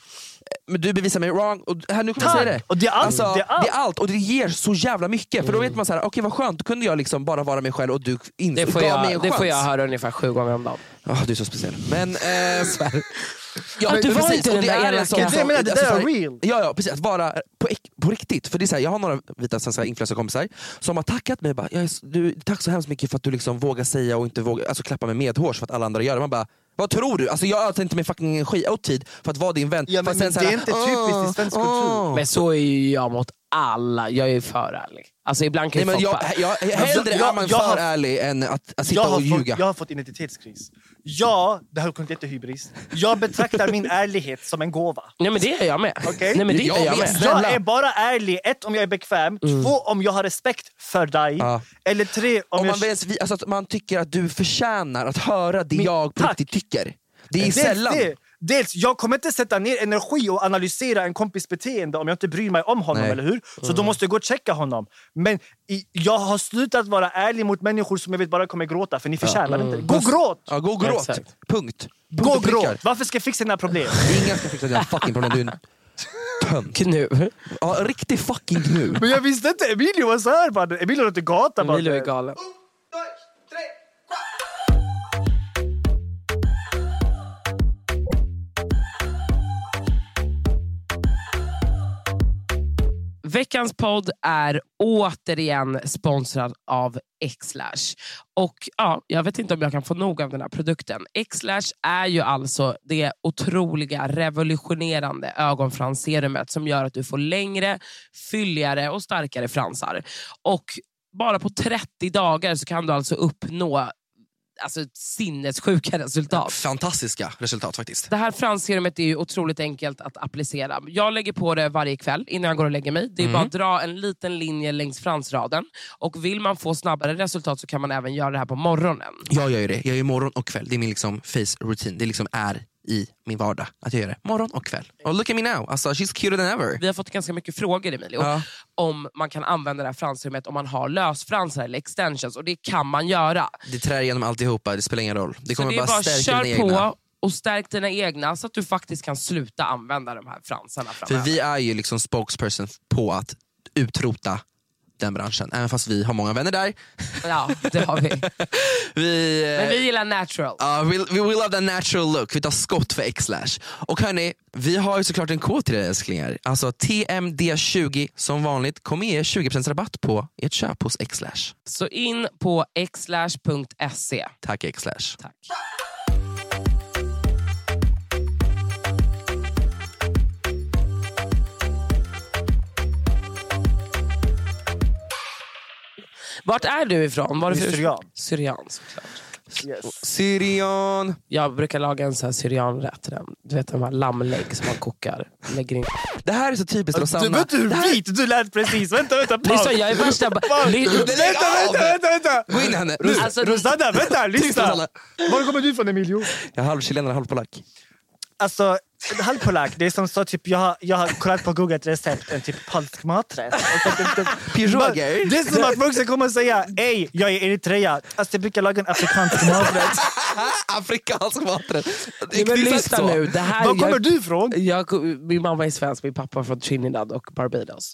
Speaker 2: men du bevisar mig wrong. Och här, nu kommer jag
Speaker 5: Tack!
Speaker 2: säga det.
Speaker 5: Och det är allt, det är allt.
Speaker 2: Och Alltså, det ger så jävla mycket. För då vet man så här, okej vad skönt, då kunde jag liksom bara vara mig själv och du ins-
Speaker 3: Det får,
Speaker 2: gav mig
Speaker 3: jag,
Speaker 2: en
Speaker 3: det får
Speaker 2: chans.
Speaker 3: jag höra ungefär sju gånger om dagen.
Speaker 2: Ah, du är så speciell. Men... Eh, ja,
Speaker 3: Att
Speaker 2: men-
Speaker 3: du
Speaker 2: men
Speaker 3: var
Speaker 2: precis,
Speaker 3: inte
Speaker 2: och
Speaker 3: den
Speaker 2: det
Speaker 3: där
Speaker 2: är en
Speaker 3: elaka.
Speaker 2: sån
Speaker 3: Det är
Speaker 2: sak-
Speaker 5: det jag menar, det där är
Speaker 2: alltså, så här-
Speaker 5: real.
Speaker 2: Ja, ja, precis. Att vara på, äk- på riktigt. För det är så här, Jag har några vita svenska influencerkompisar som har tackat mig. Bara, jag är, s- du, tack så hemskt mycket för att du liksom vågar säga och inte vågar, alltså, klappa mig medhårs för att alla andra gör det. Man bara, vad tror du? Alltså, jag ödslar inte min fucking energi och tid för att vara din vän.
Speaker 5: Ja, men-
Speaker 2: Fast
Speaker 5: men
Speaker 2: så "Ah,
Speaker 5: det är inte typiskt i svensk
Speaker 2: åh,
Speaker 5: kultur.
Speaker 2: åh.
Speaker 3: Men så är ju jag mot alla. Jag är ju för ärlig. Alltså ibland kan
Speaker 2: Nej,
Speaker 3: ju
Speaker 2: men
Speaker 3: folk
Speaker 2: jag,
Speaker 3: bara...
Speaker 2: jag, jag, hellre
Speaker 5: jag-
Speaker 2: är man
Speaker 5: jag
Speaker 2: för
Speaker 5: har-
Speaker 2: ärlig än att, att
Speaker 5: jag
Speaker 2: sitta
Speaker 5: har,
Speaker 2: och
Speaker 5: fått,
Speaker 2: ljuga.
Speaker 5: jag har fått identitetskris. Ja, det här kommer inte hybris. Jag betraktar min ärlighet som en gåva.
Speaker 3: Nej men det är jag med.
Speaker 5: Okej.
Speaker 3: Nej, men det är
Speaker 2: Jag
Speaker 3: jag
Speaker 2: vet.
Speaker 3: med.
Speaker 5: Jag
Speaker 2: Snälla. Mm.
Speaker 5: är bara ärlig, ett om jag är bekväm, två om jag har respekt för dig,
Speaker 2: Ja.
Speaker 5: eller tre om,
Speaker 2: Om
Speaker 5: jag...
Speaker 2: man, ens, vi- alltså, att man tycker att du förtjänar att höra det
Speaker 5: Men-
Speaker 2: jag på
Speaker 5: tack.
Speaker 2: riktigt tycker. Det är
Speaker 5: dels
Speaker 2: sällan.
Speaker 5: Det, dels, jag kommer inte sätta ner energi och analysera en kompis beteende om jag inte bryr mig om honom,
Speaker 2: Nej. Mm.
Speaker 5: eller hur? Så då måste jag gå och checka honom. Men i, jag har slutat vara ärlig mot människor som jag vet bara kommer gråta, för ni förtjänar inte. Gå och gråt!
Speaker 2: Mm. Ja, gå och gråt.
Speaker 3: Exakt.
Speaker 2: Punkt. Punkt
Speaker 5: Gå
Speaker 2: och
Speaker 5: och gråt!
Speaker 2: prickar.
Speaker 5: Varför ska jag fixa dina problem?
Speaker 2: Ingen ska fixa dina fucking problem. Du är en tönt.
Speaker 3: Nu.
Speaker 2: Ja, riktig fucking nu.
Speaker 5: Men jag visste inte, Emilio var såhär. bara. Emilio låter gata. bara.
Speaker 3: Emilio är galen. Veckans podd är återigen sponsrad av Xlash. Och ja, Jag vet inte om jag kan få nog av den här produkten. Xlash är ju alltså det otroliga revolutionerande ögonfransserumet som gör att du får längre, fylligare och starkare fransar. Och bara på 30 dagar så kan du alltså uppnå alltså, sinnessjuka resultat.
Speaker 2: Fantastiska resultat faktiskt.
Speaker 3: Det här fransserumet är ju otroligt enkelt att applicera. Jag lägger på det varje kväll innan jag går och lägger mig. Det är
Speaker 2: Mm.
Speaker 3: bara att dra en liten linje längs fransraden. Och vill man få snabbare resultat så kan man även göra det här på morgonen.
Speaker 2: Jag gör ju det. Jag gör morgon och kväll. Det är min liksom face routine. Det liksom är i min vardag att jag gör det. Morgon och kväll. Och look at me now. Alltså, she's cuter than ever.
Speaker 3: Vi har fått ganska mycket frågor Emilio,
Speaker 2: Ja.
Speaker 3: om man kan använda det här fransrummet om man har lösfransar eller extensions. Och det kan man göra.
Speaker 2: Det trär igenom alltihopa. Det spelar ingen roll. Det
Speaker 3: Så
Speaker 2: kommer
Speaker 3: det
Speaker 2: bara,
Speaker 3: är bara
Speaker 2: stärka
Speaker 3: kör
Speaker 2: dina egna.
Speaker 3: på och stärk dina egna så att du faktiskt kan sluta använda de här fransarna
Speaker 2: För
Speaker 3: framöver.
Speaker 2: vi är ju liksom spokesperson på att utrota den branschen. Även fast vi har många vänner där.
Speaker 3: Ja, det har vi.
Speaker 2: Vi, eh,
Speaker 3: Men vi gillar natural.
Speaker 2: Ja, Uh, we, we will have the natural look. Vi tar skott för X-Lash. Och hörni, vi har ju såklart en kod till er älsklingar. Alltså TMD20 som vanligt. Kom med er 20% rabatt på ert köp hos X-Lash.
Speaker 3: Så in på xlash.se.
Speaker 2: Tack X-Lash.
Speaker 3: Tack. Vart är du ifrån? Var är du
Speaker 2: Vi är
Speaker 3: för-
Speaker 2: syrian.
Speaker 3: Syrian såklart.
Speaker 2: Syrian.
Speaker 3: Jag brukar laga en sån här syrianrätt. till den. Du vet de här lammlägg som man kokar. Lägger in.
Speaker 2: Det här är så typiskt Rosanna.
Speaker 5: Alltså, Du, vet du hur vit du lät precis? Vänta, vänta. paus.
Speaker 3: Lyssna, jag är värsta... ba-
Speaker 5: Paus.
Speaker 3: Ly-
Speaker 5: Vänta, vänta, vänta, vänta.
Speaker 2: Gå in henne.
Speaker 5: Du,
Speaker 3: Alltså,
Speaker 5: Rosanna, vänta,
Speaker 2: Tyst Rosanna.
Speaker 5: lyssna. Var kommer du ifrån Emilio?
Speaker 2: Jag är halv chilenare, halv polack.
Speaker 5: Alltså, halvpolack, det är som så typ jag, har- jag har kollat på Google ett recept, en typ polsk maträtt. Och så typ- typ-
Speaker 2: Piroger.
Speaker 5: Det är som att folk ska komma och säga ej, jag är eritrea. Alltså jag brukar laga en afrikansk maträtt.
Speaker 2: Afrikansk maträtt.
Speaker 3: Nej, men
Speaker 2: Exakt
Speaker 3: lyssna
Speaker 2: så.
Speaker 3: nu. Det här,
Speaker 5: Var kommer
Speaker 3: jag,
Speaker 5: du ifrån?
Speaker 3: Jag, min mamma är svensk, min pappa är från Trinidad och Barbados.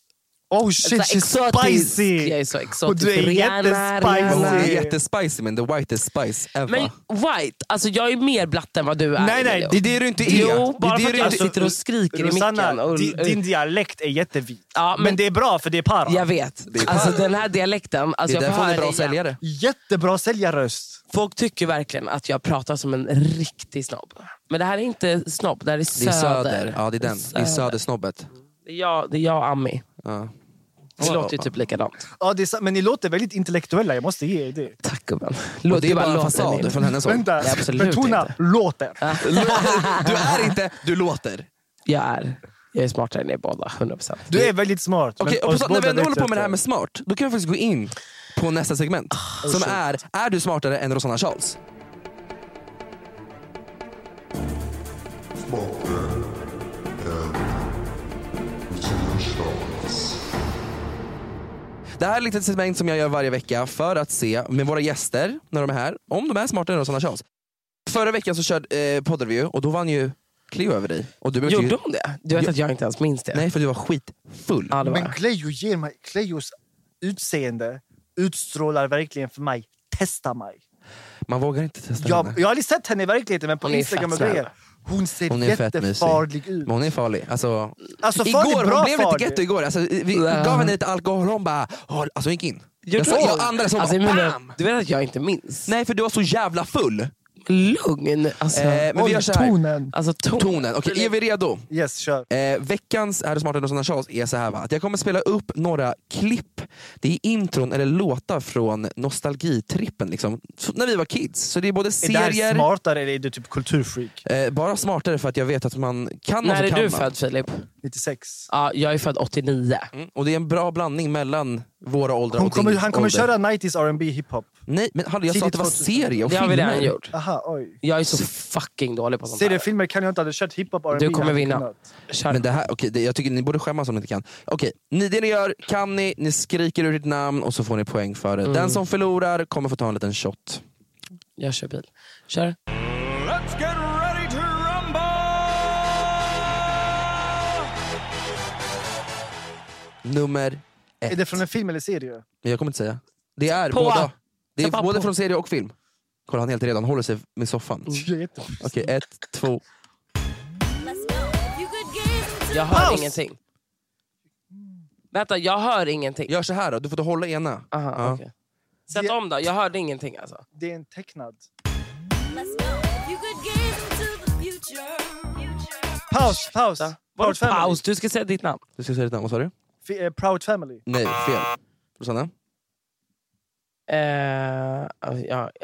Speaker 5: Oh shit,
Speaker 3: Så
Speaker 5: she's
Speaker 3: Alltså, exotisk.
Speaker 5: spicy!
Speaker 3: Jag är så exotisk.
Speaker 5: Och du är
Speaker 3: Rihanna,
Speaker 2: Hon
Speaker 5: jättespicy.
Speaker 3: Rihanna.
Speaker 2: är jättespicy men the whitest spice ever.
Speaker 3: Men white, alltså jag är mer blatt än vad du är.
Speaker 5: Nej, nej,
Speaker 3: Emilio.
Speaker 2: det är det du inte är.
Speaker 3: Jo, bara
Speaker 2: det
Speaker 3: för
Speaker 2: är
Speaker 3: att
Speaker 2: det
Speaker 3: jag
Speaker 2: du inte-
Speaker 3: sitter och skriker i micken.
Speaker 5: alltså- Rosanna,
Speaker 3: Och,
Speaker 5: di- din dialekt är jättevit.
Speaker 3: Ja,
Speaker 5: men,
Speaker 3: men-
Speaker 5: det är bra för det är para.
Speaker 3: jag vet.
Speaker 2: är-
Speaker 3: Alltså den här dialekten. Alltså,
Speaker 2: det är
Speaker 3: jag
Speaker 2: därför hon
Speaker 3: behöver
Speaker 2: är bra
Speaker 3: igen.
Speaker 2: säljare.
Speaker 5: Jättebra säljarröst.
Speaker 3: Folk tycker verkligen att jag pratar som en riktig snobb. Men det här är inte snobb, det här är
Speaker 2: Det
Speaker 3: söder.
Speaker 2: är söder. Ja, det är den. Det är södersnobbet.
Speaker 3: Det är jag, det är jag och Ami.
Speaker 2: Ja.
Speaker 3: Det låter ju typ likadant.
Speaker 5: Ja, det är, sant, men ni låter väldigt intellektuella, jag måste ge er det.
Speaker 3: Tack gubben.
Speaker 2: Och det är bara en
Speaker 3: låten, Emil.
Speaker 2: fasad från hennes håll.
Speaker 5: Vänta,
Speaker 3: Alltså, Nej, absolut
Speaker 5: betona
Speaker 3: inte.
Speaker 5: låter.
Speaker 2: Du är inte, du låter.
Speaker 3: Jag är, jag är smartare än er båda, 100%.
Speaker 5: Du är väldigt smart. men
Speaker 2: Okej, och
Speaker 5: oss
Speaker 2: på, så- när vi
Speaker 5: båda
Speaker 2: ändå
Speaker 5: vet
Speaker 2: håller på med det här
Speaker 5: inte.
Speaker 2: med smart, då kan vi faktiskt gå in på nästa segment.
Speaker 3: Ah,
Speaker 2: som är, är du smartare än Rosanna Charles? Det här är ett litet segment som jag gör varje vecka för att se med våra gäster, när de är här, om de är smartare än Rosanna Charles. Förra veckan så körde eh, poddreview och då vann ju Cleo över dig. Och du behövde ju-
Speaker 3: Gjorde hon det? Du vet att jag inte ens minns det.
Speaker 2: Nej, för du var skitfull.
Speaker 3: Ja, det var
Speaker 5: Men
Speaker 3: jag.
Speaker 5: Cleo ger mig, Cleos utseende utstrålar verkligen för mig. Testa mig.
Speaker 2: Man vågar inte testa
Speaker 5: Jag,
Speaker 2: henne.
Speaker 5: jag har aldrig sett henne i verkligheten, men på
Speaker 3: Hon är
Speaker 5: Instagram och
Speaker 3: fett
Speaker 5: grejer. Hon ser
Speaker 2: Hon är fett mysig.
Speaker 5: jättefarlig ut.
Speaker 2: Men hon är farlig. Alltså,
Speaker 5: Alltså, farlig,
Speaker 2: igår,
Speaker 5: bra
Speaker 2: hon blev lite
Speaker 5: farlig.
Speaker 2: getto igår. Alltså, vi vi
Speaker 3: Ja.
Speaker 2: gav henne lite alkohol hon bara... "Åh", Alltså hon gick in.
Speaker 3: Gjorde
Speaker 2: Jag, såg,
Speaker 3: hon?
Speaker 2: jag andades och
Speaker 3: Alltså,
Speaker 2: bara
Speaker 3: Emilia,
Speaker 2: bam!
Speaker 3: Du vet att jag inte minns?
Speaker 2: Nej för du var så jävla full.
Speaker 3: Lugn. Alltså,
Speaker 2: Eh, men vi
Speaker 5: Oj,
Speaker 2: gör så här.
Speaker 5: tonen.
Speaker 3: alltså ton.
Speaker 2: Tonen. Okej, är vi redo?
Speaker 5: Yes, kör.
Speaker 2: Eh, veckans Är du smartare än Sanna Charles är så här va, att jag kommer spela upp några klipp. Det är intron eller låtar från nostalgitrippen liksom. Så, när vi var kids. Så det är både
Speaker 5: Är det här
Speaker 2: serier,
Speaker 5: smartare eller är du typ kulturfreak?
Speaker 2: eh, bara smartare för att jag vet att man kan och
Speaker 3: När
Speaker 2: så
Speaker 3: är
Speaker 2: kan
Speaker 3: du
Speaker 2: man.
Speaker 3: född Filip?
Speaker 5: 96.
Speaker 3: Ja, jag är född 89.
Speaker 2: Mm, och det är en bra blandning mellan våra åldrar
Speaker 5: Hon
Speaker 2: och
Speaker 5: kommer,
Speaker 2: din
Speaker 5: han kommer
Speaker 2: ålder.
Speaker 5: köra 90s R&B hiphop.
Speaker 2: Nej, men hallå, jag sa
Speaker 5: Tidigt
Speaker 2: att det var
Speaker 5: 2000.
Speaker 2: serie och
Speaker 3: Det har vi
Speaker 2: filmer.
Speaker 3: redan gjort.
Speaker 5: Aha, oj.
Speaker 3: Jag är så fucking dålig på sånt
Speaker 5: Ser du
Speaker 3: här.
Speaker 5: filmer kan jag inte. Hade du kört hiphop R&B
Speaker 3: Du
Speaker 5: hade
Speaker 3: kommer
Speaker 5: jag
Speaker 3: vinna.
Speaker 5: kunnat.
Speaker 3: Kör.
Speaker 2: Men det här, okej, det, jag tycker ni borde skämmas om ni inte kan. Okej, ni, det ni gör, kan ni, ni skriker ut ert namn och så får ni poäng för det.
Speaker 3: Mm.
Speaker 2: Den som förlorar kommer få ta en liten shot.
Speaker 3: Jag kör bil. Kör.
Speaker 7: Let's get ready to rumble!
Speaker 2: Nummer ett.
Speaker 5: Är det från en film eller serie?
Speaker 2: Men jag kommer inte säga. Det är
Speaker 3: På!
Speaker 2: båda. Det är
Speaker 3: Sätt bara
Speaker 2: både
Speaker 3: på.
Speaker 2: från serie och film. Kolla han är helt redan, håller sig med soffan.
Speaker 3: Mm.
Speaker 5: Jag är jätte-
Speaker 2: Okej, ett, två.
Speaker 3: Jag hör
Speaker 5: Paus!
Speaker 3: ingenting. Vänta, jag hör ingenting.
Speaker 2: Gör så här då, du får ta hålla ena.
Speaker 3: Aha,
Speaker 2: Ja.
Speaker 3: okej. Sätt
Speaker 5: Det-
Speaker 3: om då, jag hörde ingenting alltså.
Speaker 5: Det är en tecknad. Paus, paus.
Speaker 3: Var
Speaker 5: Proud
Speaker 3: det
Speaker 5: family.
Speaker 3: paus? Du ska säga ditt namn.
Speaker 2: Du ska säga ditt namn, vad sa du?
Speaker 5: F- eh, Proud family.
Speaker 2: Nej, fel. Rosanna?
Speaker 3: Eh, ja,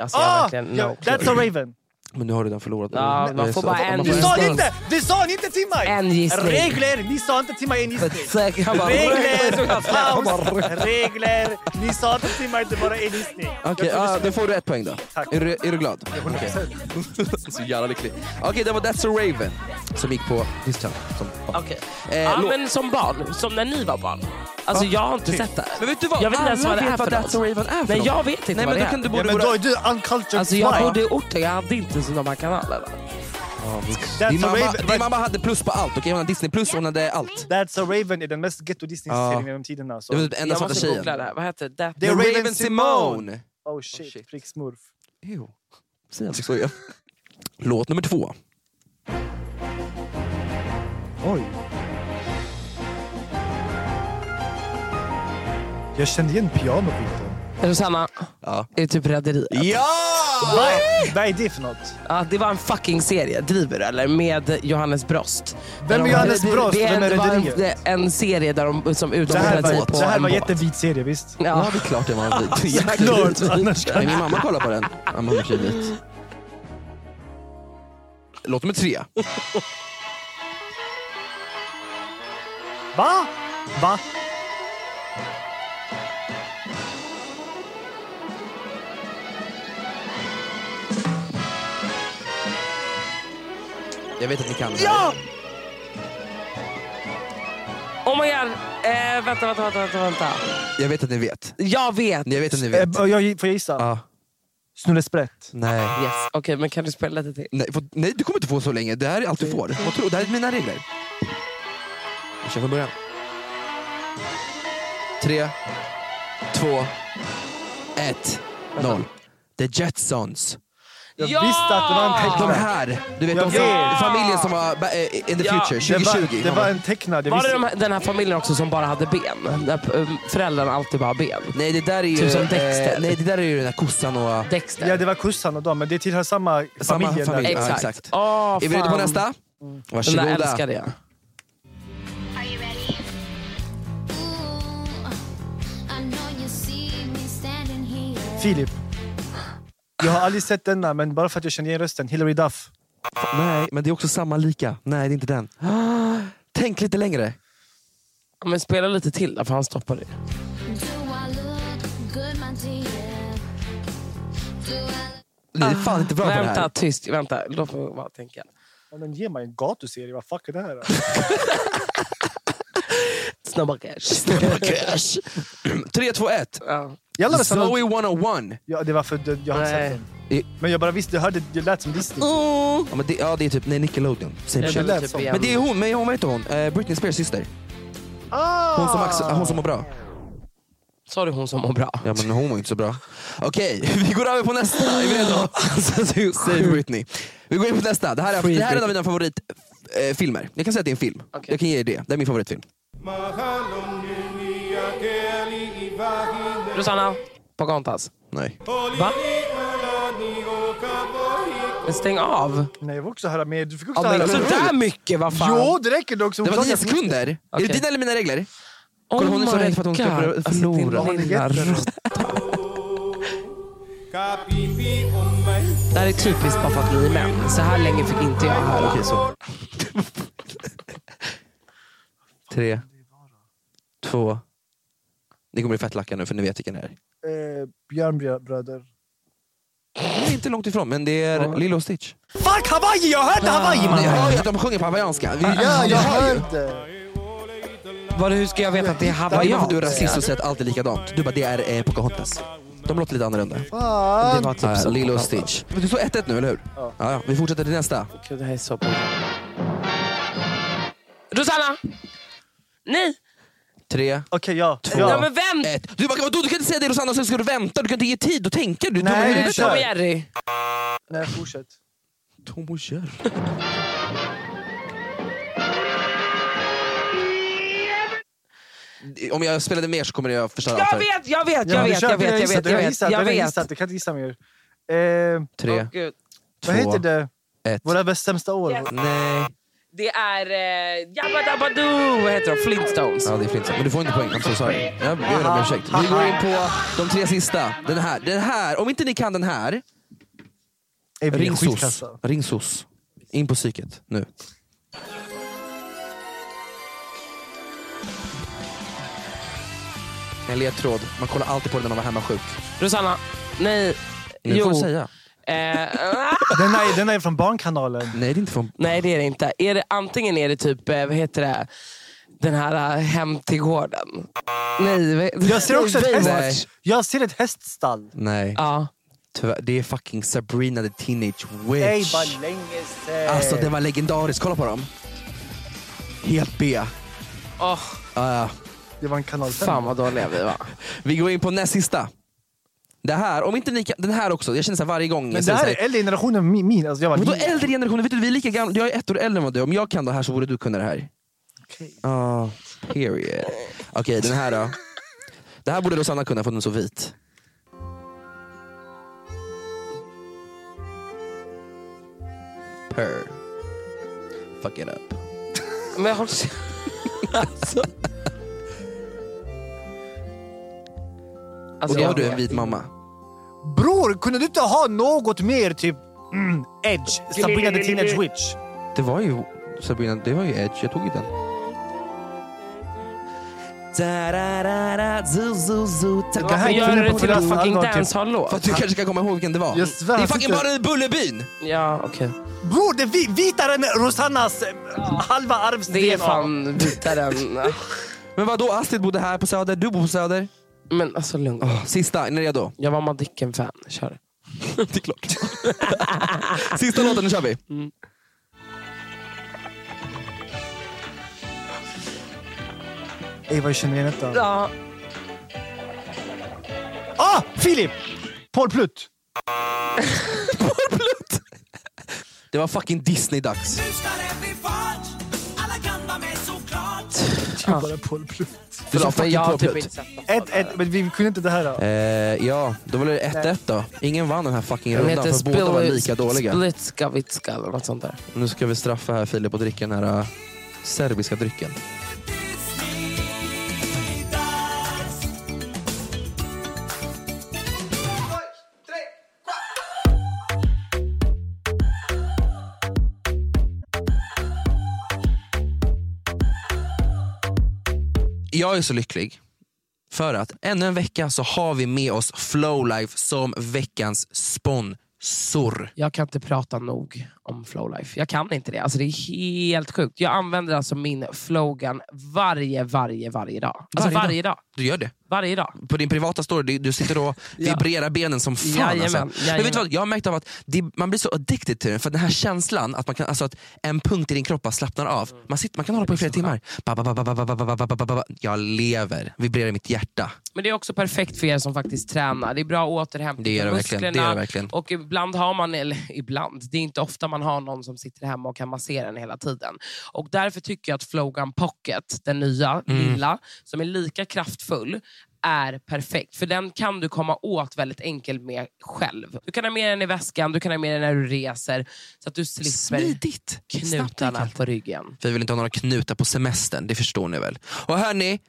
Speaker 3: alltså, jag har
Speaker 5: Ah!
Speaker 3: verkligen
Speaker 5: ja,
Speaker 3: no clue.
Speaker 5: that's a raven.
Speaker 2: Men du har redan förlorat.
Speaker 3: Ja,
Speaker 2: Det
Speaker 3: man
Speaker 2: är
Speaker 3: får
Speaker 2: så-
Speaker 3: bara
Speaker 2: man
Speaker 3: en
Speaker 2: får
Speaker 5: Du
Speaker 3: gissning.
Speaker 5: sa inte! Du sa inte till mig!
Speaker 3: En gissning.
Speaker 5: Regler! Ni sa inte till mig en gissning.
Speaker 3: Säkert, han bara-
Speaker 5: Regler! Paus! Regler! Ni sa inte till mig att det bara är en gissning.
Speaker 2: Okej, ah, då får du ett poäng då. Är du, är du glad? Okej. Så jävla lycklig. Okej, det var That's a Raven som gick på Discount. Som barn.
Speaker 3: Okej.
Speaker 2: Eh,
Speaker 3: ja,
Speaker 2: låt.
Speaker 3: men som barn, som när ni var barn. Alltså jag har inte sett det här.
Speaker 2: Men vet du vad?
Speaker 3: Jag vet inte ens
Speaker 2: Alla
Speaker 3: vad det är
Speaker 2: vet
Speaker 3: för
Speaker 2: vad That's a
Speaker 3: något.
Speaker 2: Raven är för
Speaker 3: Nej,
Speaker 2: något.
Speaker 3: jag vet inte
Speaker 2: Nej,
Speaker 3: vad
Speaker 2: men
Speaker 3: det
Speaker 2: då kan
Speaker 3: är.
Speaker 2: du
Speaker 5: Ja,
Speaker 2: borde...
Speaker 5: men
Speaker 2: vara-
Speaker 5: då är du uncultured
Speaker 3: Alltså jag
Speaker 5: fly.
Speaker 3: bodde i orten, jag hade inte såna här kanaler.
Speaker 5: That's
Speaker 2: Din
Speaker 5: a
Speaker 2: mamma,
Speaker 5: Raven.
Speaker 2: din mamma hade plus på allt. Okej, hon hade Disney plus, hon hade allt.
Speaker 5: That's a Raven är den mest ghetto Disney-serien genom tiderna.
Speaker 2: Det var
Speaker 5: Så.
Speaker 2: typ enda
Speaker 3: Jag
Speaker 2: svarta
Speaker 3: måste
Speaker 2: tjejen.
Speaker 3: googla det här. Vad heter det?
Speaker 5: Det är
Speaker 2: Raven,
Speaker 5: Raven
Speaker 2: Simone!
Speaker 5: Oh shit,
Speaker 2: shit.
Speaker 5: prick smurf.
Speaker 2: Ew. Säg aldrig så igen. Låt nummer två.
Speaker 5: Oj. Jag kände igen pianobiten.
Speaker 3: Rosanna,
Speaker 2: Ja.
Speaker 3: är det typ Rederiet?
Speaker 2: Ja!
Speaker 5: Vad är- vad är det för något?
Speaker 3: Ja, det var en fucking serie, Driver eller? Med Johannes Brost.
Speaker 5: Vem är
Speaker 3: Där de-
Speaker 5: Johannes Brost?
Speaker 3: Det, det,
Speaker 5: Vem är
Speaker 3: det var en-
Speaker 5: rederiet?
Speaker 3: en serie där de som
Speaker 5: Det här
Speaker 3: utbildade sig
Speaker 5: var,
Speaker 3: på
Speaker 5: det här
Speaker 3: en
Speaker 5: var
Speaker 3: båt.
Speaker 5: jättevit serie, visst?
Speaker 3: Ja.
Speaker 2: det är klart det var en vit.
Speaker 5: Såklart,
Speaker 2: Jättevit.
Speaker 5: annars
Speaker 2: Nej, Min mamma kollar på den. Ja, mamma kör vit. Låt nummer tre.
Speaker 5: Va? Va?
Speaker 2: Jag vet att ni kan det här.
Speaker 3: Ja! Oh my god. Eh, vänta, vänta, vänta, vänta, vänta.
Speaker 2: Jag vet att ni vet.
Speaker 3: Jag vet.
Speaker 2: Jag vet att ni vet.
Speaker 5: Eh, Jag, får jag gissa?
Speaker 2: Ja.
Speaker 5: Snurresprätt.
Speaker 2: Nej.
Speaker 3: Yes. Okej, men kan du spela lite till?
Speaker 2: Nej, få- nej, du kommer inte få så länge. Det här är allt du får. Vad tror du? Det här är mina regler. Vi kör från början. Tre, två, ett, noll. The Jetsons.
Speaker 5: Jag visste att det var en
Speaker 2: De
Speaker 5: tecknad.
Speaker 2: här, du vet,
Speaker 5: Jag
Speaker 2: de som,
Speaker 5: vet.
Speaker 2: familjen som var ba- eh, in the
Speaker 3: Ja,
Speaker 2: future,
Speaker 5: Det
Speaker 2: 2020.
Speaker 5: var, det var en tecknad. Jag
Speaker 3: Var det
Speaker 5: visste.
Speaker 3: de här, den här familjen också som bara hade ben? Där eh, föräldrarna alltid bara har ben?
Speaker 2: Nej, det där är ju...
Speaker 3: Typ som Dexter.
Speaker 2: eh, nej, det där är ju den där kossan och...
Speaker 3: Dexter.
Speaker 5: Ja, det var kossan och dem, men det tillhör samma
Speaker 2: Samma
Speaker 5: familj.
Speaker 2: familj.
Speaker 5: där.
Speaker 2: Ja,
Speaker 3: Exakt.
Speaker 2: exakt.
Speaker 3: Åh,
Speaker 2: är vi redo på
Speaker 3: fan.
Speaker 2: nästa?
Speaker 3: Den
Speaker 2: Varsågoda.
Speaker 3: där älskade jag.
Speaker 8: Are you ready? Ooh, Uh, I know you see me standing here.
Speaker 5: Filip. Jag har aldrig sett denna, men bara för att jag känner igen rösten. Hillary Duff.
Speaker 2: Nej, men det är också samma lika. Nej, det är inte den. Tänk lite längre.
Speaker 3: Ja, men spela lite till där, för han stoppade ju.
Speaker 8: Do I look good, my dear? Do I look
Speaker 2: Ni är fan inte bra på det
Speaker 3: Vänta,
Speaker 2: här.
Speaker 3: tyst. Vänta, låt mig bara tänka.
Speaker 5: Ja, Men ge mig en gatuserie. Vad fuck är det här? då?
Speaker 3: Snabba cash.
Speaker 2: Cash. 3, 2, 1.
Speaker 3: Ja.
Speaker 5: Jävlar, det,
Speaker 2: Zoe
Speaker 5: var...
Speaker 2: 101.
Speaker 5: ja, det var för det- jag har inte
Speaker 3: Nej.
Speaker 5: sett den. Men jag bara visste, jag hörde det lät som Disney.
Speaker 2: Mm. Ja, men det, ja, det är typ nej, Nickelodeon. Same
Speaker 3: Jag
Speaker 2: shit.
Speaker 5: lät
Speaker 3: vill
Speaker 5: som.
Speaker 3: typ igen.
Speaker 2: Men det är hon, men hon vet hon. Eh, Britney Spears syster.
Speaker 5: Ah!
Speaker 2: Hon som, axel, hon som mår bra.
Speaker 3: Sa du hon som mår bra?
Speaker 2: Ja men hon mår inte så bra. Okej, vi går över på nästa. Är vi redo?
Speaker 5: Alltså,
Speaker 2: Save Britney. Vi går in på nästa. Det här är, det här är en av mina favoritfilmer. Jag kan säga att det är en film. Jag kan ge er det. Det är min favoritfilm.
Speaker 3: Rosanna Pocahontas.
Speaker 2: Nej.
Speaker 3: Va? Men stäng av.
Speaker 5: Nej, jag vill också höra mer. Du fick också
Speaker 3: Ja,
Speaker 5: höra
Speaker 3: men sådär mycket, vad fan.
Speaker 5: Jo, det räcker dock. Som
Speaker 2: alltså, Det var
Speaker 5: klart
Speaker 2: nio
Speaker 5: jag fick-
Speaker 2: sekunder. Är det
Speaker 3: Okej.
Speaker 2: dina eller mina regler?
Speaker 3: Oh
Speaker 2: Kolla, hon är så
Speaker 3: my
Speaker 2: rädd för att hon ska
Speaker 3: God.
Speaker 2: förlora-
Speaker 3: Alltså,
Speaker 2: förlora.
Speaker 3: din lilla råtta. Det här är typiskt bara för att ni är män. Så här länge fick inte jag höra.
Speaker 2: Okej, så. Tre, två... Ni kommer bli fett lacka nu för ni vet vilken det är.
Speaker 5: Eh, Björnbröder.
Speaker 2: Det är inte långt ifrån, men det är Lilo och Stitch.
Speaker 5: Fuck Hawaii! Jag hörde Hawaii
Speaker 2: Ni
Speaker 5: mannen!
Speaker 2: hör ju att de sjunger på hawaiianska. Vi-
Speaker 5: Ja, jag
Speaker 2: ni hör ju.
Speaker 5: hörde.
Speaker 3: Vadå, hur ska jag veta att det är
Speaker 2: Det är bara för att
Speaker 3: hawaiianska?
Speaker 2: du är rasist och säger att allt är likadant. Du bara, det är eh, Pocahontas. De låter lite annorlunda.
Speaker 5: Fan.
Speaker 2: Det var typ så. Lilo och Stitch. Men Du står 1-1 nu, eller hur? Ja. ja. Vi fortsätter till nästa.
Speaker 3: Gud, det här är så bra. Rosanna! Nej!
Speaker 2: Tre,
Speaker 5: Okej, ja.
Speaker 2: två,
Speaker 5: ja.
Speaker 3: Nej men vänta!
Speaker 2: ett. Du, bara, vadå, du kan inte säga det Rosanna, sen ska du vänta. Du kan inte ge tid. Då tänker du.
Speaker 5: Nej,
Speaker 2: du,
Speaker 5: vi
Speaker 3: Tom
Speaker 5: kör.
Speaker 3: och Jerry.
Speaker 5: Nej, fortsätt.
Speaker 2: Tom och Jerry. Om jag spelade mer så kommer jag förstöra allt
Speaker 3: Jag
Speaker 2: här.
Speaker 3: vet, jag vet,
Speaker 5: Ja,
Speaker 3: jag
Speaker 5: vi
Speaker 3: vet,
Speaker 5: kör,
Speaker 3: jag
Speaker 5: vi har
Speaker 3: vet, jag
Speaker 5: gissat,
Speaker 3: vet,
Speaker 5: vi har
Speaker 3: jag vet,
Speaker 5: gissat, vi
Speaker 3: jag
Speaker 5: har
Speaker 3: vet.
Speaker 5: gissat, Du kan inte gissa mer. Eh,
Speaker 2: Tre,
Speaker 3: Gud.
Speaker 5: vad heter
Speaker 2: två,
Speaker 5: det?
Speaker 2: ett.
Speaker 5: Våra bästa sämsta år.
Speaker 3: Yes.
Speaker 2: Nej.
Speaker 3: Det är eh, Jabba Dabba Doo, Oh, vad heter de? Flintstones.
Speaker 2: Ja, det är Flintstones. Men du får inte poäng. I'm so sorry. Jag ber om ursäkt. Vi går in på de tre sista. Den här. Den här. Om inte ni kan den här.
Speaker 5: Ey, vi är
Speaker 2: Ring sos.
Speaker 5: skitkassa.
Speaker 2: Ring sos. In på psyket nu. En ledtråd. Man kollar alltid på den när man var hemma sjuk.
Speaker 3: Rosanna, nej.
Speaker 2: Nu
Speaker 3: jo.
Speaker 2: får du säga.
Speaker 3: Eh,
Speaker 5: Den är, den är från Barnkanalen.
Speaker 2: Nej, det är inte från...
Speaker 3: nej, det är det inte. Är det, antingen är det typ, eh, vad heter det, den här eh, Hem till gården. Nej, vad-
Speaker 5: Jag ser också ett,
Speaker 3: Baywatch.
Speaker 5: häst, jag ser ett häststall.
Speaker 2: Nej.
Speaker 3: Ja.
Speaker 2: Tyvärr, det är fucking Sabrina the Teenage Witch.
Speaker 5: Ey, vad länge sen.
Speaker 3: Eh.
Speaker 2: Alltså den var legendarisk, kolla på dem. Helt B.
Speaker 3: Åh,
Speaker 2: Ah,
Speaker 5: Det var en kanal 5.
Speaker 3: fan vad dåliga vi var.
Speaker 2: vi går in på näst sista. Det här, om inte ni kan, den här också. Jag känner så här varje gång.
Speaker 5: Men
Speaker 2: jag
Speaker 5: det
Speaker 2: säger
Speaker 5: här
Speaker 2: så
Speaker 5: är äldre generationen än min- min. Alltså, jag var
Speaker 2: Vadå
Speaker 5: nio.
Speaker 2: äldre generationer? Vet du, vi är lika gamla. Jag är ett år äldre än vad du är. Om jag kan det här så borde du kunna det här.
Speaker 5: Okej.
Speaker 2: Ah, period. Okej, den här då. Det här borde Rosanna kunna för den är så vit. Purr. Fuck it up.
Speaker 3: Men håll käften. alltså. Alltså,
Speaker 2: och då har du en vit mamma.
Speaker 5: Bror, kunde du inte ha något mer typ mm, edge? Sabrina the Teenage Witch.
Speaker 2: Det var ju Sabrina, det var ju Edge. Jag tog ju den.
Speaker 3: Varför gör du det till en fucking dancehall-låt?
Speaker 2: För att du kanske kan komma ihåg vilken det var.
Speaker 3: Jag svär,
Speaker 2: det är
Speaker 3: jag
Speaker 2: fucking
Speaker 3: tycker-
Speaker 2: bara i Bullerbyn!
Speaker 3: Ja, okej.
Speaker 5: Bror, det är vi, vitare än Rosannas eh, halva arvsdel.
Speaker 3: Det är fan vitare än...
Speaker 2: Men vad då? Astrid bodde här på Söder, du bor på Söder.
Speaker 3: Men alltså lugn.
Speaker 2: Ah. sista, är ni redo?
Speaker 3: Jag var Madicken-fan. Kör.
Speaker 2: det är klart. Sista låten, nu kör vi.
Speaker 5: Ey, vad jag känner igen detta.
Speaker 3: Ja.
Speaker 5: Ah! Filip! Paul Plutt.
Speaker 2: Det var fucking Disney-dags.
Speaker 5: Typ bara Paul Plutt.
Speaker 2: Du
Speaker 3: typ
Speaker 2: sa fucking Paul Plutt.
Speaker 5: Ett, ett, men vi kunde inte det här. då.
Speaker 2: Eh, ja, då var det 1-1 då. Ingen vann typ den här fucking
Speaker 3: Den
Speaker 2: rundan
Speaker 3: heter
Speaker 2: för båda var
Speaker 3: Spill-
Speaker 2: lika dåliga.
Speaker 3: Splitskavitska eller något sånt där.
Speaker 2: Nu ska vi straffa här Filip och dricka den här eh, serbiska drycken. Jag är så lycklig för att ännu en vecka så har vi med oss Flowlife som veckans sponsor.
Speaker 3: Jag kan inte prata nog om Flowlife. Jag kan inte det. Alltså det är helt sjukt. Jag använder alltså min slogan varje, varje, varje dag. Alltså varje, dag.
Speaker 2: Du gör det.
Speaker 3: Varje dag.
Speaker 2: På din privata story, du, du sitter och vibrerar benen som fan.
Speaker 3: Jajamän,
Speaker 2: alltså. Men vet
Speaker 3: jajamän.
Speaker 2: du vad, jag har märkt av att det, man blir så addicted till den, för den här känslan att, man kan, alltså att en punkt i din kropp bara slappnar av. Man, sitter, man kan hålla på i flera timmar. Ba, ba, ba, ba, ba, ba, ba, ba, ba, ba, ba. Jag lever, vibrerar i mitt hjärta.
Speaker 3: Men det är också perfekt för er som faktiskt tränar. Det är bra återhämtning
Speaker 2: Det är
Speaker 3: för
Speaker 2: det verkligen,
Speaker 3: musklerna.
Speaker 2: det är det verkligen.
Speaker 3: Och ibland har man, eller ibland, det är inte ofta man har någon som sitter hemma och kan massera den hela tiden. Och därför tycker jag att Flogan Pocket, den nya,
Speaker 9: Mm.
Speaker 3: lilla, som är lika kraftfull, är perfekt. För den kan du komma åt väldigt enkelt med själv. Du kan ha med den i väskan, du kan ha med den när du reser. Så att du slipper
Speaker 2: Smidigt.
Speaker 3: knutarna på ryggen.
Speaker 2: Vi vill inte ha några knutar på semestern, det förstår ni väl? Och hörni,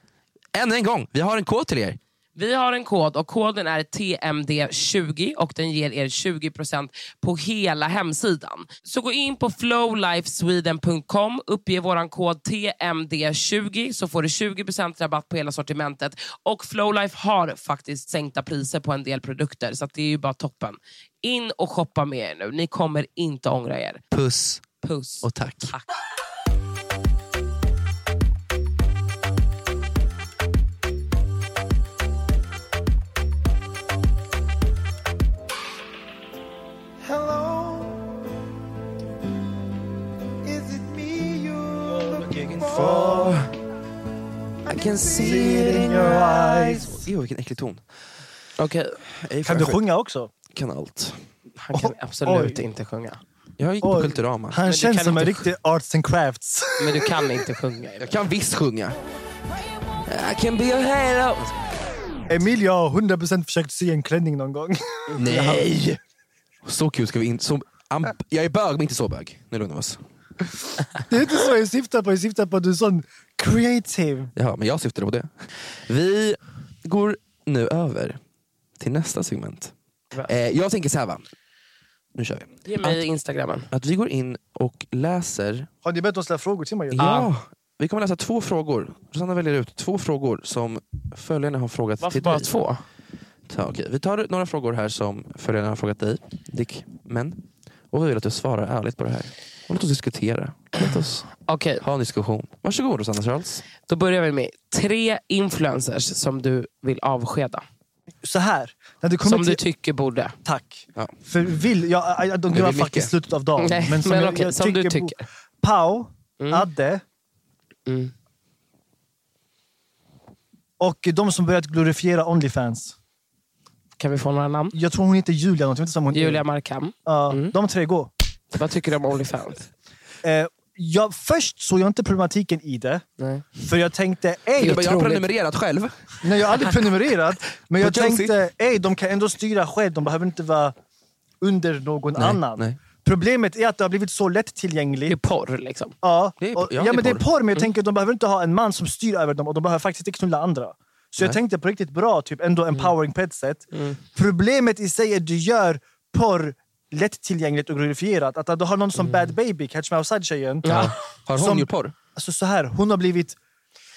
Speaker 2: ännu en gång, vi har en kod till er.
Speaker 3: Vi har en kod och koden är TMD20 och den ger er 20% på hela hemsidan. Så gå in på flowlifesweden.com, uppge vår kod TMD20 så får du 20% rabatt på hela sortimentet. Och Flowlife har faktiskt sänkta priser på en del produkter så att det är ju bara toppen. In och shoppa med er nu, ni kommer inte ångra er.
Speaker 2: Puss.
Speaker 3: Puss.
Speaker 2: Och tack.
Speaker 10: Hello, is it me you're looking
Speaker 2: for?
Speaker 10: for?
Speaker 2: I can
Speaker 10: see it in your eyes.
Speaker 2: Jo, vilken äcklig ton.
Speaker 3: Okej.
Speaker 5: Kan du sjunga också?
Speaker 2: Kan allt.
Speaker 3: Han kan absolut inte sjunga.
Speaker 2: Jag gick på Kulturama.
Speaker 5: Han känns som en riktig arts and crafts.
Speaker 3: Men du kan inte sjunga.
Speaker 2: Jag kan visst sjunga. I can be your halo.
Speaker 5: Emilia har 100% försökt sy en klänning någon gång.
Speaker 2: Nej! Så kul ska vi inte... Så, am- jag är bög, men inte så bög. Nu lugnar vi oss.
Speaker 5: Det är inte så jag syftar på. Jag syftar på att du är sån creative.
Speaker 2: Ja, men jag syftade på det. Vi går nu över till nästa segment. Eh, jag tänker så här va. Nu kör vi.
Speaker 3: Ge mig Instagrammen.
Speaker 2: Att vi går in och läser...
Speaker 5: Har ni bett oss ställa frågor till mig?
Speaker 2: Ja! Ah, Vi kommer läsa två frågor. Rosanna väljer ut två frågor som följarna har frågat
Speaker 3: Varför
Speaker 2: till
Speaker 3: bara
Speaker 2: dig.
Speaker 3: två?
Speaker 2: Ta, okej. Vi tar några frågor här som följarna har frågat dig, Dick. Men, och vi vill att du svarar ärligt på det här. Och låt oss diskutera. Låt oss ha en diskussion. Varsågod Rosanna Charles.
Speaker 3: Då börjar vi med tre influencers som du vill avskeda.
Speaker 5: Så här. När det kommer
Speaker 3: Som du
Speaker 5: till-
Speaker 3: tycker borde.
Speaker 5: Tack. För vill, jag, jag, de
Speaker 3: Det blir
Speaker 5: glömmer
Speaker 3: mycket.
Speaker 5: faktiskt slutet av dagen.
Speaker 3: Nej, men okej, som du
Speaker 5: bo-
Speaker 3: tycker.
Speaker 5: Pau,
Speaker 3: Mm.
Speaker 5: Adde. Och de som börjat glorifiera Onlyfans.
Speaker 3: Kan vi få några namn?
Speaker 5: Jag tror hon heter Julia. Något, jag vet inte om hon
Speaker 3: Julia Mm. Markham.
Speaker 5: Ja, De tre, gå.
Speaker 3: Vad tycker du om Onlyfans?
Speaker 5: Eh, jag, först såg jag inte problematiken i det.
Speaker 3: Nej.
Speaker 5: För jag tänkte... Ey,
Speaker 2: Jag bara, jag har prenumererat själv.
Speaker 5: Nej, jag har aldrig prenumererat. Men jag
Speaker 2: På Josie?
Speaker 5: tänkte, ey, de kan ändå styra själv. De behöver inte vara under någon
Speaker 2: Nej,
Speaker 5: annan.
Speaker 2: nej.
Speaker 5: Problemet är att det har blivit så lättillgängligt. Det är
Speaker 3: porr liksom.
Speaker 5: Ja,
Speaker 3: Det är-
Speaker 5: och,
Speaker 3: ja,
Speaker 5: ja,
Speaker 3: det är
Speaker 5: men det är
Speaker 3: porr.
Speaker 5: porr. Men jag
Speaker 3: Mm.
Speaker 5: tänker att de behöver inte ha en man som styr över dem och de behöver faktiskt inte knulla andra. Så jag
Speaker 3: Nej.
Speaker 5: tänkte på riktigt bra, typ ändå empowering på ett sätt. Problemet i sig är att du gör porr lättillgängligt och glorifierat. Att du har någon som Bad Baby, Catch Me Outside-tjejen.
Speaker 2: Ja. Har hon
Speaker 5: som-
Speaker 2: gjort porr?
Speaker 5: Alltså så här, hon har blivit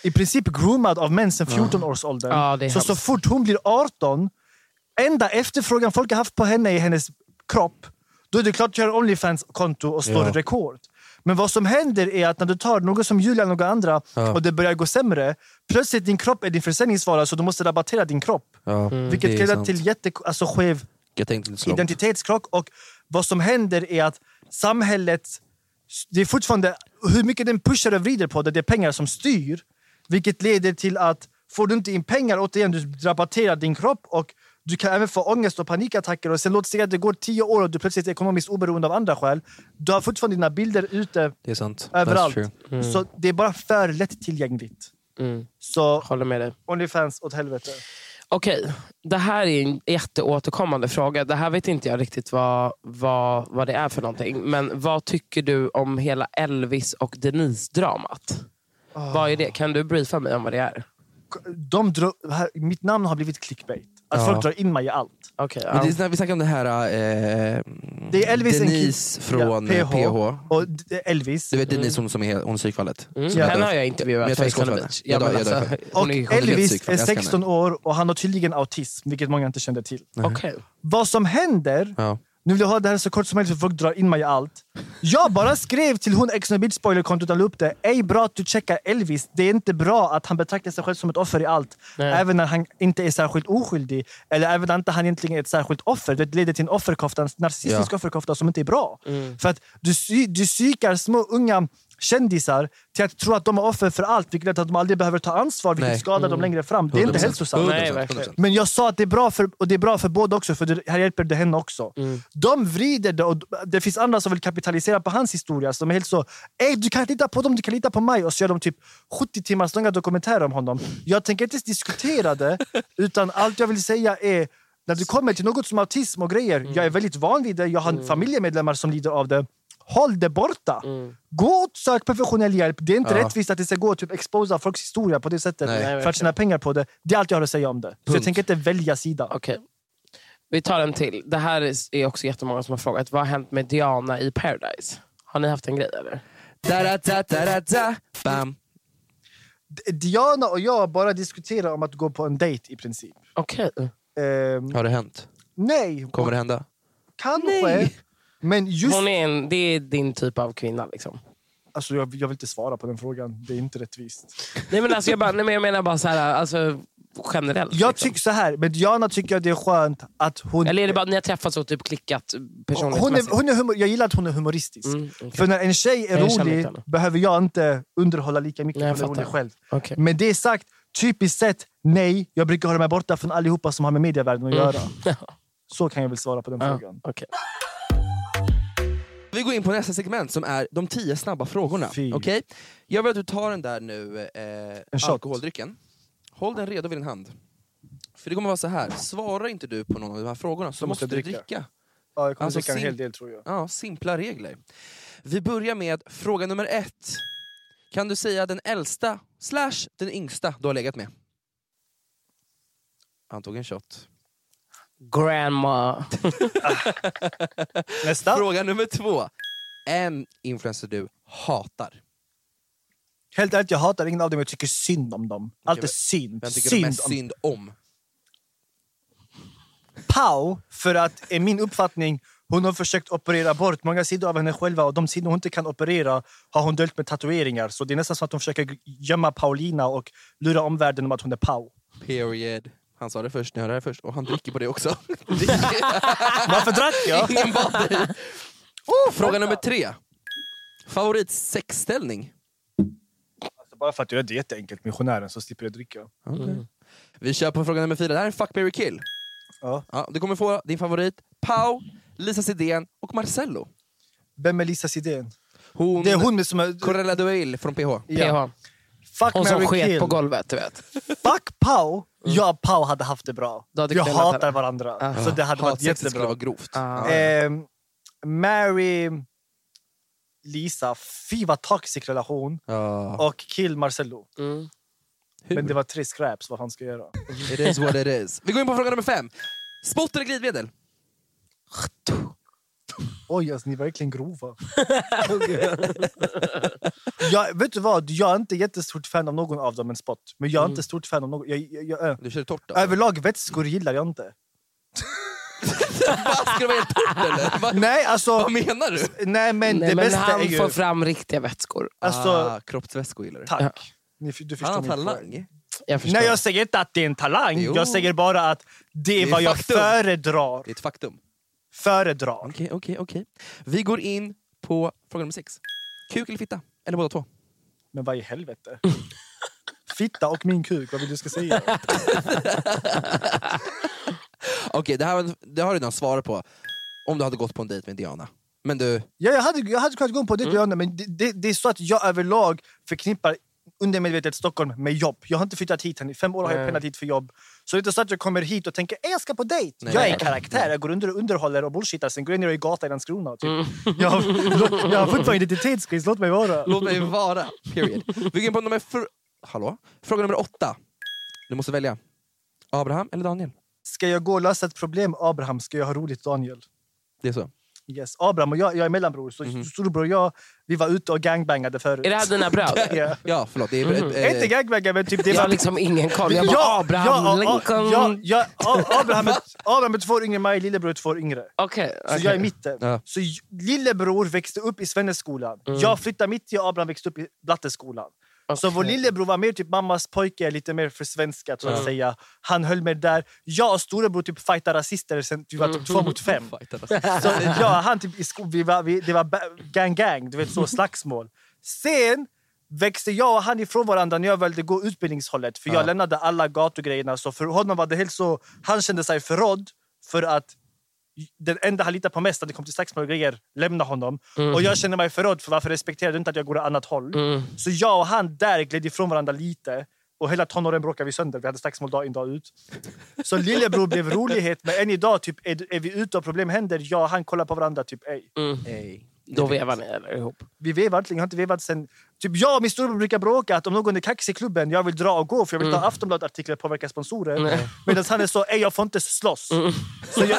Speaker 5: i princip groomad av män sedan 14 års ålder.
Speaker 3: Ja, det är
Speaker 5: så så
Speaker 3: hemskt.
Speaker 5: fort hon blir 18, enda efterfrågan folk har haft på henne är hennes kropp. Då är det klart att göra Onlyfans-konto och slår
Speaker 4: Ja.
Speaker 5: rekord. Men vad som händer är att när du tar något som Julian och några andra
Speaker 4: Ja.
Speaker 5: och det börjar gå sämre, plötsligt din kropp är din försäljningsvara så du måste rabattera din kropp.
Speaker 2: Ja, Mm, det
Speaker 5: Vilket
Speaker 2: är
Speaker 5: kan leda
Speaker 2: sant.
Speaker 5: till jätte, alltså skev
Speaker 2: Jag tänkte inte slå.
Speaker 5: identitetskrock. Och vad som händer är att samhället, det är fortfarande, hur mycket den pushar och vrider på det, det är pengar som styr. Vilket leder till att får du inte in pengar, återigen, du rabatterar din kropp och du kan även få ångest och panikattacker. Och sen låt säga att det går tio år och du plötsligt är ekonomiskt oberoende av andra skäl. Du har fortfarande dina bilder ute
Speaker 2: Det är sant.
Speaker 5: överallt.
Speaker 2: That's true.
Speaker 5: Så det är bara för lättillgängligt. Så
Speaker 3: Håller med dig.
Speaker 5: Onlyfans åt helvete.
Speaker 3: Okej, det här är en jätteåterkommande fråga. Det här vet inte jag riktigt vad, vad, vad det är för någonting. Men vad tycker du om hela Elvis och Denise-dramat? Vad är det? Kan du briefa mig om vad det är?
Speaker 5: De dro- här, mitt namn har blivit clickbait. Att
Speaker 2: Ja.
Speaker 5: folk drar in mig i allt.
Speaker 3: Okay,
Speaker 2: Men det är när vi snackar om det här... Eh,
Speaker 5: Det är Elvis en
Speaker 2: Denise
Speaker 5: kid-
Speaker 2: från
Speaker 5: ja,
Speaker 2: eh,
Speaker 5: PH.
Speaker 2: PH.
Speaker 5: Och d- Elvis.
Speaker 2: Du vet Denise hon som är hon är psykfallet.
Speaker 5: Mm.
Speaker 2: Som
Speaker 5: Ja.
Speaker 2: jag
Speaker 5: Henne
Speaker 2: dör-
Speaker 5: har jag intervjuat
Speaker 2: Men jag tar
Speaker 3: på
Speaker 2: skott för
Speaker 3: Iskalla
Speaker 2: henne.
Speaker 3: Beach. Ja,
Speaker 2: Jag dör-
Speaker 3: men
Speaker 2: jag dör
Speaker 3: alltså,
Speaker 2: för henne.
Speaker 5: Och
Speaker 2: Hon är- hon är helt
Speaker 5: Elvis
Speaker 2: psykfall.
Speaker 5: är
Speaker 2: Jag älskar
Speaker 5: 16 år och han har tydligen autism, vilket många inte kände till.
Speaker 3: Okej.
Speaker 5: Vad som händer,
Speaker 2: Ja.
Speaker 5: nu vill jag ha det här så kort som möjligt för folk drar in mig i allt. Jag bara skrev till hon ex beat spoilerkontot och la upp det. Ej bra att du checkar Elvis. Det är inte bra att han betraktar sig själv som ett offer i allt.
Speaker 4: Nej.
Speaker 5: Även när han inte är särskilt oskyldig. Eller även när inte han egentligen är ett särskilt offer. Det leder till en offerkofta, en narcissistisk
Speaker 4: Ja.
Speaker 5: offerkofta som inte är bra.
Speaker 4: Mm.
Speaker 5: För att du, psy- du psykar små unga kändisar till att tro att de är offer för allt, vilket gör att de aldrig behöver ta ansvar, vilket
Speaker 4: Nej.
Speaker 5: skadar dem
Speaker 4: Mm.
Speaker 5: längre fram. Det är inte
Speaker 4: 100%.
Speaker 5: hälsosamt.
Speaker 4: Nej, verkligen.
Speaker 5: Men jag sa att det är bra för, och det är bra för båda också, för det här hjälper det henne också. De vrider det och det finns andra som vill kapitalisera på hans historia. Som är helt så, Ey, du kan lita på dem, du kan lita på mig. Och så gör de typ 70 timmars långa dokumentärer om honom. Jag tänker inte ens diskutera det, utan allt jag vill säga är när du kommer till något som autism och grejer, jag är väldigt van vid det, jag har familjemedlemmar som lider av det. Håll det borta! Gå och sök professionell hjälp. Det är inte
Speaker 2: Ja.
Speaker 5: rättvist att det ska gå och typ exposa folks historia på det sättet
Speaker 3: Nej. Nej,
Speaker 5: för
Speaker 3: verkligen.
Speaker 5: att tjäna pengar på det. Det är allt jag har att säga om det. Så jag
Speaker 3: Punkt.
Speaker 5: tänker inte välja sida.
Speaker 3: Okej. Vi tar en till. Det här är- är också jättemånga som har frågat. Vad har hänt med Diana i Paradise? Har ni haft en grej eller?
Speaker 2: Bam.
Speaker 5: D- Diana och jag bara diskuterar om att gå på en dejt i princip. Ehm,
Speaker 3: Okej.
Speaker 2: Har det hänt?
Speaker 5: nej,
Speaker 2: Kommer det hända?
Speaker 5: kanske. Men just...
Speaker 3: Hon är en, det är din typ av kvinna liksom.
Speaker 5: Alltså, jag, jag vill inte svara på den frågan. Det är inte rättvist.
Speaker 3: Nej men alltså jag, bara, nej, men jag menar bara så här, alltså, generellt. liksom.
Speaker 5: Jag tycker så här, med Diana tycker jag det är skönt att hon...
Speaker 3: Eller är det bara att ni har träffats och typ klickat
Speaker 5: hon
Speaker 3: personlighetsmässigt?
Speaker 5: är, hon är humor, jag gillar att hon är humoristisk. För när en tjej är
Speaker 3: Mm, Jag känner
Speaker 5: rolig
Speaker 3: inte henne.
Speaker 5: behöver jag inte underhålla lika mycket
Speaker 3: Nej, jag
Speaker 5: som jag rolig
Speaker 3: fattar.
Speaker 5: själv.
Speaker 3: Okej.
Speaker 5: Med det sagt, typiskt sett, nej. Jag brukar hålla mig borta från allihopa som har med medievärlden att
Speaker 3: Mm.
Speaker 5: göra. Så kan jag väl svara på den
Speaker 2: Ja,
Speaker 5: frågan.
Speaker 2: Vi går in på nästa segment som är de tio snabba frågorna. Okej? Jag vill att du tar den där nu, eh,
Speaker 5: shot.
Speaker 2: alkoholdrycken. Håll den redo vid din hand. För det kommer vara så här. svarar inte du på någon av de här frågorna så
Speaker 5: Då måste
Speaker 2: måste,
Speaker 5: jag
Speaker 2: du
Speaker 5: dricka.
Speaker 2: dricka.
Speaker 5: Ja, jag kommer
Speaker 2: Alltså,
Speaker 5: dricka en
Speaker 2: sim-
Speaker 5: hel del tror jag.
Speaker 2: Ja, simpla regler. Vi börjar med fråga nummer ett. Kan du säga den äldsta slash den yngsta du har legat med? Han tog en shot.
Speaker 3: Grandma.
Speaker 5: Nästa.
Speaker 2: Fråga nummer två. En influencer du hatar.
Speaker 5: Helt ärligt, jag hatar ingen av dem. Jag tycker synd om dem. Allt är synd.
Speaker 2: Vem tycker
Speaker 5: synd
Speaker 2: du mest synd om?
Speaker 5: Pau, för att i min uppfattning hon har försökt operera bort många sidor av henne själva och de sidor hon inte kan operera har hon dolt med tatueringar. Så det är nästan som att hon försöker gömma Paulina och lura omvärlden om att hon är Pau.
Speaker 2: Period. Han sa det först, ni hörde det här först. Och han dricker på det också.
Speaker 5: Varför drack jag? Alltså,
Speaker 2: Ingen bad dig. Oh, Fråga nummer tre. Favorit sexställning?
Speaker 5: Alltså, bara för att jag gör det jätteenkelt, missionären, så slipper jag dricka. Mm.
Speaker 2: Vi kör på fråga nummer fyra. Det här är en fuck, marry, kill.
Speaker 5: Ja.
Speaker 2: du kommer få din favorit Pau, Lisa Sidén och Marcello.
Speaker 5: Vem är Lisa Sidén?
Speaker 2: Hon,
Speaker 5: Det är hon som är...
Speaker 2: Corella Duell från PH.
Speaker 5: Ja. Fuck,
Speaker 3: Hon som
Speaker 5: marry,
Speaker 3: sket
Speaker 5: kill.
Speaker 3: på golvet, du vet.
Speaker 5: Fuck Pau! Jag och Pau hade haft det bra.
Speaker 3: Du hade
Speaker 5: jag
Speaker 3: knullat
Speaker 5: hatar
Speaker 3: henne.
Speaker 5: varandra.
Speaker 3: Ah.
Speaker 5: Så det hade varit Ah.
Speaker 2: Hatsexet skulle
Speaker 5: jättebra.
Speaker 2: vara grovt.
Speaker 5: Ehm, Mary Lisa, fy vad toxic relation.
Speaker 2: Ja.
Speaker 5: Och kill Marcello.
Speaker 3: Mm.
Speaker 5: Men det var tre scraps, vad han ska göra.
Speaker 2: It is what it is. Vi går in på fråga nummer fem. Spott eller glidmedel?
Speaker 5: Oj, alltså, ni är verkligen grova. jag, vet du vad? Jag är inte jättestort fan av någon av dem, en spot. Men
Speaker 3: Mm.
Speaker 5: jag är inte stort fan av någon. Jag, jag, jag,
Speaker 2: Du kör torrt alltså?
Speaker 5: överlag vätskor gillar jag inte.
Speaker 2: Ska det vara helt torrt eller? Vad-
Speaker 5: Nej, alltså...
Speaker 2: Vad menar du?
Speaker 5: Nej, men
Speaker 3: Nej,
Speaker 5: det
Speaker 3: men
Speaker 5: bästa
Speaker 3: han
Speaker 5: är ju...
Speaker 3: får fram riktiga vätskor.
Speaker 5: Alltså-
Speaker 2: ah, kroppsvätskor gillar du.
Speaker 5: Tack. Ni, f- du förstår
Speaker 2: Han
Speaker 5: min
Speaker 2: har
Speaker 5: poäng.
Speaker 2: talang.
Speaker 3: Jag förstår.
Speaker 5: Nej, jag säger inte att det är en talang.
Speaker 2: Jo.
Speaker 5: Jag säger bara att det är
Speaker 2: Det är
Speaker 5: vad jag
Speaker 2: faktum.
Speaker 5: föredrar.
Speaker 2: Det är ett faktum.
Speaker 5: Föredrar.
Speaker 2: Okej, okej, okej. Vi går in på fråga nummer sex. Kuk eller fitta? Eller båda två?
Speaker 5: Men vad i helvete? Fitta och min kuk, vad vill du ska säga?
Speaker 2: Okej, det, här var- det har du redan svarat på. Om du hade gått på en dejt med Diana. Men du,
Speaker 5: Ja, jag, hade, jag hade kunnat gå på det, mm. men det, det, det är så att jag överlag förknippar undermedvetet Stockholm med jobb. Jag har inte flyttat hit än. I fem år har jag pendlat hit för jobb. Så det är inte så att jag kommer hit och tänker "Eh, jag ska på dejt.
Speaker 2: Nej.
Speaker 5: jag är en karaktär. Jag går under och underhåller och bullshittar. Sen går jag ner och är gata i Landskrona. Typ.
Speaker 3: Mm.
Speaker 5: Jag, har- jag har fortfarande identitetskris. Låt mig vara.
Speaker 2: låt mig vara. Period. Vi går in på nummer... Fr- Hallå? Fråga nummer åtta. Du måste välja. Abraham eller Daniel?
Speaker 5: Ska jag gå och lösa ett problem, Abraham? Ska jag ha roligt, Daniel?
Speaker 2: Det är så.
Speaker 5: Yes. Abraham och jag, jag är mellanbror. Så storebror och jag, vi var ute och gangbangade förut.
Speaker 3: Mhm. Är det här dina bröder?
Speaker 5: Ja. Mm-hmm.
Speaker 2: Ja, förlåt. Det är, eh,
Speaker 5: Inte gangbangade, men typ det
Speaker 3: Jag
Speaker 5: var
Speaker 3: har liksom ingen koll. Jag bara Abraham
Speaker 5: ja, ja,
Speaker 3: Lincoln.
Speaker 5: Ja, ja, A- Abraham, är, Abraham är två år yngre, Maj lillebror är två år yngre.
Speaker 3: Okej,
Speaker 5: Så
Speaker 3: okej.
Speaker 5: jag är mitten.
Speaker 2: Ja.
Speaker 5: Så j- lillebror växte upp i Svenneskolan.
Speaker 3: Mm.
Speaker 5: Jag flyttade mitt i, Abraham växte upp i Blatteskolan. Så vår lillebror var mer typ mammas pojke, lite mer för svenska, tror jag säga. Han höll mig där. Jag och storebror typ fightade rasister sen vi
Speaker 3: Mm.
Speaker 5: var typ två mot fem.
Speaker 2: fightar alltså.
Speaker 5: Så ja, han typ i sko- vi var, vi, det var ba- gang gang, du vet så slagsmål. Sen växte jag och han ifrån varandra när jag valde gå utbildningshållet. För jag
Speaker 2: Ja.
Speaker 5: lämnade alla gatugrejerna. Så för honom var det helt så, han kände sig förrådd för att den enda han litade på mest när det kom till slagsmål och grejer lämnade honom. Och jag kände mig förrådd för varför respekterade du inte att jag går åt annat håll? Så jag och han där gled ifrån varandra lite. Och hela tonåren bråkade vi sönder. Vi hade slagsmål dag in dag ut. Så lillebror blev rolighet, men än idag typ, är, är vi ute och problem händer, jag och han kollar på varandra. typ ej.
Speaker 2: Ey.
Speaker 3: Då vevar ni eller ihop.
Speaker 5: Vi vevar inte längre, har inte vevat sen... Typ jag och min storebror brukar bråka att om någon är kaxig i klubben, jag vill dra och gå för jag vill inte ha Aftonbladet-artiklar och påverka sponsorer. Medan han är så, ej jag får inte slåss. Så jag,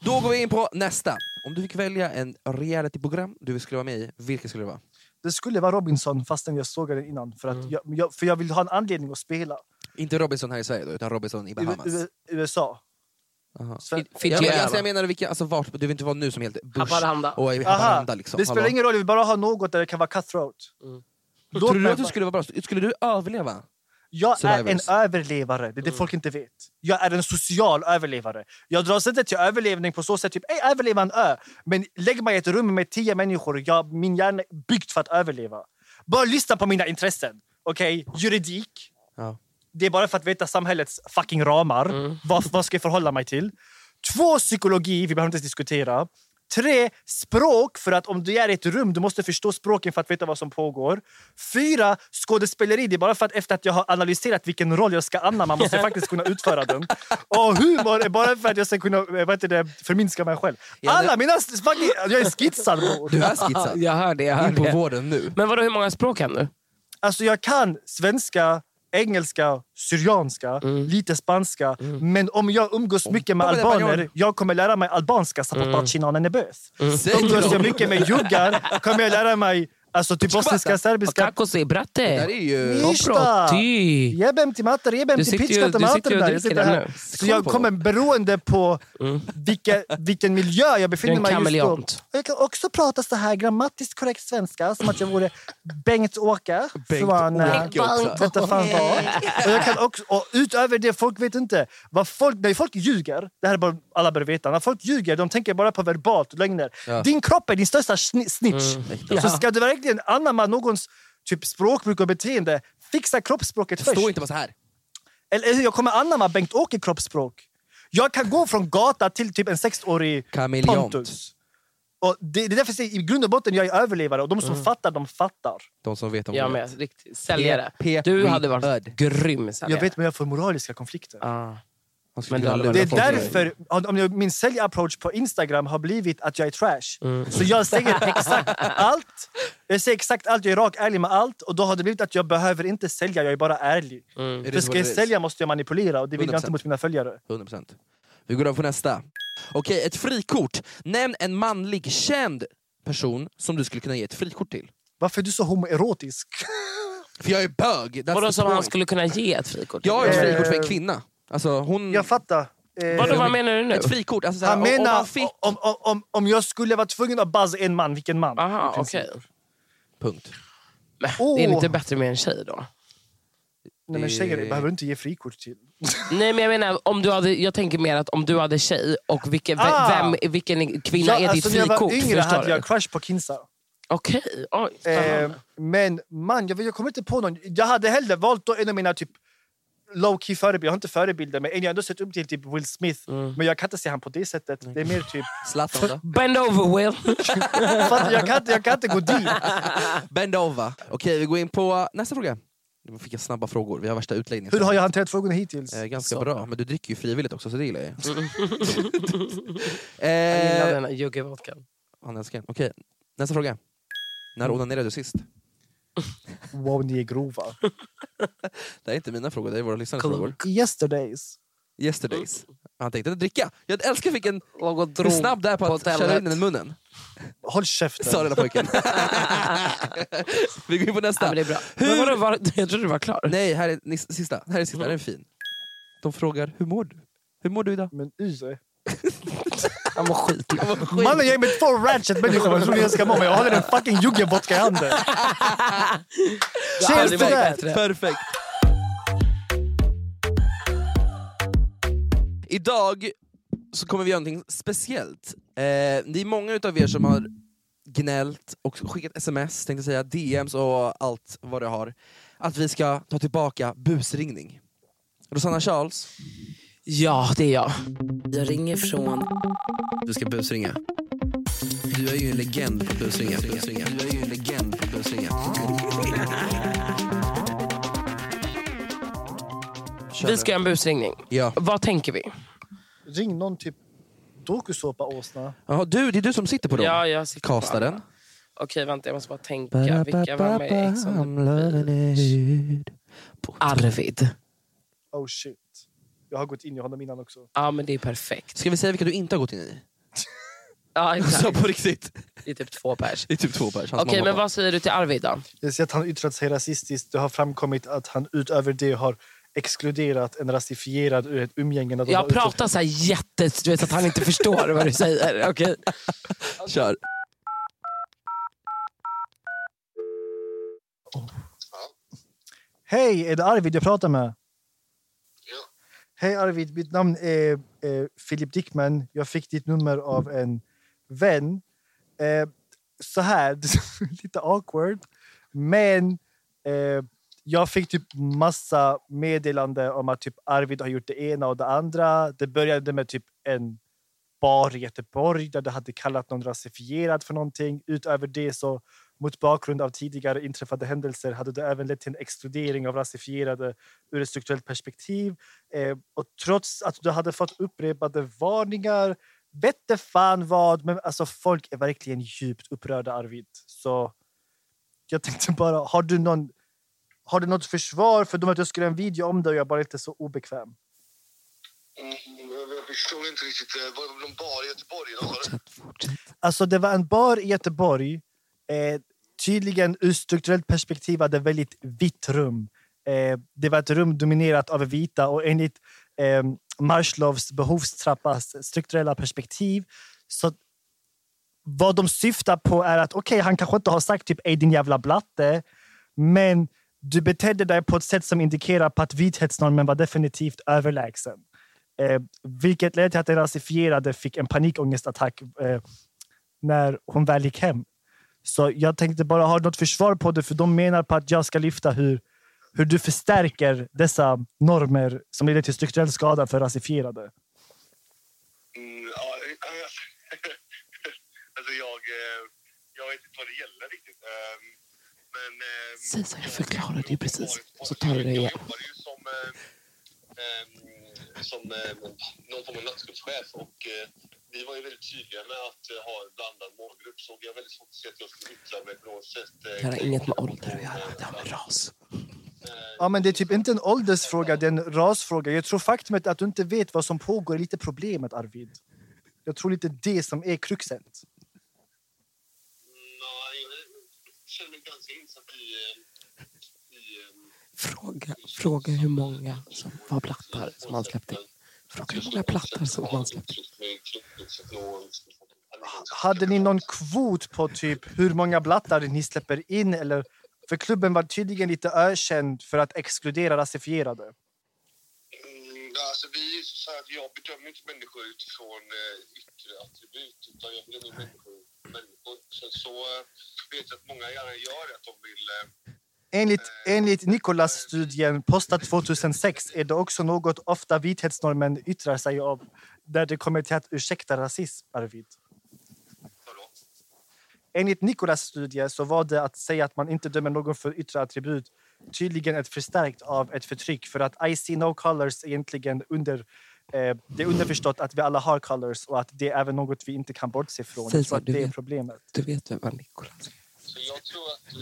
Speaker 2: Då går vi in på nästa. Om du fick välja en realityprogram du skulle vara med i, vilket skulle det vara?
Speaker 5: det skulle vara Robinson fastän jag såg den innan. För, att jag, jag, för jag vill ha en anledning att spela.
Speaker 2: Inte Robinson här i Sverige då, utan Robinson i
Speaker 5: U-
Speaker 2: Bahamas.
Speaker 5: U- USA.
Speaker 2: Aha.
Speaker 5: Sven-
Speaker 2: Ja,
Speaker 3: Fick
Speaker 2: men, alltså, jag menar vilka, alltså, vart, du vill inte vara nu som helt Bush
Speaker 3: Haparanda.
Speaker 2: och i
Speaker 5: Aha,
Speaker 2: Haparanda. Liksom.
Speaker 5: Det spelar
Speaker 2: Hallå.
Speaker 5: ingen roll, jag vill bara ha något där det kan vara cutthroat. Låt
Speaker 2: Tror du
Speaker 5: mig
Speaker 2: att du
Speaker 5: bara-
Speaker 2: skulle vara bra? Skulle du överleva?
Speaker 5: Jag är en
Speaker 2: Survivors.
Speaker 5: överlevare. Det är det folk inte vet. Jag är en social överlevare. Jag dras inte till överlevning på så sätt, typ "Ey, överleva en ö. Men lägg mig i ett rum med tio människor. Jag, min hjärna är byggd för att överleva. Bara lyssna på mina intressen. Okej, juridik.
Speaker 2: Ja.
Speaker 5: Det är bara för att veta samhällets fucking ramar.
Speaker 2: Mm.
Speaker 5: Vad, vad ska jag förhålla mig till? Två, psykologi. Vi behöver inte ens diskutera. Tre, språk. För att om du är i ett rum, du måste förstå språken för att veta vad som pågår. Fyra, skådespeleri. Det är bara för att efter att jag har analyserat vilken roll jag ska anamma måste jag faktiskt kunna utföra den. Och humor är bara för att jag ska kunna eh, vad heter det, förminska mig själv.
Speaker 2: Ja, det-
Speaker 5: Alla mina... s- Fucking, jag är skitsad bror.
Speaker 2: Du är skitsad.
Speaker 3: Jag hör det, jag hör
Speaker 2: In på
Speaker 3: det.
Speaker 2: vården nu.
Speaker 3: Men vadå, hur många språk kan du?
Speaker 5: Alltså jag kan svenska, engelska, syrianska, lite spanska. Men Mm. om jag umgås mycket med
Speaker 2: Pappa, det är
Speaker 5: albaner,
Speaker 2: spanjor.
Speaker 5: jag kommer lära mig albanska. Sapatachinan mm. bös.
Speaker 2: Säg
Speaker 5: Umgås jag
Speaker 2: då.
Speaker 5: mycket med juggar kommer jag lära mig alltså, typ bosniska, serbiska.
Speaker 3: Kakos i
Speaker 2: Det här
Speaker 3: bratte.
Speaker 2: är ju...
Speaker 5: Ni- Ishta.
Speaker 3: Ty.
Speaker 5: Jebem till matar, jebem
Speaker 3: Du
Speaker 5: till
Speaker 3: sitter ju-
Speaker 5: pitchka till
Speaker 3: du
Speaker 5: matar.
Speaker 3: sitter ju och
Speaker 5: där. Jag
Speaker 3: dricker
Speaker 5: sitter
Speaker 3: den
Speaker 5: här.
Speaker 3: nu.
Speaker 5: Så jag kommer beroende på vilka, vilken miljö jag befinner
Speaker 3: Du Mm. är en
Speaker 5: mig i just då.
Speaker 3: kameleont.
Speaker 5: Jag kan också prata så här grammatiskt korrekt svenska som att jag vore Bengt-Åke. från, eh,
Speaker 2: Bengt-Åke också.
Speaker 5: vet inte fan vad. Och jag kan också, och utöver det, folk vet inte. Vad folk, när folk ljuger, det här är bara alla bör veta. När folk ljuger, de tänker bara på verbalt lögner.
Speaker 2: Ja. Mm.
Speaker 5: Din kropp är din största sni- snitch. Så ska du verkligen anamma någons typ språkbruk och beteende, fixa kroppsspråket först.
Speaker 2: Stå inte bara så här.
Speaker 5: Eller hur? Jag kommer anamma Bengt-Åke kroppsspråk. Jag kan gå från gata till typ en sexårig
Speaker 2: Kameleont.
Speaker 5: Pontus. Och det, det är därför jag säger, i grund och botten jag är överlevare och de
Speaker 2: Mm.
Speaker 5: som fattar, de fattar.
Speaker 2: De som vet om
Speaker 3: Jag
Speaker 2: det.
Speaker 3: med, riktigt. Säljare.
Speaker 2: P- P-
Speaker 3: Du hade varit
Speaker 2: Bird.
Speaker 3: grym
Speaker 5: Jag
Speaker 3: säljare.
Speaker 5: vet vad jag får moraliska konflikter.
Speaker 3: Ah.
Speaker 2: skulle kunna lura
Speaker 5: det är
Speaker 2: folk med-
Speaker 5: därför, om om jag, min säljapproach på Instagram har blivit att jag är trash.
Speaker 2: Mm.
Speaker 5: Så jag säger exakt allt. Jag säger exakt allt, jag är rak ärlig med allt. Och då har det blivit att jag behöver inte sälja, jag är bara ärlig.
Speaker 2: Mm. Är det
Speaker 5: För
Speaker 2: så
Speaker 5: ska jag
Speaker 2: det är?
Speaker 5: sälja måste jag manipulera och det vill jag inte
Speaker 2: 100%.
Speaker 5: mot mina följare.
Speaker 2: 100%. Vi går över på nästa. Okej, ett frikort. Nämn en manlig känd person som du skulle kunna ge ett frikort till.
Speaker 5: Varför är du så homoerotisk?
Speaker 2: För jag är bög. That's
Speaker 3: Vadå
Speaker 2: the
Speaker 3: som han
Speaker 2: point.
Speaker 3: skulle kunna ge ett frikort? till?
Speaker 2: Jag har ett frikort för en
Speaker 5: Eh,
Speaker 2: kvinna. Alltså, hon... Jag
Speaker 5: fattar. Eh,
Speaker 3: Vadå, vad menar du nu?
Speaker 2: Ett frikort. Alltså, så här,
Speaker 5: Han
Speaker 2: om- om
Speaker 5: menar
Speaker 2: man fick...
Speaker 5: om, om, om, om jag skulle vara tvungen att buzza en man, vilken man?
Speaker 3: Aha,
Speaker 5: I princip.
Speaker 3: okej.
Speaker 2: Punkt.
Speaker 3: Det är
Speaker 5: Åh.
Speaker 3: inte bättre med en tjej då?
Speaker 5: Nej, men tjejer
Speaker 3: Det-
Speaker 5: behöver du inte ge frikort till.
Speaker 3: Nej men jag menar, om du hade, jag tänker mer att om du hade tjej och vilken,
Speaker 5: Ah!
Speaker 3: vem, vilken kvinna
Speaker 5: Ja,
Speaker 3: är
Speaker 5: alltså,
Speaker 3: ditt
Speaker 5: när jag
Speaker 3: frikort?
Speaker 5: var yngre
Speaker 3: förstår
Speaker 5: hade
Speaker 3: du?
Speaker 5: jag crush på Kinsa.
Speaker 3: Okej, oj.
Speaker 5: Eh,
Speaker 3: spännande.
Speaker 5: men man, jag, vet- jag kommer inte på någon. Jag hade hellre valt då en av mina typ low-key förebilder. Jag har inte förebilder, men en jag ändå sett upp till, typ Will Smith. Men jag kan inte se han på det sättet. Det är mer typ...
Speaker 2: Zlatan då?
Speaker 3: Bend over
Speaker 5: eh,
Speaker 3: Will.
Speaker 5: Fattar du? jag, kan, inte- jag kan inte gå dit.
Speaker 2: Bend over. Okej, vi går in på nästa fråga. Nu fick jag snabba frågor. Vi har värsta utläggningen.
Speaker 5: Hur har jag hanterat frågorna hittills?
Speaker 2: Eh, ganska bra. Men du dricker ju frivilligt också, så det gillar jag. ju.
Speaker 3: Jag gillar
Speaker 2: Eh,
Speaker 3: den här juggevodkan.
Speaker 2: han älskar den. Okej, nästa fråga. När
Speaker 5: Mm.
Speaker 2: onanerade du sist?
Speaker 5: Wow, ni är grova.
Speaker 2: Det här är inte mina frågor, det är våra lyssnares frågor.
Speaker 5: Yesterdays.
Speaker 2: Yesterdays. Han tänkte inte dricka. Jag älskar vilken,
Speaker 3: Något
Speaker 2: hur snabb det är på att köra in den i munnen.
Speaker 5: Håll käften.
Speaker 2: Sa den där pojken. Vi går in på nästa.
Speaker 3: Ja, men det är bra.
Speaker 2: Hur-
Speaker 3: Men vadå, var, jag trodde du var klar.
Speaker 2: Nej, här är nis- sista. Här är sista. Den är fin. De frågar, hur mår du? Hur mår du idag?
Speaker 5: Men Yze.
Speaker 3: Han mår skit.
Speaker 5: Mannen, jag är med två ratchet människor. Vad tror ni jag ska må? Men jag håller en fucking jugge-vodka i handen.
Speaker 3: Det har
Speaker 5: Cheers
Speaker 3: aldrig
Speaker 5: to
Speaker 3: varit
Speaker 5: that!
Speaker 3: bättre.
Speaker 2: Perfekt. Idag så kommer vi göra någonting speciellt. Eh, det är många utav er som har gnällt och skickat sms, tänkte säga, DMs och allt vad det har. Att vi ska ta tillbaka busringning. Rosanna Charles,
Speaker 3: Ja, det är jag.
Speaker 9: Jag ringer från...
Speaker 2: du ska busringa. Du är ju en legend på busringa. busringa. Du är ju en legend på busringa.
Speaker 3: Vi ska göra en busringning.
Speaker 2: Ja.
Speaker 3: Vad tänker vi?
Speaker 5: Ring någon typ dokusåpa, Åsna.
Speaker 2: Jaha, du, det är du som sitter på dem?
Speaker 3: Ja, jag sitter på
Speaker 2: Kasta den.
Speaker 3: Okej, vänta jag måste bara tänka. Vilka var med i Ex on the
Speaker 2: I'm loving it.
Speaker 3: Arvid.
Speaker 5: Oh shit. Jag har gått in i honom innan också.
Speaker 3: Ja, men det är perfekt.
Speaker 2: Ska vi säga vilka du inte har gått in i?
Speaker 3: Ja, exakt.
Speaker 2: Så på riktigt.
Speaker 3: Det är typ två pers.
Speaker 2: Det är typ två pers. Hans
Speaker 3: Okej,
Speaker 2: mamma
Speaker 3: men
Speaker 2: bara,
Speaker 3: vad säger du till Arvid då?
Speaker 5: Jag ser att han yttrat sig rasistiskt. Det har framkommit att han utöver det har exkluderat en rasifierad ur ett umgänge. När de har
Speaker 3: Jag
Speaker 5: uttryckt-
Speaker 3: pratar så här jätte... Du vet att han inte förstår vad du säger. Okej.
Speaker 2: Kör.
Speaker 5: Hej, är det Arvid jag pratar med? Hej Arvid, mitt namn är eh, Filip Dickman. Jag fick ditt nummer av en vän. Eh, så här, lite awkward. Men eh, jag fick typ massa meddelande om att typ Arvid har gjort det ena och det andra. Det började med typ en bar i Göteborg där det hade kallat någon rasifierad för någonting. Utöver det så mot bakgrund av tidigare inträffade händelser hade det även lett till en exkludering av rasifierade ur ett strukturellt perspektiv. Eh, och trots att du hade fått upprepade varningar vette fan vad, men alltså folk är verkligen djupt upprörda Arvid. Så jag tänkte bara, har du någon har du något försvar för dem att jag skulle göra en video om det och jag är bara inte så obekväm?
Speaker 11: Mm, Jag förstår inte riktigt. Det var någon bar i Göteborg idag, var det?
Speaker 5: Alltså det var en bar i Göteborg. Eh, tydligen ur strukturellt perspektiv var det väldigt vitt rum. Eh, det var ett rum dominerat av vita och enligt eh, Marslows behovstrappas strukturella perspektiv så vad de syftar på är att okej, han kanske inte har sagt typ ej din jävla blatte, men du betedde dig på ett sätt som indikerar på att vithetsnormen var definitivt överlägsen. Eh, vilket ledde till att den rasifierade fick en panikångestattack eh, när hon väl gick hem. Så jag tänkte bara ha något försvar på det, för de menar på att jag ska lyfta hur, hur du förstärker dessa normer som leder till strukturell skada för rasifierade.
Speaker 11: Mm, ja, eh, alltså jag, eh, jag vet inte vad det gäller riktigt. Ehm, Men eh,
Speaker 3: Säg så, jag förklarade ju precis. Så tar du det igen.
Speaker 11: som eh, ehm, som eh, någon form av nattgruppschef och eh, vi var ju väldigt tydliga med att eh, ha en blandad målgrupp så vi har väldigt svårt att se att jag skulle yttra mig på något sätt. eh,
Speaker 3: Det har inget med ålder att göra, det har med ras.
Speaker 5: Ja, men det är typ inte en åldersfråga, det är en rasfråga. Jag tror faktumet att du inte vet vad som pågår är lite problemet, Arvid. Jag tror lite det som är kruxet.
Speaker 11: Nej, jag känner mig ganska insatt i, eh, i eh,
Speaker 3: Fråga, fråga hur många som var plattar som han släppte in. Fråga hur många plattar som han släppte in.
Speaker 5: Hade ni någon kvot på typ hur många blattar ni släpper in? Eller, för klubben var tydligen lite ökänd för att exkludera rasifierade.
Speaker 11: Mm, Alltså vi, så här, jag bedömer inte människor utifrån eh, yttre attribut utan jag bedömer människor människor. Sen så eh, vet jag att många gärna gör det, att de vill... Eh,
Speaker 5: Enligt, enligt Nicolas-studien Posta 2006 är det också något ofta vithetsnormen yttrar sig av där det kommer till att ursäkta rasism, Arvid. Enligt Nicolas-studien så var det att säga att man inte dömer någon för yttre attribut tydligen ett förstärkt av ett förtryck för att I see no colors är egentligen under eh, det är underförstått att vi alla har colors och att det är även något vi inte kan bortse från.
Speaker 3: Säg
Speaker 5: Så
Speaker 3: vad
Speaker 5: att
Speaker 3: du
Speaker 5: det är
Speaker 3: vet.
Speaker 5: problemet.
Speaker 3: Du vet väl vad Nikola...
Speaker 11: så jag tror att eh,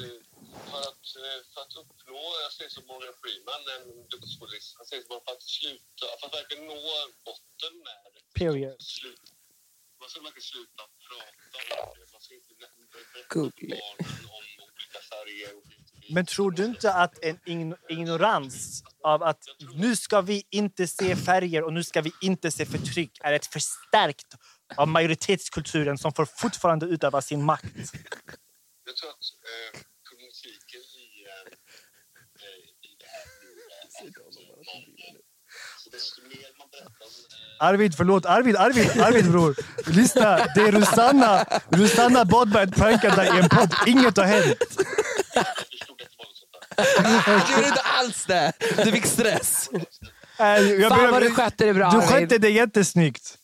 Speaker 11: för att, eh, för att uppnå, jag säger som Morgan Freeman, en duktig skådis, han säger att för att sluta, för att verkligen nå botten med det,
Speaker 5: Period.
Speaker 11: slut, man ska verkligen sluta prata om det. Man ska inte
Speaker 5: Googling.
Speaker 11: olika färger och
Speaker 5: Men tror du inte att en ign- ignorans av att nu ska vi inte se färger och nu ska vi inte se förtryck är ett förstärkt av majoritetskulturen som får fortfarande utöva sin makt?
Speaker 11: Jag tror att eh, problematiken i, eh, eh, i det här blir att man, så desto mer man berättar om eh,
Speaker 5: Arvid, förlåt. Arvid, Arvid, Arvid bror. Lyssna, det är Rosanna. Rosanna bad mig att pranka dig i en podd. Inget har hänt.
Speaker 2: Du gjorde inte alls det! Du fick stress.
Speaker 5: Äh, jag
Speaker 2: Fan
Speaker 5: ber-
Speaker 2: vad du skötte det bra,
Speaker 5: Du
Speaker 2: Arvid.
Speaker 5: skötte det jättesnyggt.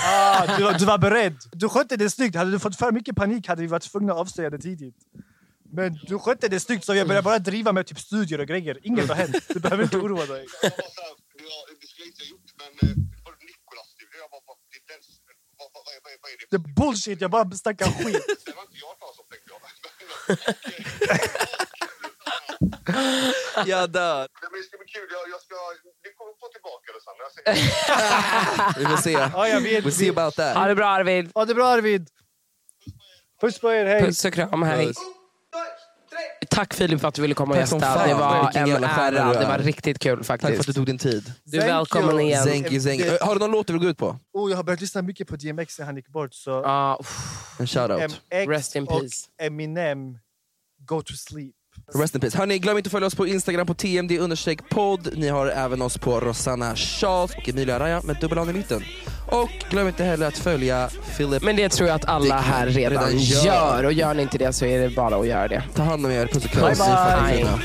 Speaker 5: Ah, du, du var beredd. Du skötte det snyggt. Hade du fått för mycket panik hade vi varit tvungna att avslöja det tidigt. Men du skötte det snyggt, så jag började bara driva med typ studier och grejer. Inget har hänt. Du behöver inte oroa dig. eh, Det är bullshit. Jag bara snackar skit.
Speaker 2: Jag dör. Vi får se.
Speaker 5: Ja, jag vet.
Speaker 2: We'll see about that.
Speaker 3: Ha det bra Arvid!
Speaker 5: Ha det bra Arvid! Puss på er, hej!
Speaker 3: Puss och kram, hej! Tack Filip för att du ville komma och
Speaker 2: Tack som
Speaker 3: gästa.
Speaker 2: fan.
Speaker 3: Det var
Speaker 2: Vilken
Speaker 3: en
Speaker 2: jävla stjärna
Speaker 3: ära.
Speaker 2: du
Speaker 3: Det
Speaker 2: är.
Speaker 3: var riktigt kul faktiskt.
Speaker 2: Tack för att du tog din tid.
Speaker 3: Du är välkommen igen.
Speaker 2: Thank you, thank you. Har du någon låt du vill gå ut på?
Speaker 5: Oh, jag har börjat lyssna mycket på DMX sen han gick bort. Så
Speaker 2: En shoutout.
Speaker 5: MX
Speaker 2: Rest in
Speaker 5: och
Speaker 2: peace.
Speaker 5: Eminem, Go to sleep.
Speaker 2: Rest in peace. Hörni, glöm inte att följa oss på Instagram på tmd understreck podd. Ni har även oss på Rosanna Charles och Emilia Raya med dubbel hand i mitten. Och glöm inte heller att följa Philip.
Speaker 3: Men det tror jag att alla här redan, gör. Och gör ni inte det så är det bara att göra det.
Speaker 2: Ta hand om er. Puss och kram.
Speaker 3: Bye,
Speaker 2: Ni är fan
Speaker 3: bye.
Speaker 2: fina.
Speaker 12: I don't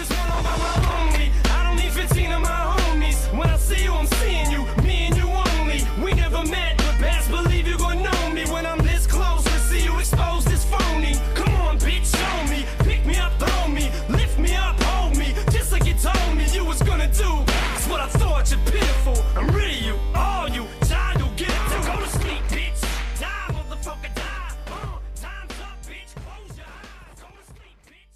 Speaker 12: need 15 of my homies. When I see you, I'm seeing you. Me and you only. We never met, but best believe you gon' know me when I'm this close to see you expose this phony. Come on, bitch, show me. Pick me up, throw me. Lift me up, hold me. Just like you told me you was gonna do. That's what I thought, you're pitiful. I'm rid of you, all you. Child, you get it. Go to sleep, bitch. Die, motherfucker, die. Uh, time's up, bitch. Close your eyes. Go to sleep, bitch.